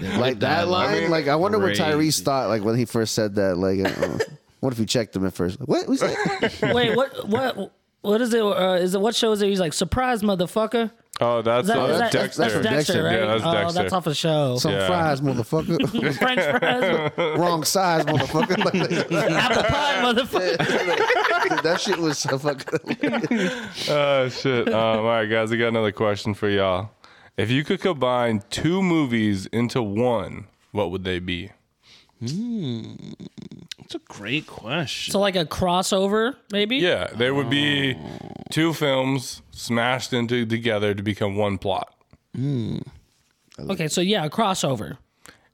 like that line. like I wonder what Tyrese crazy. thought. Like when he first said that. Like, uh, what if he checked him at first? Like, what? Who's that? Wait, what? What? What is it? Uh, is it what show is it? He's like surprise, motherfucker. Oh, that's, Is that- uh, is that- Dexter. that's Dexter, Dexter. right? Yeah, that's Oh, Dexter. that's off a show. Some Yeah. fries, motherfucker. French fries, with Wrong size, motherfucker. apple pie, motherfucker. Dude, that shit was so fucking. Oh shit. Um, all right, guys, I got another question for y'all. If you could combine two movies into one, what would they be? That's a great question. So like a crossover, maybe. Yeah, they would be Oh. two films smashed into together to become one plot. Okay, so yeah, a crossover.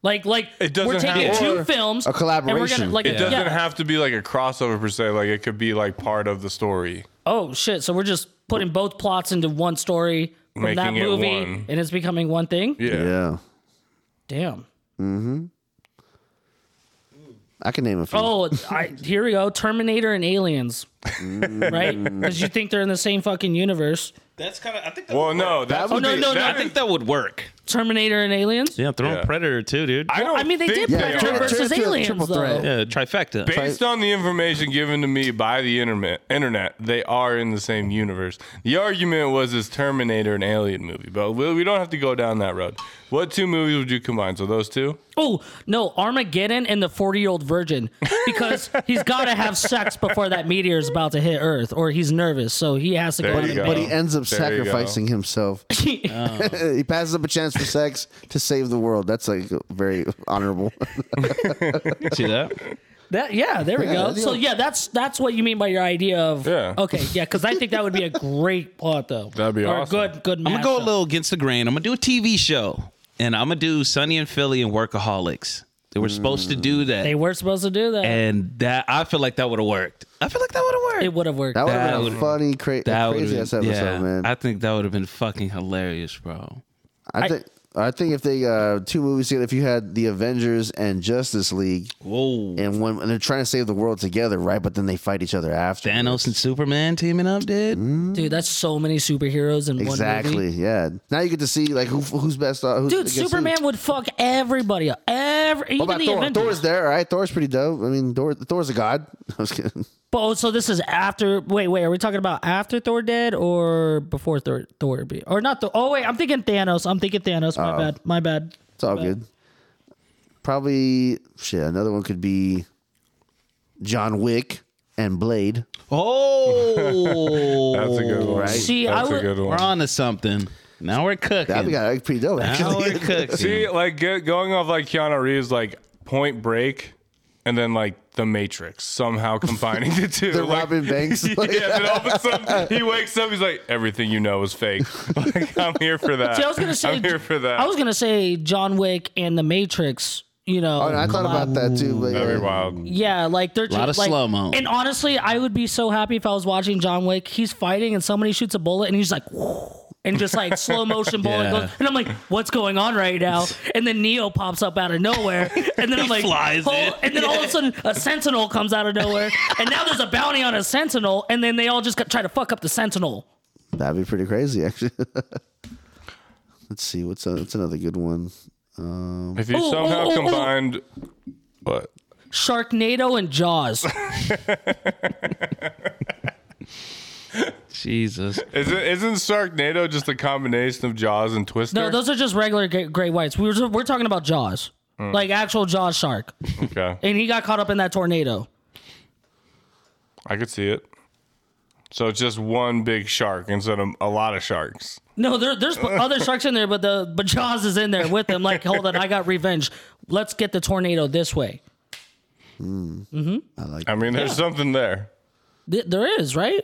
Like like It doesn't we're taking have- two or films, a And we're collaboration. gonna, like It doesn't yeah. have to be like a crossover per se. Like it could be like part of the story. oh shit! So we're just putting both plots into one story from Making that it movie, one. and it's becoming one thing. Yeah. Yeah. Damn. I can name a few. Oh, I, here we go. Terminator and Aliens, Mm. right? Because you think they're in the same fucking universe. That's kind of. I think. That Well, no, that's would what be- they- Oh, no, no, that no, I think that would work. Terminator and Aliens. Yeah, throw Yeah. a predator too, dude. I don't. I mean, they think did they Predator are. tri- versus tri- tri- Aliens, triple though. threat. yeah, trifecta. Based on the information given to me by the internet, internet, they are in the same universe. The argument was is Terminator an alien movie, but we, we don't have to go down that road. What two movies would you combine? So those two? Oh no, Armageddon and the forty-year-old virgin, because he's got to have sex before that meteor is about to hit Earth, or he's nervous, so he has to There go. out you and go. bang. But he ends up There you go. sacrificing himself. he passes up a chance for sex to save the world. That's like very honorable. See that? That yeah, there we Yeah, go. that's So the- yeah, that's that's what you mean by your idea of Yeah. Okay, yeah, because I think that would be a great plot though. That'd be or a awesome. good good. I'm gonna go a mashup. little against the grain. I'm gonna do a TV show, and I'm gonna do Sunny and Philly and Workaholics. They were supposed to do that, They were supposed to do that. and that I feel like that would have worked. I feel like that would have worked. it would have worked. That would That have been a would've- funny, cra- that would've crazy been- ass episode, yeah, man. I think that would have been fucking hilarious, bro. I think I think if they uh two movies together, if you had the Avengers and Justice League, Whoa. and one and they're trying to save the world together, right? But then they fight each other after. Thanos and Superman teaming up, dude. Dude, that's so many superheroes in one Exactly. movie. Yeah. Now you get to see like who, who's best. Uh, who's Dude, against who. Superman would fuck everybody up. Every even What about the Thor? Avengers. Thor's there, all right? Thor's pretty dope. I mean, Thor, Thor's a god. I was kidding. But, oh, so this is after. Wait, wait. Are we talking about after Thor dead or before Thor? Thor be or not? Thor, oh wait, I'm thinking Thanos. I'm thinking Thanos. Oh. My bad. My bad. It's all good. Probably shit. Another one could be John Wick and Blade. Oh, That's a good one. Right. See, That's I would- a good We're one. on to something. Now we're cooking. That'd be kind of pretty dope. now Actually. we're cooking. See, like go- going off like Keanu Reeves, like Point Break, and then like The Matrix, somehow combining the two. The like, Robin Banks. like- yeah, then all of a sudden he wakes up. He's like, "Everything you know is fake." Like, I'm here for that. See, I was gonna say. I'm here for that. I was gonna say John Wick and the Matrix. You know. Oh, no, I thought about that too. But That'd be yeah. wild. Yeah, like they're a Lot of slow-mo. And honestly, I would be so happy if I was watching John Wick. He's fighting and somebody shoots a bullet and he's like, "Whoa," and just like slow motion bullet Yeah. goes. And I'm like, what's going on right now? And then Neo pops up out of nowhere. And then I'm like, flies "Oh," in. and then all of a sudden a Sentinel comes out of nowhere. and now there's a bounty on a Sentinel. And then they all just got, try to fuck up the Sentinel. That'd be pretty crazy, actually. Let's see. What's a, what's another good one? If you Oh, oh, somehow oh, oh. combined, what? Sharknado and Jaws. Jesus. Isn't isn't Sharknado just a combination of Jaws and Twister? No, those are just regular gray, gray whites. We were, we're talking about Jaws, like actual Jaws shark. okay. And he got caught up in that tornado. I could see it. So it's just one big shark instead of a lot of sharks. No, there, there's other sharks in there, but the but Jaws is in there with him. Like, hold on, I got revenge. Let's get the tornado this way. I mean, there's something there. Th- there is right.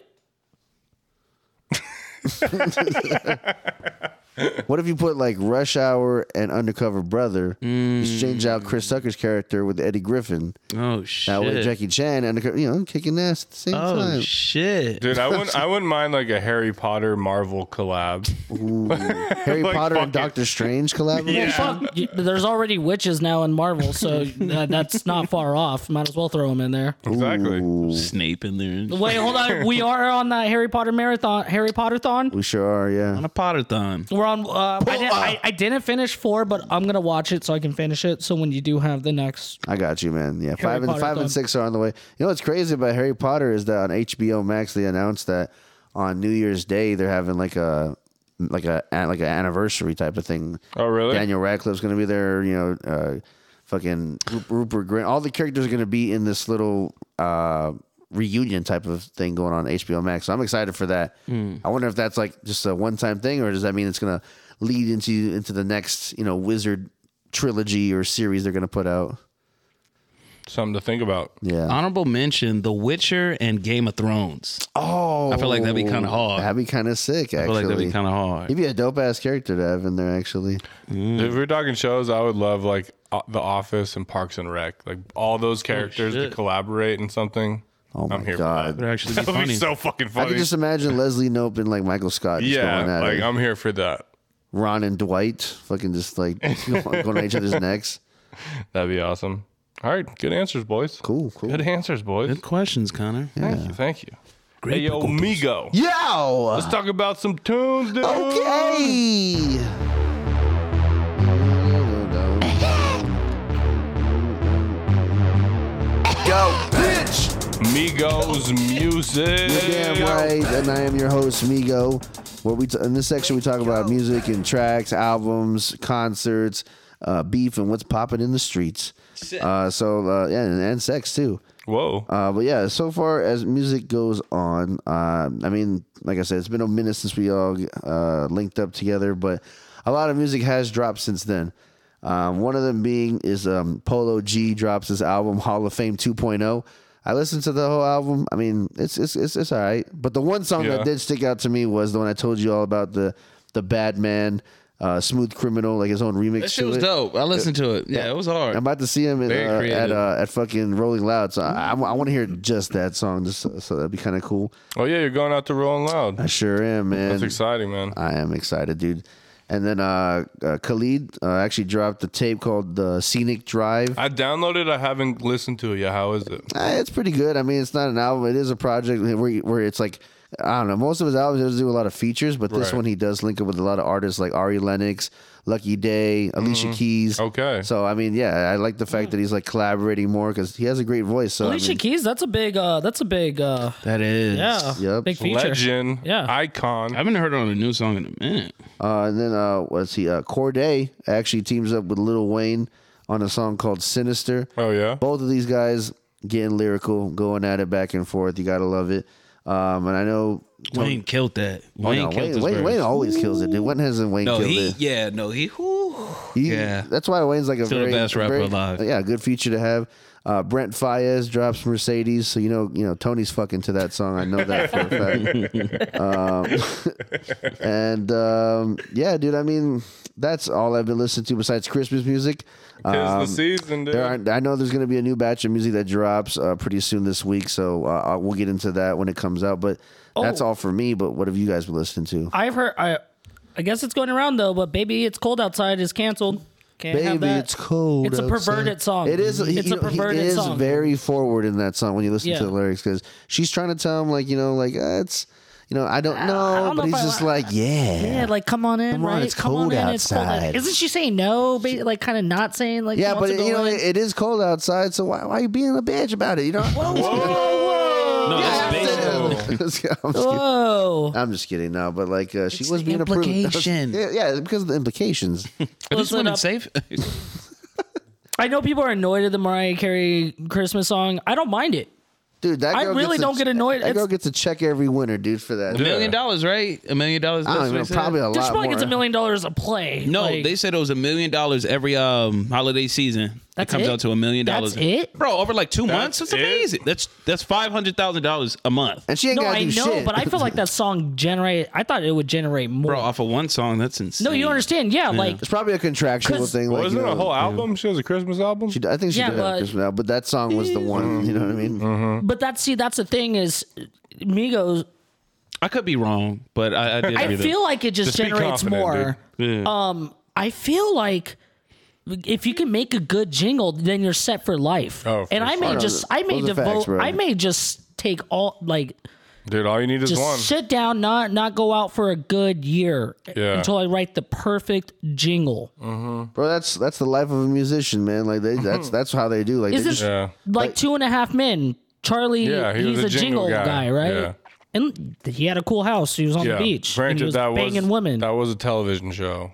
What if you put like Rush Hour and Undercover Brother? Just change out Chris Tucker's character with Eddie Griffin. Oh shit. That way, Jackie Chan and you know kicking ass at the same oh time. shit. Dude, I wouldn't I wouldn't mind like a Harry Potter Marvel collab. Harry Like, Potter and fuck it. Doctor Strange collaboration. Well, fuck, y- there's already witches now in Marvel, so that, that's not far off. Might as well throw them in there. Exactly. Snape in there. and Wait, hold on. We are on that Harry Potter marathon. Harry Potter thon. We sure are, yeah. On a Potterthon. We're on. Uh, I, didn't, I, I didn't finish four, but I'm gonna watch it so I can finish it. So when you do have the next, I got you, man. Yeah, five and Potter five thought- and six are on the way. You know what's crazy about Harry Potter is that on HBO Max they announced that on New Year's Day they're having like a like a like an anniversary type of thing. Oh, really? Daniel Radcliffe's gonna be there. You know, uh, fucking Rup- Rupert Grint. All the characters are gonna be in this little uh, reunion type of thing going on HBO Max. So I'm excited for that. Hmm. I wonder if that's like just a one time thing, or does that mean it's gonna lead into into the next you know Wizard trilogy or series they're gonna put out? Something to think about. Yeah. Honorable mention: The Witcher and Game of Thrones. Oh, I feel like that'd be kinda hard. That'd be kind of sick. Actually, I feel like that'd be kind of He'd hard. be a dope ass character to have in there. Actually, If we're talking shows, I would love like O- The Office and Parks and Rec, like all those characters to shit. collaborate in something. oh my I'm here god, for It'd that. actually be That would funny. be so fucking I could funny. just imagine Leslie Nope and like Michael Scott. Just going yeah, at like it. I'm here for that. Ron and Dwight, fucking just like going at each other's necks. That'd be awesome. All right, good answers, boys. Cool, cool. Good answers, boys. Good questions, Connor. Thank you, thank you. Hey, yo, pickle juice. Migo. Yo, Let's talk about some tunes, dude. okay. Go, bitch. Migos music. You're damn right, and I am your host, Migo. Where we t- in this section we talk about music and tracks, albums, concerts, uh, beef, and what's popping in the streets. Uh, so uh, yeah, and, and sex too. Whoa. Uh, but yeah, so far as music goes on, uh, I mean, like I said, it's been a minute since we all uh, linked up together, but a lot of music has dropped since then. Um, one of them being is um, Polo G drops his album Hall of Fame 2.0. I listened to the whole album. I mean, it's it's it's, it's all right, but the one song Yeah. that did stick out to me was the one I told you all about the the Bad Man, uh, Smooth Criminal, like his own remix. That to shit was it. dope. I listened to it. Yeah, it was hard. I'm about to see him in, Very uh, at creative. uh, at fucking Rolling Loud, so I, want to hear just that song. Just so, so that'd be kind of cool. oh yeah, you're going out to Rolling I Loud. sure am, man. That's exciting, man. I am excited, dude. And then uh, uh, Khalid uh, actually dropped a tape called "The Scenic Drive." I downloaded. I haven't listened to it yet. How is it? Eh, it's pretty good. I mean, it's not an album; it is a project where where it's like I don't know. Most of his albums he does do a lot of features, but this Right. one he does link up with a lot of artists like Ari Lennox, Lucky Day, Alicia Keys. Mm-hmm. Okay. Hmm. So I mean, yeah, I like the fact that he's like collaborating more because he has a great voice. So I Alicia mean- Keys, that's a big, uh, that's a big, uh, that is. yeah, Yep. big feature. Legend. Yeah. I Icon. haven't heard on a new song in a minute. Uh, and then uh, what's he? Uh, Corday actually teams up with Lil Wayne on a song called "Sinister." Oh yeah. Both of these guys getting lyrical, going at it back and forth. You gotta love it. Um, and I know Wayne killed that. Wayne Oh, no, killed Wayne, his Wayne, verse. Wayne always kills it, dude. When hasn't Wayne No, killed he. it? Yeah, no, he. whoo. He- yeah. that's why Wayne's like a Still the very, best rapper very- alive. Yeah, good feature to have. Uh, Brent Fayez drops Mercedes, so you know, you know, Tony's fucking to that song. I know that for a fact. um, and um, yeah, dude, I mean, that's all I've been listening to besides Christmas music. Tis the Um, season, dude. there aren't, I know there's going to be a new batch of music that drops uh, pretty soon this week, so uh, we'll get into that when it comes out. But Oh. that's all for me. But what have you guys been listening to? I've heard. I, I guess it's going around though. But baby, it's cold outside is canceled. Can't have Baby, that. it's cold. It's a outside. perverted song. It is. He, It's you a know, he perverted is song. very forward in that song when you listen Yeah. to the lyrics because she's trying to tell him like you know like uh, it's you know I don't know, don't know but if he's I just li- like yeah. yeah, like come on in, Come on, right? it's come cold on in, it's cold outside. Isn't she saying no? Ba- like kind of not saying like. she yeah, wants but to go you know in? it, it is cold outside, so why, why are you being a bitch about it? You know. No, that's basically. I'm just kidding. Whoa. I'm just kidding now, but like uh, she was the being a prude. implication. yeah, yeah, because of the implications. Are these Listen women up. safe? I know people are annoyed at the Mariah Carey Christmas song. I don't mind it. Dude, that I girl really gets a- don't get annoyed. That It's- girl gets a check every winter, dude, for that. A million dollars, right? A million dollars. I that's don't what even he said? probably a This lot probably more. gets a million dollars a play. No, Like, they said it was a million dollars every um holiday season. That's it comes it? out to a million That's dollars. it? bro. Over like two months, that's it? amazing. That's that's five hundred thousand dollars a month, And she ain't No, gotta I know, do shit. but I feel like that song generate. I thought it would generate more. bro. Off of one song, that's insane. no, you understand? Yeah, like it's probably a contractual 'Cause- thing. like, Wasn't you it a know, whole yeah. album? She has a Christmas album. She- I think she Yeah, did have but- Christmas now, but that song was the Mm-hmm. one. You know what I mean? But that's see, that's the thing is, Migos. I could be wrong, but I, I did. I read it. feel like it just Just be generates confident, more. Um, I feel like if you can make a good jingle, then you're set for life. Oh, for and I sure. may Oh, no, just, I may those are facts, devote, bro. I may just take all like Dude, all you need is just one. sit down, not not go out for a good year Yeah. Mm-hmm. until I write the perfect jingle. Bro, that's that's the life of a musician, man. Like they, that's Mm-hmm. that's how they do. Like Is they this just, Yeah. like two and a half men? Charlie, Yeah, he he's was a jingle, guy, right? Yeah. and he had a cool house. He was on Yeah. the beach. and he Granted, was that was banging women. That was a television show.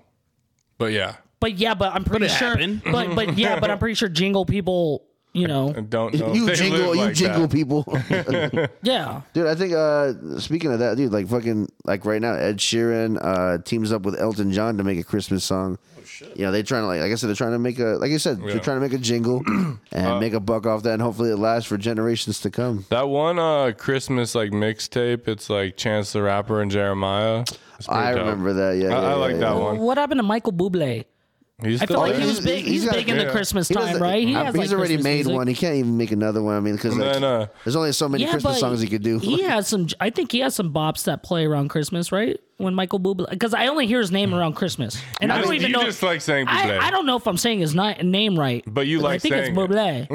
But yeah, but yeah, but I'm pretty it sure. happened. But but yeah, but I'm pretty sure jingle people. You know, I don't know. if you Oh, they jingle, live you like jingle that. people, yeah. dude. I think uh, speaking of that, dude, like fucking like right now, Ed Sheeran uh, teams up with Elton John to make a Christmas song. Oh shit! You know they're trying to like, like I said, they're trying to make a like I said, Yeah. Uh, they're trying to make a jingle and make a buck off that, and hopefully it lasts for generations to come. That one uh, Christmas like mixtape. It's like Chance the Rapper and Jeremiah. It's pretty I dope. remember that. Yeah, I, I yeah, like yeah, that yeah. one. What happened to Michael Bublé? He's I feel still like there. he was big. He's, He's got- big in the yeah. Christmas He time, doesn't- right? He I- has like he's already Christmas made music. one. He can't even make another one. I mean, because And like, then, uh, there's only so many Christmas but songs he could do. he has some. I think he has some bops that play around Christmas, right? When Michael Bublé, because I only hear his name around Christmas, and I You don't just- even you know. just like saying I, Bublé. I don't know if I'm saying his ni- name right, But you I like think it's saying it. Bublé.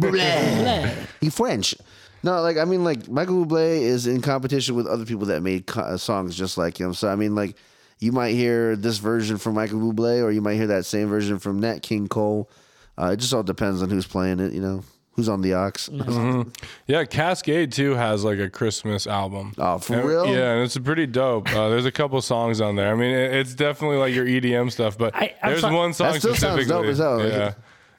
Bublé. He French. No, like I mean, like Michael Bublé is in competition with other people that made co- uh, songs just like him. So I mean, like you might hear this version from Michael Bublé, or you might hear that same version from Nat King Cole. Uh, it just all depends on who's playing it. You know, who's on the ox. Mm-hmm. Yeah, Cascade too has like a Christmas album. Oh, for And- real? Yeah, and it's pretty dope. Uh, there's a couple songs on there. I mean, it, it's definitely like your EDM stuff, but I- I'm there's so- one song That still sounds specifically. dope as hell. Yeah,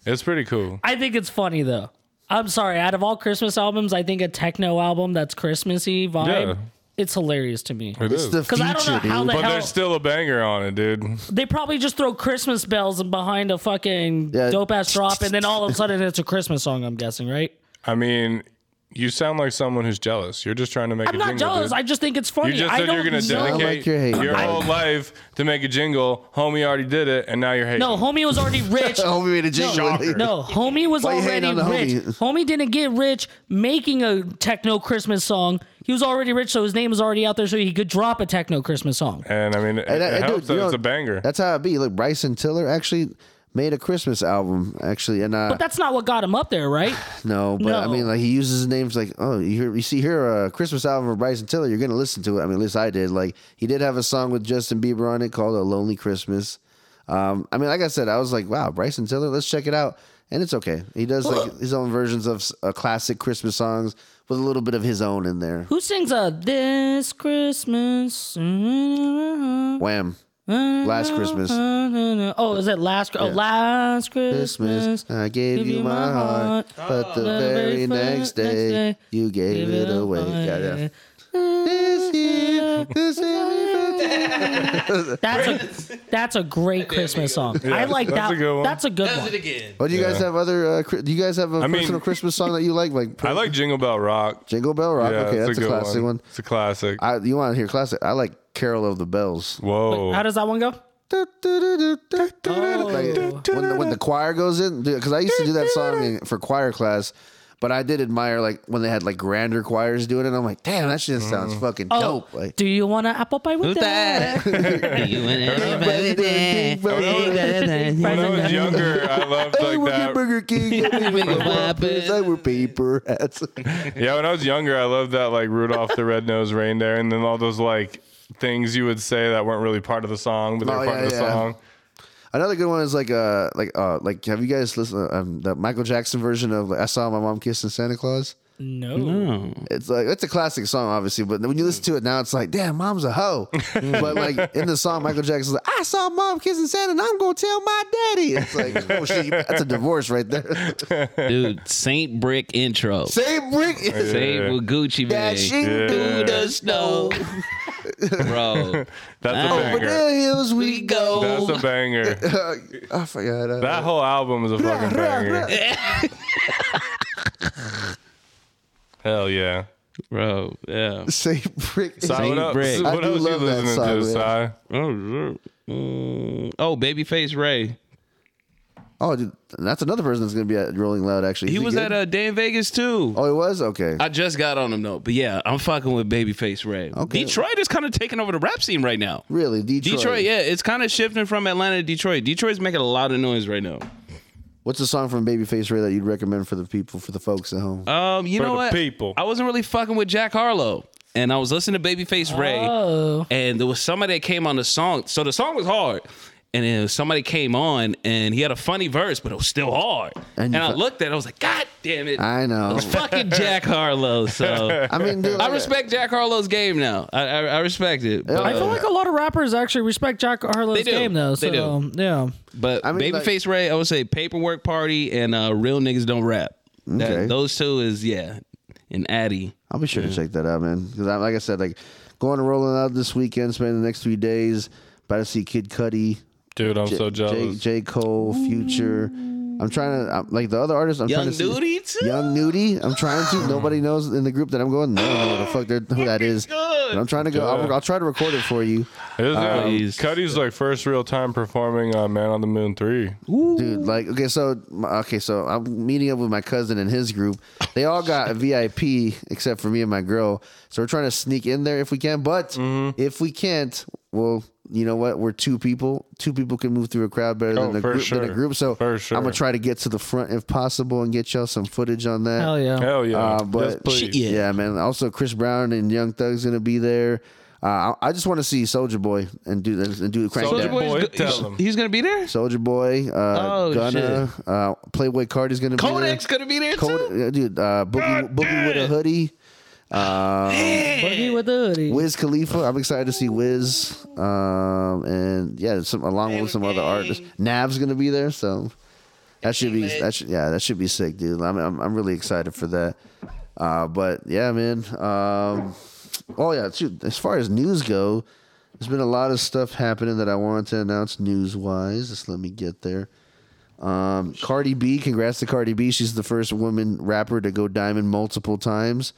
it's pretty cool. I think it's funny though. I'm sorry. Out of all Christmas albums, I think a techno album that's Christmassy vibe. Yeah. It's hilarious to me. It It's is. the Because future, I don't know how dude. the but hell there's still a banger on it, dude. they probably just throw Christmas bells behind a fucking Yeah. dope ass drop, and then all of a sudden it's a Christmas song. I'm guessing, right? I mean, you sound like someone who's jealous. You're just trying to make I'm a not jingle. jealous. dude. I just think it's funny. you just I said don't you're gonna know. dedicate like you're hating, your bud. whole life to make a jingle. Homie already did it, and now you're hating. No, homie was already rich. Homie made a jingle. No, homie was Why you already hating on the rich. Homie. didn't get rich making a techno Christmas song. He was already rich, so his name was already out there, so he could drop a techno Christmas song. And I mean, it, And I- it and dude, helps that you know, it's a banger. That's how it be. Look, Bryson Tiller actually made a Christmas album, actually, and uh, But that's not what got him up there, right? No, but I No. mean, like he uses names like, oh, you hear, you see here a Christmas album of Bryson Tiller, you're gonna listen to it. I mean, at least I did. Like he did have a song with Justin Bieber on it called "A Lonely Christmas." Um, I mean, like I said, I was like, wow, Bryson Tiller, let's check it out, and it's okay. He does like his own versions of s- uh, classic Christmas songs with a little bit of his own in there. Who sings a This Christmas? Wham! Last Christmas, Oh, is it last? Oh, last Christmas. Christmas, I gave you my heart, but the very next day you gave it away. Yeah, yeah. This year, this year, That's a that's a great Christmas song. I like that's that. a good one. That's a good Does it one. again. Well, do you guys have other? Uh, Chri- do you guys have a mean- personal Christmas song that you like? Like I like Jingle Bell Rock. Jingle Bell Rock. okay, that's a, good classic one. It's a classic. I, you want to hear classic? I like Carol of the Bells. Whoa. How does that one go? Oh. Like, when, the, when the choir goes in, because I used to do that song in, for choir class. But I did admire like when they had like grander choirs doing it. and I'm like, damn, that shit sounds Mm. fucking dope. Like, Oh, Do you want an apple pie with Who's that? that? You and everybody there. when I was younger, I loved I like work at that. Burger King. I make a waffles, I wear paper hats. Yeah, when I was younger, I loved that like Rudolph the Red-Nosed Reindeer, and then all those like things you would say that weren't really part of the song, but they Oh, were part of the yeah, yeah. song. Another good one is like uh like uh like have you guys listened um, the Michael Jackson version of like, I saw my mom kissing Santa Claus? No. Mm-hmm. It's like it's a classic song obviously, but when you listen to it now it's like damn mom's a hoe. but like in the song Michael Jackson's like I saw mom kissing Santa and I'm going to tell my daddy. It's like oh shit, that's a divorce right there. Dude, Saint Brick intro. Same brick Same with Gucci Mane. dashing Yeah. through the snow. Bro. That's Over a Over banger. the hills we go. That's a banger. I forgot uh, That whole album is a fucking banger. Hell yeah. Bro, yeah. Same brick. Si, Saint what else, Brick. what I do else you love that listening song, to, Si? man. Oh, mm. oh, Babyface Ray. Oh, dude, that's another person that's gonna be at Rolling Loud. Actually, He Is was good? at a day in Vegas too. Oh, it was okay. I just got on him though, but yeah, I'm fucking with Babyface Ray. Okay. Detroit is kind of taking over the rap scene right now. Really, Detroit. Detroit, yeah, it's kind of shifting from Atlanta to Detroit. Detroit's making a lot of noise right now. What's a song from Babyface Ray that you'd recommend for the people, for the folks at home? Um, you For know the what? people. I wasn't really fucking with Jack Harlow, and I was listening to Babyface Ray, Oh. and there was somebody that came on the song. So the song was hard, And then somebody came on and he had a funny verse, but it was still hard. And And, you I fu- looked at it, I was like, God damn it. I know. It's fucking Jack Harlow. So I mean, dude, I like, respect Jack Harlow's game now. I, I, I respect it. But, I feel like a lot of rappers actually respect Jack Harlow's They do. game though. So They do. yeah. but I mean, like- Babyface Ray, I would say Paperwork Party and uh, Real Niggas Don't Rap. That- Okay. those two is, yeah. And Addy. I'll be sure to check that out, man. Because I, like I said, like going and rolling out this weekend, spending the next three days. About to see Kid Cudi, Dude, I'm so J, jealous. J. Cole, Future. I'm trying to I'm, like the other artists. I'm Young trying to see. Duty, too. Young Nudie. I'm trying to. Nobody knows in the group that I'm going. No, who the fuck they're- who that is. good. But I'm trying to go. I'll, I'll try to record it for you, His, um, he's- Cudi's like first real time performing on Man on the Moon three. dude. Mm-hmm. Like, okay, so okay, so I'm meeting up with my cousin and his group. They all got a VIP except for me and my girl. So we're trying to sneak in there if we can. But Mm-hmm. if we can't, well, you know what? We're two people. Two people can move through a crowd better Oh, than a for group. Than a sure. group. So For sure. I'm gonna try to get to the front if possible and get y'all some footage on that. Hell Oh, yeah. Hell yeah! Uh, but- Yes, please. Yeah. Yeah. man. Also, Chris Brown and Young Thug's gonna be there. Uh, I, I just want to see Soldier Boy and do and do crank Soulja that. Soulja Boy, Boy's go- tell he's- him. he's gonna be there. Soldier Boy, uh, Oh, Gunna, uh, Playboy Cardi's gonna Kodak's be gonna be there there. too. Kodak, uh, dude, uh, Boogie, Boogie with a hoodie, Boogie with the hoodie. Wiz Khalifa. I'm excited to see Wiz, um, and yeah, some along with some other artists. Nav's gonna be there, so that should be that should, yeah, that should be sick, dude. I'm I'm, I'm really excited for that. Uh, but yeah, man. Um, oh yeah, dude. As far as news go, there's been a lot of stuff happening that I wanted to announce news wise. Just let me get there. Um, Cardi B, congrats to Cardi B. She's the first woman rapper to go diamond multiple times.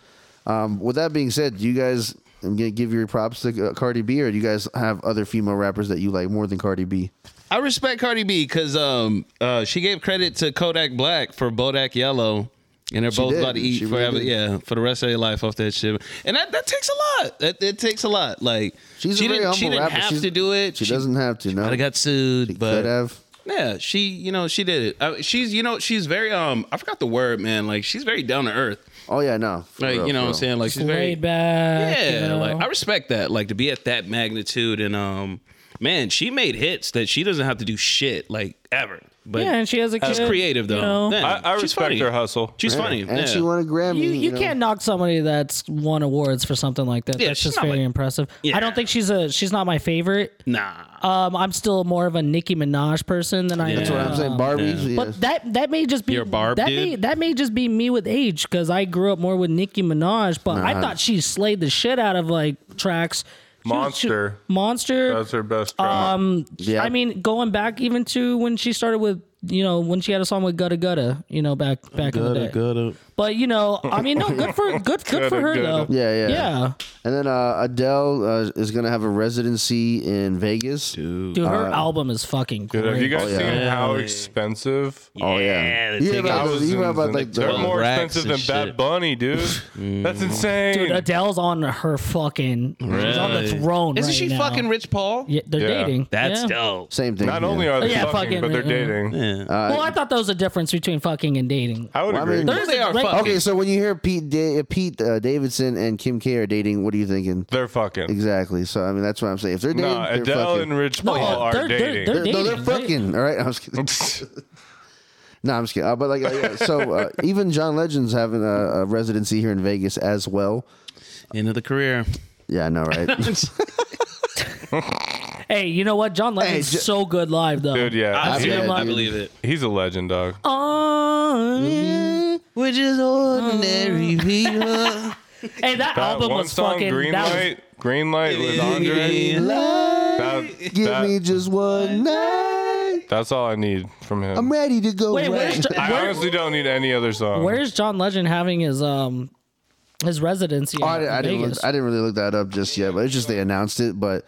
Um, with that being said, do you guys, I'm going to give your props to uh, Cardi B, or do you guys have other female rappers that you like more than Cardi B? I respect Cardi B because um uh she gave credit to Kodak Black for Bodak Yellow, and they're both did. about to eat She really forever. did. yeah, for the rest of their life off that shit. And that, that takes a lot. That it takes a lot. Like She's she a very didn't, humble she didn't rapper. have She's- to do it. She, doesn't have to, no. I got sued, Could but have. yeah, she you know she did it. Uh, she's you know she's very um I forgot the word man. Like she's very down to earth. Oh, yeah, no. for Like real, you for know what I'm real. saying. Like she's very Laid back. Yeah, you know? like I respect that. Like to be at that magnitude and um man, she made hits that she doesn't have to do shit like ever. But yeah, and she has a kid. she's creative though. You, know? Yeah, I, I she's respect funny. her hustle. She's funny. And yeah. she won a Grammy. Mm, you, you know. can't knock somebody that's won awards for something like that. Yeah, that's she's just not very like- impressive. Yeah. I don't think she's a she's not my favorite. nah. Um, I'm still more of a Nicki Minaj person than I That's That's am. what I'm saying. um, Barbies. Yeah. But that that may just be You're a Barb that dude? may that may just be me with age because I grew up more with Nicki Minaj, but I thought she slayed the shit out of like tracks. She was- Monster. she- monster. That's her best. Um, yeah. I mean, going back even to when she started with you know when she had a song with Gutta Gutta, you know back back in the day. But you know, I mean, no, good for good good for Gutta her Gutta. though. Yeah, yeah. yeah. and then uh, Adele uh, is going to have a residency in Vegas. Dude, her Uh, album is fucking Dude, Oh, have great. you guys yeah. seen how expensive? Oh, yeah. Yeah, the you hear about, tickets. those- you hear Thousands about and- like they're the. more Racks expensive than and Bad shit. Bunny, dude. Mm. That's insane. Dude, Adele's on her fucking she's on the Really? throne. Isn't right she now. fucking Rich Paul? Yeah, they're Yeah. dating. That's yeah. dope. Same thing. Not yeah. only are they Yeah, fucking, fucking, but they're yeah. dating. Uh, Well, I thought there was a difference between fucking and dating. I would Well, I agree. mean- Well, they are Right. fucking. Okay, so when you hear Pete da- Pete uh, Davidson and Kim K are dating, what are you thinking? they're fucking. Exactly. So I mean, that's what I'm saying. If they're dating, No, they're Adele fucking. and Rich No, Paul are they're- they're- dating. they're- no, they're dating, right? fucking. All right, I'm just kidding. no, I'm just kidding. Uh, but like, uh, yeah, so uh, even John Legend's having a, a residency here in Vegas as well. End of the career. Yeah, I know, right? Hey, you know what? John Lennon's Ju- so good live though. Dude, yeah. I, That's believe good, it. I dude. believe it. He's a legend, dog. Oh, yeah. We're just ordinary people. Hey, that, That album one was song, fucking. Green that was- Light, Green Light with Andre. Yeah. That- Give that- me just one night. that's all I need from him. I'm ready to go. wait, where's, right. Jo- I where- honestly don't need any other song. where's John Legend having his um his residency? Oh, in I, didn't- I didn't. Vegas? Look, I didn't really look that up just yet, but it's just they announced it. But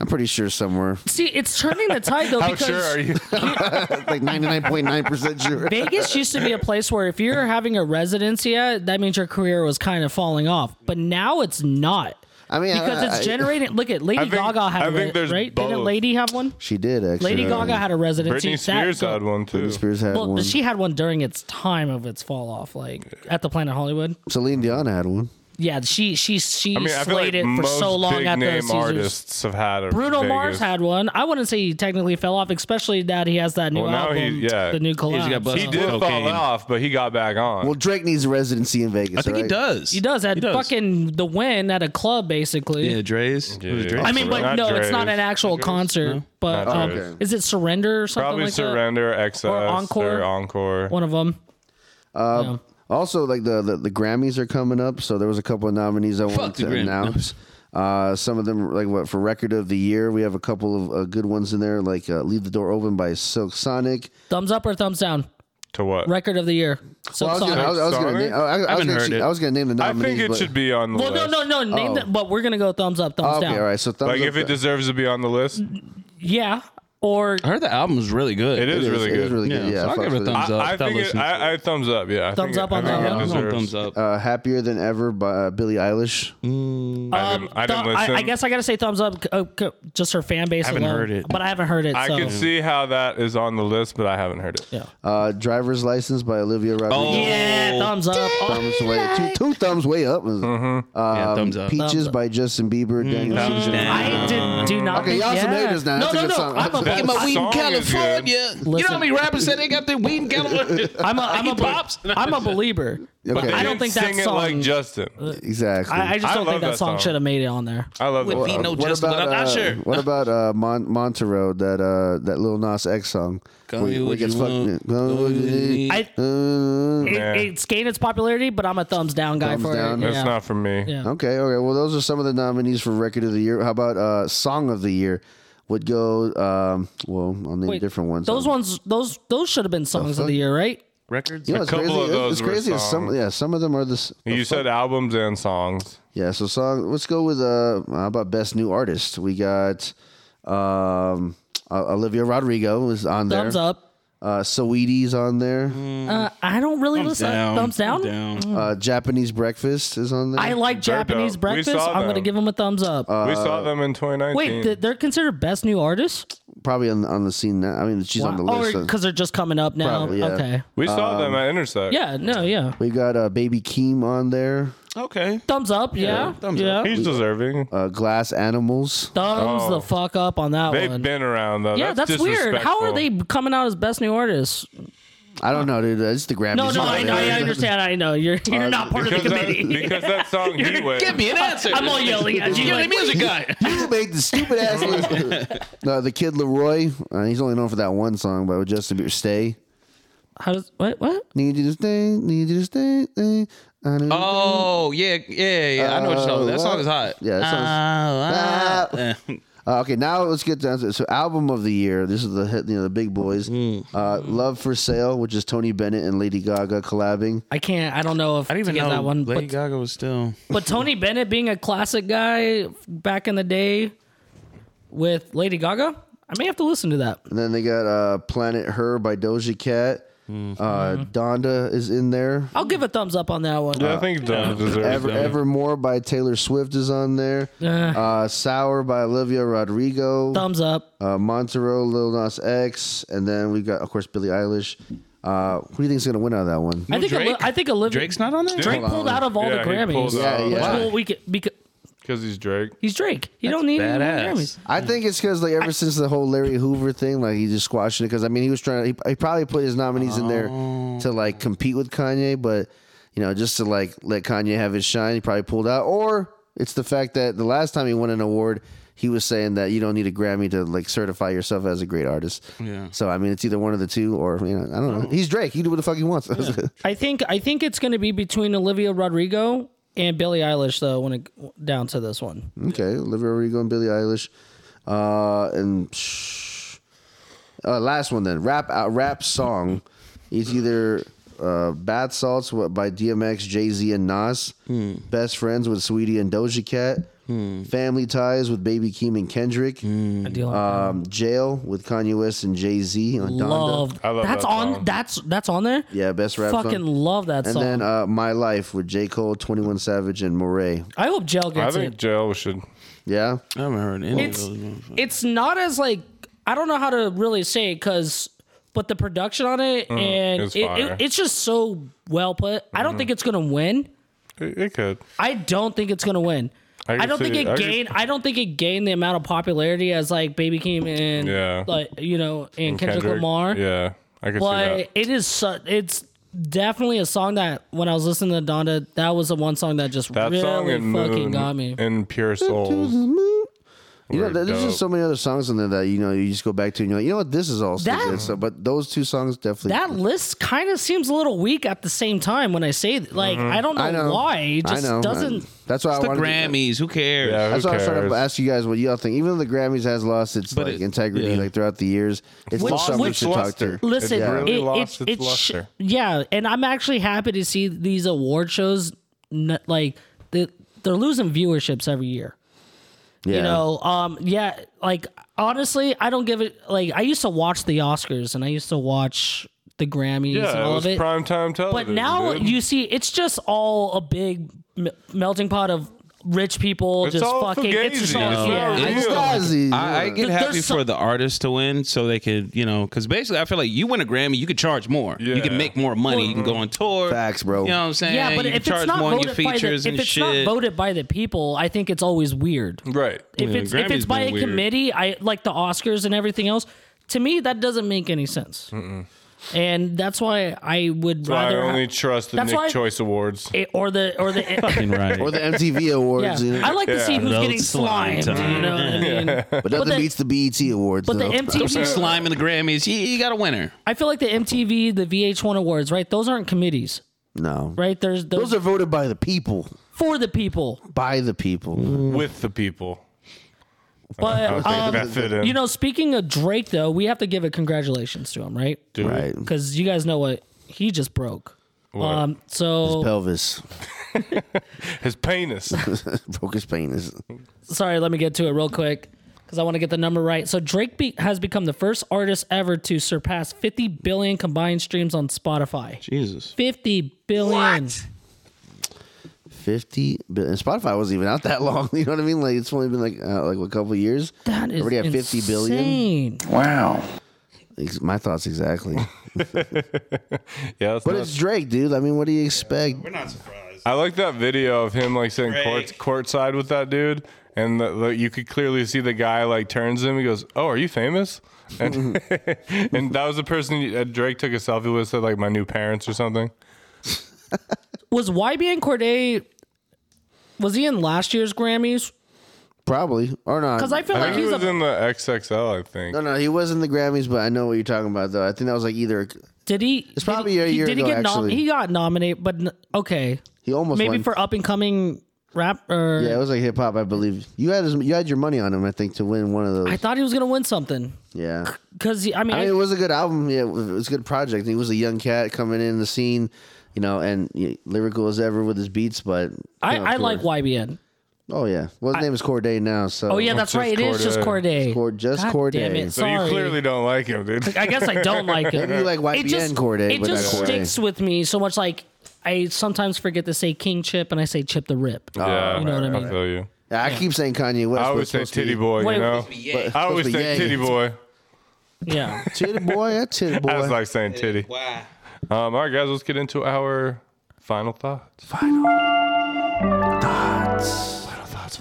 I'm pretty sure somewhere, See, it's turning the tide though How because sure are you? like 99.9 percent sure. Vegas used to be a place where if you're having a residency at, that means your career was kind of falling off. But now it's not. I mean, Because I- I- it's generating. Look at Lady I think- Gaga had I a think re- there's right. both. Didn't Lady have one? She did actually. Lady Gaga had a residency. Britney That Spears go- had one too. Britney Spears had Well, one. she had one during its time of its fall off, like at the Planet Hollywood. Celine Dion had one. yeah, she she she I mean, I feel like slayed it for most so long big at the name Caesars. artists have had a Bruno Vegas. Mars had one. I wouldn't say he technically fell off, especially now that he has that new Well, now album, he- yeah. the new collab. got busted. He So- did Cocaine. fall off, but he got back on. Well, Drake needs a residency in Vegas. I think he right? does. He does at He does. fucking the win at a club, basically. Yeah, Dre's. Yeah. It was Dre's. I mean, but Not no, it's Dre's. not an actual concert. But Not um, Dre's. is it Surrender or something Probably like Surrender, XS, Or or Encore. Encore. that? One of them. Uh, Also, like the, the the Grammys are coming up, so there was a couple of nominees I wanted the to Grammy. announce. Uh, some of them, like what for record of the year, we have a couple of uh, good ones in there, like uh, "Leave the Door Open" by Silk Sonic. Thumbs up or thumbs down? To what? Record of the year. So Well, I was gonna, I was, I was gonna, Sonic? name, I, I- I was haven't gonna heard actually- it. I was gonna name the I nominees. think it but- should be on the well, list. no, no, no. Name Oh. the, but we're gonna go thumbs up, thumbs Oh, okay, down. all right. So thumbs Like, up if it to- deserves to be on the list, Yeah. Or I heard the album was really good. it is, it really it good. is really good. Yeah, Yeah, so I'll I fucks give it a with thumbs I, up. I Don't think it, listen. I, I thumbs up. Yeah, I Thumbs think, up it- on I think that it one. I'm going deserves- thumbs up. Uh, happier than ever by uh, Billie Eilish. I didn't, I didn't Thumb- listen. I, guess I gotta say thumbs up, uh, c- just her fan base. I haven't alone, heard it. but I haven't heard it. I so. can see how that is on the list, but I haven't heard it. Yeah. Uh, Driver's License by Olivia Oh. Rodrigo. Yeah, thumbs up. Oh, Thumbs way, two, two thumbs way up. Um, yeah, thumbs up. Peaches up. by Justin Bieber. Mm-hmm. Daniel Caesar. I did, do not. Okay, think, y'all some yeah. haters now. No, That's a no, good no. song. I'm a, That I'm a, song is good. You know Listen. how many rappers said they got their weed in California? I'm a, I'm a, He pops. be- I'm a believer. But Okay. they I don't think didn't that sing song- it like Justin. Exactly. I, I just I don't think love that, that song, song. should have made it on there. I love that. Well, he song. know what Justin, about, but I'm not uh, sure. What about uh, Mon- Montero, that uh, that Lil Nas X song? Call me what you fucked- want. Call me what you need. I, Uh, it, Yeah. it's gained its popularity, but I'm a thumbs down guy Thumbs for down. it. That's yeah. not for me. Yeah. Uh, Okay, okay. Well, those are some of the nominees for Record of the Year. How about uh, Song of the Year? Would go. Um, well, I'll name Wait, different ones. Those ones, those those should have been songs of the year, right? Records? You know, it's couple crazy. of those it's were crazy. is Some, songs. yeah, some of them are this. You said albums and songs. Yeah, so song. Let's go with uh, how about best new artist? We got um, O- Olivia Rodrigo is on there. Thumbs up. Uh, Saweetie's on there. Uh, I don't really listen. Thumbs down. Mm. Uh, Japanese Breakfast is on there. I like They're Japanese dope. We breakfast. saw I'm going to them. give them a thumbs up. Uh, we saw them in 2019. Wait, th- they're considered best new artist? Probably on on the scene now. I mean, she's on the list. because they're just coming up now. Probably, yeah. Okay. we um, saw them at Intersect. Yeah. No. Yeah. we got uh, Baby Keem on there. Okay. Thumbs up. Yeah. thumbs yeah. he's deserving. Uh, Glass Animals. Thumbs the fuck up on that They've one. been around though. yeah, that's, weird. How are disrespectful. they coming out as best new artists? I don't know, dude. It's the Grammys. No, no, I, know, I understand. I know you're you're not part of the Because that, committee. because that song he went. Give me an answer. I'm all yelling at you. You're the like, music guy. You made the stupid ass list. no, the kid Leroy. Uh, he's only known for that one song, but with Justin Bieber, "Stay." How does what what? Need you to stay. Need you to stay. stay. I don't Oh, yeah, yeah, yeah. I know what you're talking about. That song is Uh, hot. Oh, Yeah, that song's- Ah, ah. Uh, okay, now let's get down to so album of the year. This is the hit, you know the big boys. Uh, Love for Sale, which is Tony Bennett and Lady Gaga collabing. I can't. I don't know if I didn't to even get know that one. oh, Lady But, Gaga was still. but Tony Bennett being a classic guy back in the day with Lady Gaga, I may have to listen to that. And then they got uh, Planet Her by Doja Cat. Uh, Donda is in there. I'll give a thumbs up on that one. Yeah, I think Donna deserves Ever, that. Evermore by Taylor Swift is on there. Uh, Sour by Olivia Rodrigo. Thumbs up. Uh, Montero, Lil Nas X, and then we've got of course Billie Eilish. Uh, who do you think's gonna win out of that one? I think Oli- Drake? I think Olivia Drake's not on there? Drake Hold on. pulled out of all Yeah, the he Grammys. pulled out. Yeah, yeah. Which, well, we could, because Because he's Drake. he's Drake. He don't need any more Grammys. Badass. I think it's because like ever since the whole Larry Hoover thing, like he's just squashing it. Because I mean, he was trying. He, he probably put his nominees in there to like compete with Kanye, but you know, just to like let Kanye have his shine, he probably pulled out. Or it's the fact that the last time he won an award, he was saying that you don't need a Grammy to like certify yourself as a great artist. Yeah. So I mean, it's either one of the two, or you know, I don't know. He's Drake. He do what the fuck he wants. I think I think it's going to be between Olivia Rodrigo and Billie Eilish though when it down to this one. Okay, Olivia Rodrigo and Billie Eilish, uh, and psh, uh, last one then rap uh, rap song is either uh, "Bad Salts" wa- by DMX, Jay Z, and Nas, Hmm. "Best Friends" with Sweetie and Doja Cat, "Family Ties" with Baby Keem and Kendrick, I do like that. um, "Jail" with Kanye West and Jay Z on Donda, Love. I love that's that on song. that's that's on there? yeah, best rap Fucking song. love that And song. then uh, "My Life" with J Cole, Twenty One Savage, and Moray. I hope Jail I gets think it. Jail should. Yeah, I haven't heard any of It's those. it's not as like I don't know how to really say it cuz but the production on it and Mm, it's it, fire. Mm-hmm. it- it's just so well put. I don't think it's going to win. It, it could. I don't think it's gonna win. I I, can don't see think it. it I can- gained. I don't think it gained the amount of popularity as like Baby Keem and Yeah. like you know and, Kendrick, Lamar. Yeah, I could see that. But it is su- it's definitely a song that when I was listening to Donda, that was the one song that just That really song fucking and Moon got me. and Pure Souls. You know, were there's dope. just so many other songs in there that you know you just go back to and you're like, you know what, this is all still That- good stuff. But those two songs definitely. that list kind of seems a little weak at the same time when I say th- like Mm-hmm. I don't know, I know why it I just know. doesn't. That's why I The wanted to- Grammys, who cares? Yeah, who That's why I started cares? to ask you guys what y'all think. Even though the Grammys has lost its But like it- integrity yeah. like throughout the years, it's still Lost something we its should talk luster. to. Listen, It really it- lost it- its it sh- luster. yeah, and I'm actually happy to see these award shows. N- like they, they're losing viewerships every year. Yeah. You know, um, yeah, like honestly, I don't give it. Like I used to watch the Oscars and I used to watch the Grammys and Yeah, it all was of it. prime time but television. now dude. you see, it's just all a big m- melting pot of rich people It's just all fucking. It's just fugazi. all, It's yeah. not real. It's Yeah. lousy. I, I Yeah. get There's happy some- for the artist to win, so they could, you know, because basically I feel like you win a Grammy, you could charge more, you Yeah. can make more money, you can go on tour, Facts, bro. You know what I'm saying? Yeah, but you if can charge it's not more on your voted by the, features if and it's shit. not voted by the people, I think it's always weird. right? If Yeah, it's if Grammys it's by been a weird. committee, I like the Oscars and everything else. To me, that doesn't make any sense. And that's why I would So I rather only trust the That's Nick why- Choice Awards. it- or the or the. Fucking right. or the MTV Awards, you yeah, know? I like to see Yeah. who's Those getting slime slimed. You know what I mean? but nothing the- beats the BET Awards. But the though. MTV some slime in the Grammys. You, you got a winner. I feel like the MTV, the VH1 awards, right? Those aren't committees, no, right? There's those, those are voted by the people, for the people. by the people. with the people. But Take um, that fit in. you know, speaking of Drake, though, we have to give a congratulations to him, right? Dude, Right, Because you guys know what he just broke. What? Um, so pelvis, his penis. broke his penis. sorry, let me get to it real quick because I want to get the number right. So Drake be- has become the first artist ever to surpass 50 billion combined streams on Spotify. Jesus. 50 billion. Fifty, but and Spotify wasn't even out that long. You know what I mean? Like it's only been like uh, like a couple of years. That is already at 50 billion. insane. Ex- My thoughts exactly. yeah, it's But not- it's Drake, dude. I mean, what do you expect? We're not surprised. I like that video of him like sitting court Drake. courtside with that dude, and the, the, you could clearly see the guy like turns to him. He goes, "Oh, are you famous?" And, and that was the person he- uh, Drake took a selfie with. Said like my new parents or something. Was YBN Corday? Was he in last year's Grammys? Probably or not? Because I feel I like think he he's was a. in the XXL. I think. No, no, he was in the Grammys, but I know what you're talking about, though. I think that was like either Did he? It's probably did, a he- year did he ago, get nom- actually. He got nominated, but n- okay, he almost maybe won. for up and coming rap or. yeah, it was like hip hop, I believe. You had his, you had your money on him, I think, to win one of those. I thought he was gonna win something yeah, because I mean, I mean, it was a good album. Yeah, it was a good project. He was a young cat coming in the scene, you know, and yeah, lyrical as ever with his beats. But I, you know, I for- like YBN. Oh yeah, well, his name is Corday now. So Oh yeah, that's just right. It is just Corday. Cord- just God Corday. Damn it. So So Sorry. you clearly don't like him, dude. I guess I don't like it. you like YBN it just, Corday, it but just not Corday. sticks with me so much. Like I sometimes forget to say King Chip and I say Chip the Rip. yeah, you know what I mean. feel you. I keep saying Kanye West. I but always it's say supposed to be- titty boy, Wait, you know. but- I always supposed to be say Yang. titty boy. Yeah. Titty boy, that titty boy. I was like saying titty. Wow. Um, all right, guys, let's get into our final thoughts. Final thoughts. Final thoughts.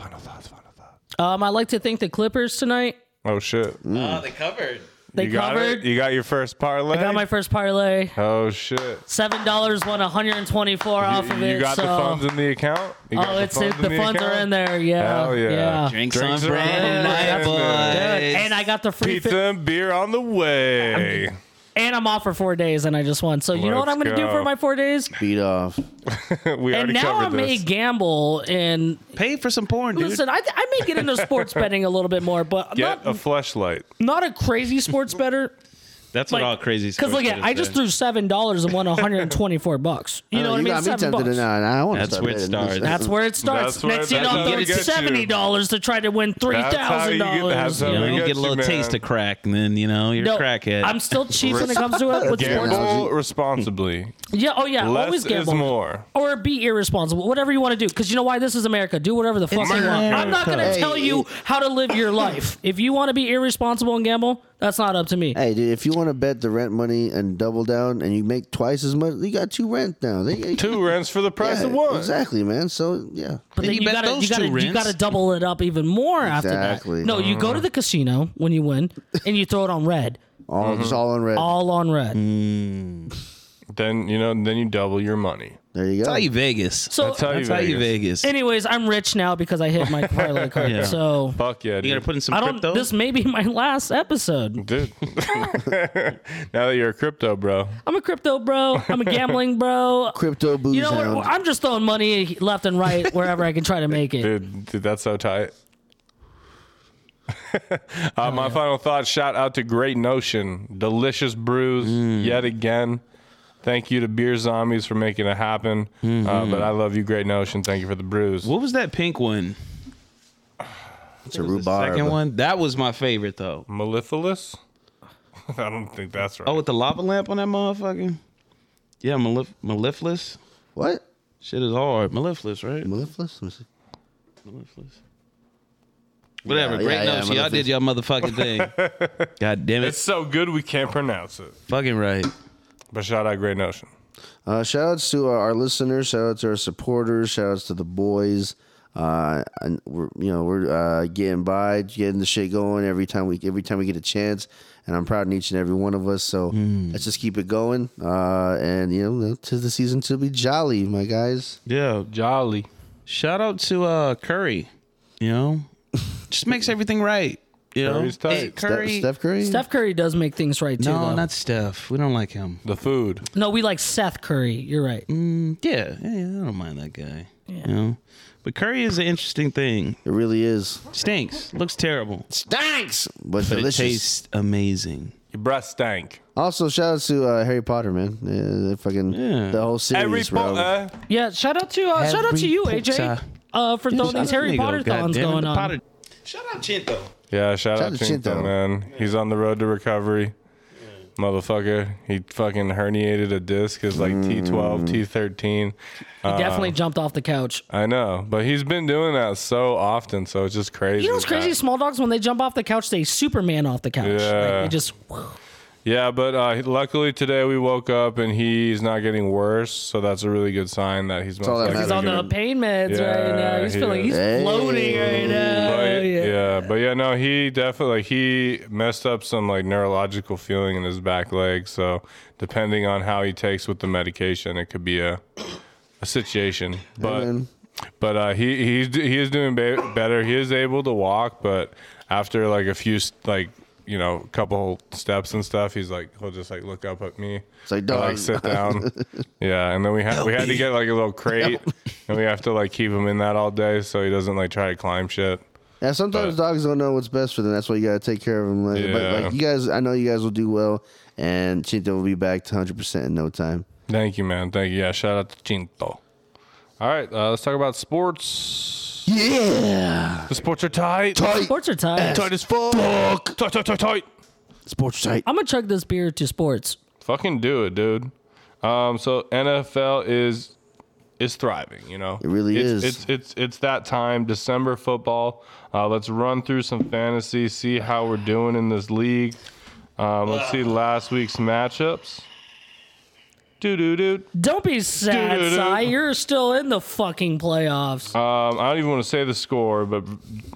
Final thoughts. um, I like to thank the Clippers tonight. Oh shit! Oh, they covered. Mm, They you got covered. it. You got your first parlay. I got my first parlay. oh shit! Seven dollars won 124 off you, of you it. got so. the funds in the account. You got Oh, it's it, the, in funds are account? in there. Yeah. Hell yeah. Drinks, Drinks on are on brand, brand, my man. boys. And I got the free Pizza fi- and beer on the way. and I'm off for four days, and I just won. So you know what Let's I'm gonna do go. for my four days? beat off. we And already now I covered may this. gamble. And Pay for some porn, dude. listen, I, I may get into sports betting a little bit more, but Get not a flashlight. not a crazy sports better. That's like- what all crazy. Because look at, I just threw seven dollars and won 124 bucks. You know what I you mean? got me Seven tempted bucks. to not. I want to That's start where it betting. starts. That's where it starts. That's where- Next thing you that's know, how it's you get seventy you. dollars to try to win three That's how thousand you get- dollars. that's how you know, We you got get a little you, man. taste of crack, and then you know you're a crackhead. I'm still cheap when it comes to it. With sports. Gamble responsibly. Yeah. Oh yeah. Less always is gamble. more. or be irresponsible, whatever you want to do. Because you know why this is America. Do whatever the fuck you want. I'm not gonna America. tell you how to live your life. If you want to be irresponsible and gamble, That's not up to me. Hey, dude, if you want to bet the rent money and double down, and you make twice as much, you got two rent now. They, Two rents for the price yeah, of one. Exactly, man. So yeah, But then Then you, you bet gotta, those you, gotta, two you rents. gotta double it up even more after Exactly. that. No, you go to the casino when you win and you throw it on red. all Mm-hmm. just all on rent. All on red. Mm. Then you know, then you double your money. there you go. That's how you Vegas. So That's how you That's how you Vegas. anyways, I'm rich now because I hit my parlay card. Yeah. So Fuck yeah, dude. You gotta put in some I don't crypto. this may be my last episode. dude. now that you're a crypto bro, I'm a crypto bro. I'm a gambling bro. Crypto booze You know hound. what? I'm just throwing money left and right wherever I can try to make it. dude, dude, that's so tight. uh, my final thought. Shout out to Great Notion, delicious brews Mm. yet again. Thank you to Beer Zombies for making it happen. Mm-hmm. Uh, but I love you, Great Notion. Thank you for the brews. what was that pink one? it's a The rhubarb. second one? That was my favorite though. Mellifluous? I don't think that's right. Oh, with the lava lamp on that motherfucker? Yeah, malif- Maliflus. What? Shit is hard. Maliflus, right? Mellifluous? Let me see. Maliflous. Whatever. Yeah, great yeah, yeah, notes. Y'all did Maliflous. y'all motherfucking thing. God damn it. it's so good we can't pronounce it. fucking right. But shout out Great Notion. Uh, shout outs to our, our listeners. Shout outs to our supporters. Shout outs to the boys. Uh, and we're you know we're uh, getting by, getting the shit going every time we every time we get a chance, and I'm proud of each and every one of us. So Mm. let's just keep it going. Uh, and you know, to the season to be jolly, my guys. Yeah. Jolly. Shout out to uh, Curry. You know? Just makes everything right. You know? Curry's tight. Ste- Curry. Steph, Steph Curry. Steph Curry does make things right too. no, though. not Steph. We don't like him. The food. no, we like Seth Curry. You're right. Yeah, yeah, I don't mind that guy. You know? But Curry is an interesting thing. It really is Stinks. Looks terrible. stinks, but, But delicious. it tastes amazing. Your breath stank. Also, shout outs to uh, Harry Potter, man. Yeah, the fucking Yeah. the whole series. Every bro. po- uh, Yeah, shout out to uh, shout out to Harry you, AJ, Potter. uh, for throwing these Harry Potter thons going on. Shout out Chinto. Yeah, shout, Shout out out to to Chinto, Chinto. man. He's on the road to recovery. Motherfucker. He fucking herniated a disc. His like T12, He T13. definitely jumped off the couch. I know. But he's been doing that so often. So it's just crazy. You know what's crazy? Small dogs when they jump off the couch, they Superman off the couch. Like, Yeah. they just Yeah, but uh, luckily today we woke up and he's not getting worse. So that's a really good sign that he's most all that likely he's on gonna- the pain meds right Yeah, now. He's he feeling is. he's Hey. floating right now. But, yeah. yeah. but yeah, no, he definitely he messed up some like neurological feeling in his back leg. So depending on how he takes with the medication, it could be a a situation. But man. but uh, he he's d- he is doing ba- better. He is able to walk, but after like a few s- like you know couple steps and stuff, he's like he'll just like look up at me. It's like, and, "Dog." like sit down. yeah, and then we had we had to get like a little crate, and we have to like keep him in that all day so he doesn't like try to climb shit. Yeah, sometimes But- dogs don't know what's best for them. That's why you gotta take care of them. Like, Yeah. But like you guys, I know you guys will do well, and Chinto will be back to 100 percent in no time. Thank you, man. Thank you. Yeah, shout out to Chinto. All right, uh, let's talk about sports. Yeah, The sports are tight. tight Sports are tight. Tight as fuck. Tight, tight, tight, tight. sports tight. I'm gonna chug this beer to sports. Fucking do it, dude. Um, so NFL is is thriving. You know, It really it's, is. It's it's it's that time. December football. Uh, let's run through some fantasy. See how we're doing in this league. Um, let's see last week's matchups. Doo doo doo. Don't be sad, Doo-doo-doo. Si. You're still in the fucking playoffs. Um, I don't even want to say the score, but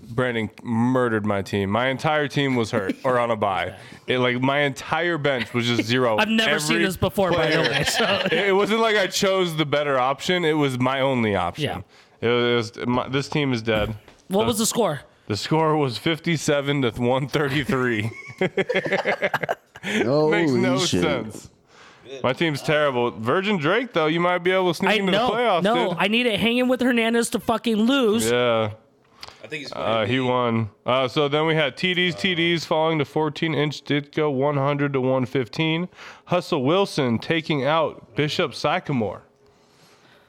Brandon murdered my team. My entire team was hurt or on a bye. It like my entire bench was just zero. I've never Every seen this before, by the player. way. So It, it wasn't like I chose the better option. It was my only option. It was, it was- my, this team is dead. what was the score? The score was 57 to 133. Holy Makes no shit. sense. My team's terrible. Virgin Drake though, you might be able to sneak I into no, the playoffs, no. dude. I need it hanging with Hernandez to fucking lose. yeah. I think he's Uh, Uh, he won. Uh, so then we had TDs, TDs falling to 14 inch Ditko 100 to 115. Hustle Wilson taking out Bishop Sycamore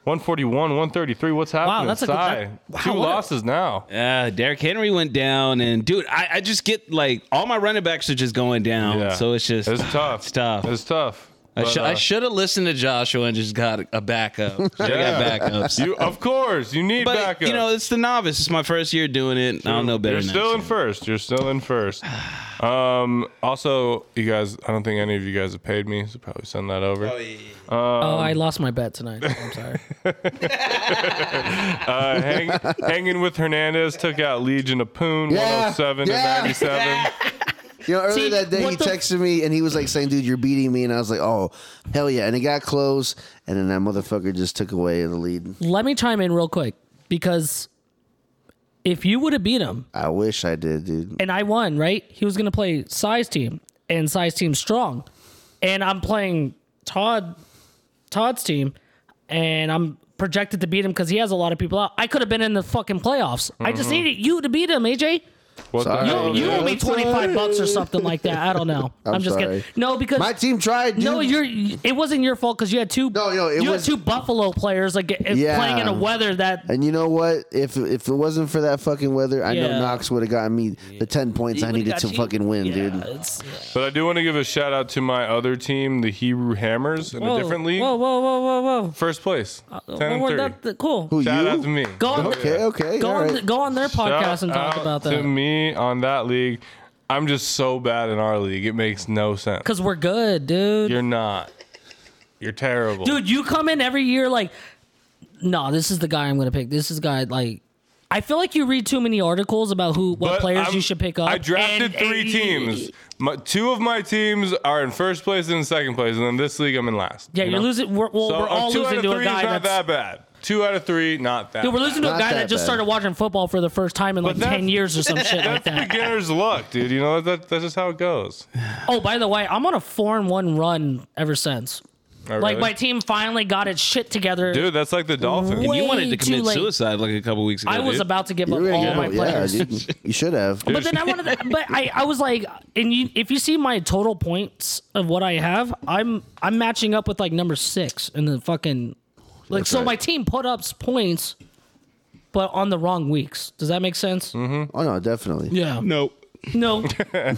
141, 133. What's happening? that's a good- Cy? that- wow, Two what a- losses now. Uh, Derrick Henry went down, and dude, I, I just get like all my running backs are just going down. Yeah. So it's just it's tough. It's tough. It's tough. I, But, should I uh, should have listened to Joshua and just got a backup. Should have Yeah. got backups. you, of course, you need but backup. you know, it's the novice. It's my first year doing it. I don't know better. You're than still that in shit. first. You're still in first. Um, also, you guys, I don't think any of you guys have paid me, so probably send that over. oh, I lost my bet tonight. I'm sorry. Uh, hang, hanging with Hernandez took out Legion of Poon, Yeah. 107 Yeah. and 97. You know, earlier See, that day what he the- texted me and he was like saying, "Dude, you're beating me," and I was like, "Oh, hell yeah!" And it got close, and then that motherfucker just took away the lead. Let me chime in real quick because if you would have beat him I wish I did, dude. and I won, right? He was going to play size team and size team strong. And I'm playing Todd Todd's team and I'm projected to beat him cuz he has a lot of people out. I could have been in the fucking playoffs. I Mm-hmm. just needed you to beat him, AJ. What the Sorry. hell, You man? owe me I'm 25 bucks or something like that. I don't know. I'm, I'm just kidding. sorry. No, because My team tried. Dude. No, you're. It wasn't your fault because you had two. No, no, it you was- had two Buffalo players like it- Yeah. playing in a weather that. And you know what? If if it wasn't for that fucking weather, I know Yeah. Knox would have gotten me the ten points I would've needed got to you. fucking win, Yeah, dude. it's, But I do want to give a shout out to my other team, the Hebrew Hammers, in a different league. Whoa, whoa, whoa, whoa, whoa. First place. 10 Well, and we're 30. not th- cool. Who Shout you? out to me. Go on, Okay, okay, go all on, right. go on their podcast Shout and talk out about To that me on that league, I'm just so bad in our league. It makes no sense. because we're good, dude. You're not. You're terrible. dude, you come in every year like, no, this is the guy I'm gonna pick. This is the guy like. I feel like you read too many articles about who what But players I'm- you should pick up. I and- drafted E three teams. My, two of my teams are in first place and in second place, and then this league I'm in last. Yeah, you you're know? losing. We're, well, So we're uh, all two out losing of to a three guy is not that's that bad. Two out of three, not that. Dude, we're losing to a Not guy that that just bad. started watching football for the first time in like that's- 10 years or some shit like bad. that. Beginner's luck, dude. You know that that's just how it goes. Oh, by the way, I'm on a 4 and 1 run ever since. Oh, Like, really? my team finally got its shit together. dude, that's like the Dolphins. Wait. You wanted Way to commit too late. suicide like a couple weeks ago. I was dude. about to give You up were all gonna my get- yeah, players. dude, you should have. But then I wanted to, but I, I was like, and you, if you see my total points of what I have, I'm I'm matching up with like number six in the fucking, like so right. my team put up points, but on the wrong weeks. Does that make sense? Mm-hmm. Oh no, definitely. Yeah. Nope. No.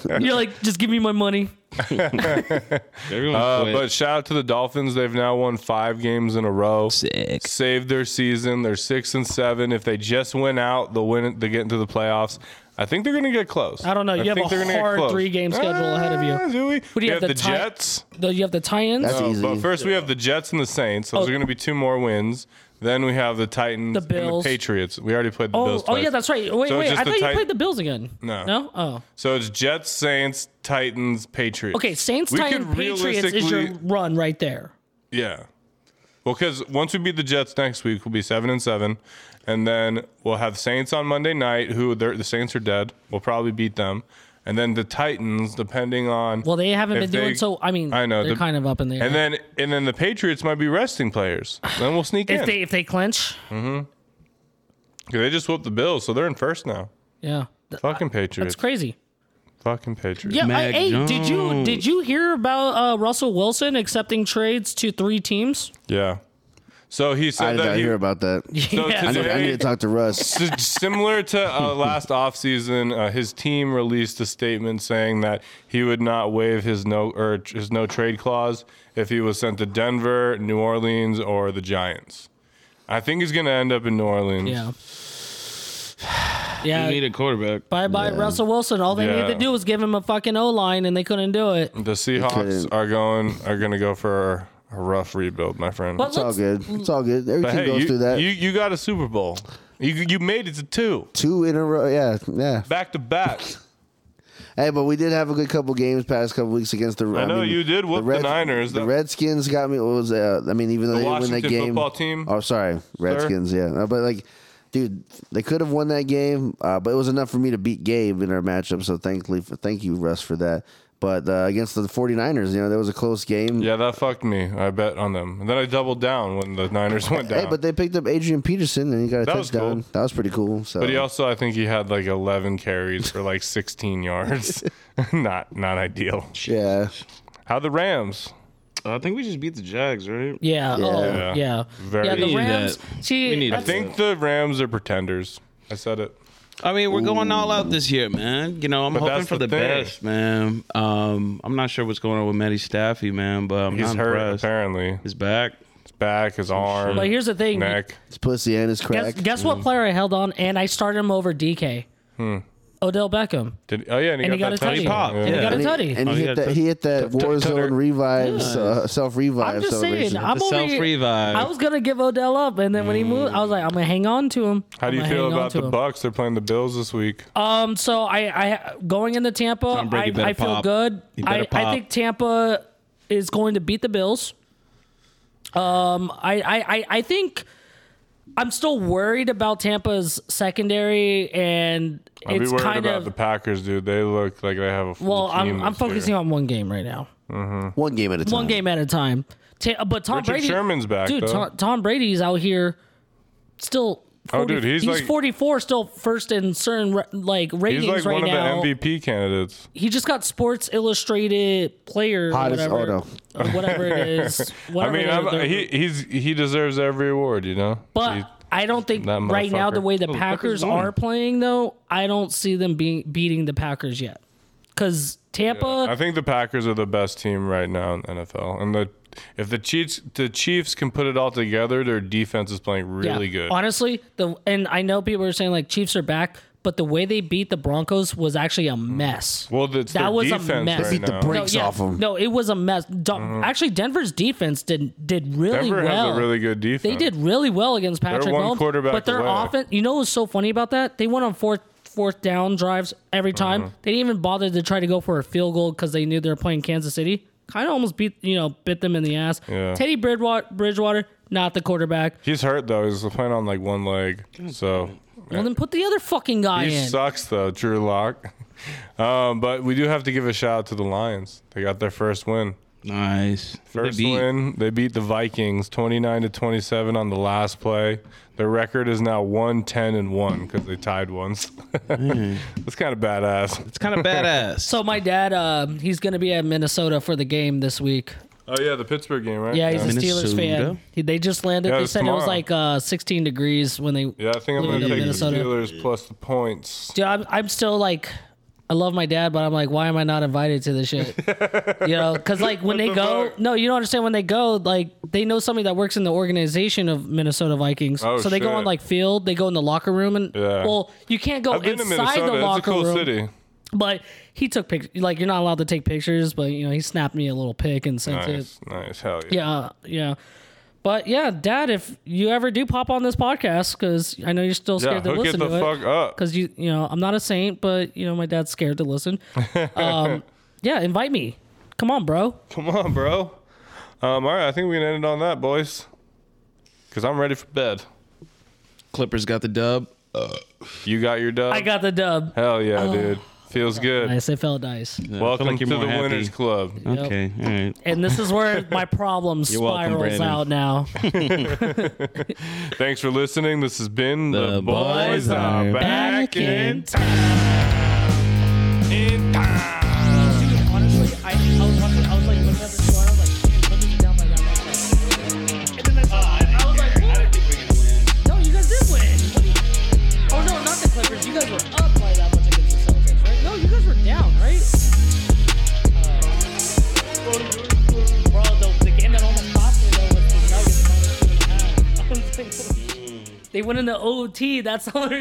You're like, just give me my money. Everyone Uh, quit. but shout out to the Dolphins. They've now won five games in a row. Sick. Saved their season. They're six and seven. If they just win out, they'll win. They get into the playoffs. I think they're going to get close. I don't know. You have think a they're gonna get hard close. three-game schedule ahead of you. Ah, Do we? do you we have, have, the the tie- Jets. Though you have the tie-ins. That's Oh, easy. But first, we have the Jets and the Saints. Those Oh. are going to be two more wins. Then we have the Titans, The Bills. and the Patriots. We already played the oh, Bills. oh twice. yeah, that's right. Wait, So it's wait. I just thought the you Tit- played the Bills again. No. No. Oh. So it's Jets, Saints, Titans, Patriots. Okay. Saints, We could Titans, Patriots is your realistically- run right there. Yeah. Well, because once we beat the Jets next week, we'll be seven and seven, and then we'll have Saints on Monday night. Who they're- the Saints are dead. We'll probably beat them, and then the Titans, depending on. Well, they haven't if been doing they- so. I mean, I know they're the- kind of up in the air. And then and then the Patriots might be resting players. Then we'll sneak if in. they if they clinch, 'Cause they just whooped the Bills, so they're in first now. yeah, Th- Fucking Patriots. that's crazy. Fucking Patriots. Yeah. I, Mac hey, did you did you hear about uh, Russell Wilson accepting trades to three teams? Yeah. So he I said did that not he, hear about that. so Yeah. I need, I need today- to talk to Russ. S- similar to uh, last offseason, uh, his team released a statement saying that he would not waive his no or tr- his no trade clause if he was sent to Denver, New Orleans, or the Giants. I think he's going to end up in New Orleans. Yeah. You need Yeah. a quarterback. Bye bye, Russell Wilson. All they Yeah. needed to do was give him a fucking O line, and they couldn't do it. The Seahawks couldn't. are going are going to go for a rough rebuild, my friend. But It's all let's- good. It's all good. Every But team hey, goes you, through that. you you got a Super Bowl. You you made it to two Two in a row. Yeah, yeah. back to back. Hey, but we did have a good couple games past couple weeks against the. I, know, mean, you did whoop the Niners. The That- Redskins got me. What was uh, I mean, even The though they didn't win that Washington game, football team? Oh, sorry, Redskins. Yeah, No, but like, dude, they could have won that game, uh, but it was enough for me to beat Gabe in our matchup. So thankfully, thank you, Russ, for that. But uh, against the 49ers, you know, that was a close game. Yeah, that fucked me. I bet on them. And then I doubled down when the Niners went down. Hey, but they picked up Adrian Peterson and he got a That was touchdown. cool. That was pretty cool. So But he also, I think he had like 11 carries for like 16 yards. not not ideal. yeah, How the Rams? I think we just beat the Jags, right? Yeah. Yeah. Oh, Yeah. yeah. Very- yeah, We the need Rams. that. See, We need I that's- think the Rams are pretenders. I said it. I mean, we're going all out this year, man. You know, I'm hoping that's for the the, thing. best, man. Um, I'm not sure what's going on with Matty Staffy, man, but I'm He's not hurt impressed. apparently. He's back. His back, his arm, But here's the thing. neck. it's pussy and it's Guess, crack. guess what player I held on, and I started him over DK. Odell Beckham. Did, oh yeah, and he And he got, got a that tutty. touchdown. Yeah. And he got And a he, tutty. and Oh, he he hit got that he hit that Warzone tutter. revives uh, self revive. I'm just saying. I'm The over self here- revive. I was gonna give Odell up, and then when he moved, I was like, I'm gonna hang on to him. How do you I'ma feel hang on about to the him. Bucks? They're playing the Bills this week. Um, so I, I going into Tampa, I, Brady better I feel pop. good. He better I, I pop. think Tampa is going to beat the Bills. Um, I, I, I, I think I'm still worried about Tampa's secondary, and I'd be it's worried kind about of the Packers, dude. They look like they have a full well. team I'm, I'm this year. focusing on one game right now, One game at a time. one game at a time. Ta- but Tom Richard Brady, Sherman's back, dude. though. Tom, Tom Brady's out here still. 40, Oh, dude, he's like- 44, still first in certain ra- like ratings He's like right one of now. the MVP candidates. he just got Sports Illustrated player, Hottest whatever, auto. or whatever it is. I Whatever mean, the- I'm, the- he he's he deserves every award, you know. but He- I don't think that right now the motherfucker. way the Oh, the Packers Packers won. are playing, though, I don't see them being beating the Packers yet. Because Tampa, I think the Packers are the best team right now in the NFL, and the if the Chiefs the Chiefs can put it all together, their defense is playing yeah. really good. Honestly, the and I know people are saying like Chiefs are back, but the way they beat the Broncos was actually a mess. well, it's That their was a defense mess. right Beat the now. brakes no, yeah, off 'em. no, it was a mess. Do- Actually, Denver's defense did did really Mm-hmm. Denver well. has a really good defense. They did really well against Patrick one Mahomes, quarterback but their away. offense. You know what's so funny about that? They went on fourth fourth down drives every time. Uh-huh. They didn't even bother to try to go for a field goal because they knew they were playing Kansas City. Kind of almost beat you know bit them in the ass. Yeah. Teddy Bridgewater, Bridgewater, not the quarterback. He's hurt though. He's playing on like one leg, so Well, then put the other fucking guy he in. sucks though. Drew Lock. Um, but we do have to give a shout out to the Lions. They got their first win. nice. First They beat. win, they beat the Vikings 29 to 27 on the last play. Their record is now 110 and 1 because they tied once. That's kind of badass. It's kind of badass. so my dad, um, he's gonna be at Minnesota for the game this week. Oh, yeah, the Pittsburgh game, right? Yeah, he's yeah. a Steelers Minnesota? fan. He, they just landed. Yeah, they it's said it was tomorrow. like uh, 16 degrees when they. Yeah, I think I'm Blew going it to up take Minnesota. the Steelers plus the points. Dude, I'm, I'm still like, I love my dad, but I'm like, why am I not invited to this shit? you know, because like when they the go, fuck? no, you don't understand when they go. Like they know somebody that works in the organization of Minnesota Vikings, Oh, so they go shit. on like field, they go in the locker room, and Yeah. well, you can't go I've been to inside Minnesota. the It's a locker cool room. city. But he took pictures. Like you're not allowed to take pictures, but you know he snapped me a little pic and sent it. Nice, nice. Hell yeah. Yeah, yeah. But yeah, Dad, if you ever do pop on this podcast, because I know you're still scared to hook listen it the to it, fuck up. because you, you know, I'm not a saint, but you know, my dad's scared to listen. Um, yeah, invite me. Come on, bro. Come on, bro. Um, all right, I think we can end it on that, boys. Because I'm ready for bed. Clippers got the dub. You got your dub? I got Oh. the dub. Hell yeah, dude. Feels good. Nice, it felt nice. Yeah, I feel Welcome like to you're the more happy. Winners Club. Okay, all right. And this is where my problem welcome, spirals Brandon. out now. Thanks for listening. This has been The, The Boys, Boys Are Are Back Back in in Time. In Time. Honestly, I, I, was, wondering- I was like looking at this door, I was like, "Damn, let me get down by now." And then I saw, I was like, "What?" No, you guys did win. What do you- Oh no, not the Clippers. You guys were up by that much against the Celtics, right? No, you guys were down, right? Uh, bro, the, the game that almost cost me though was the Nuggets minus two and a half. I was like, They went into OT. That's all. they're-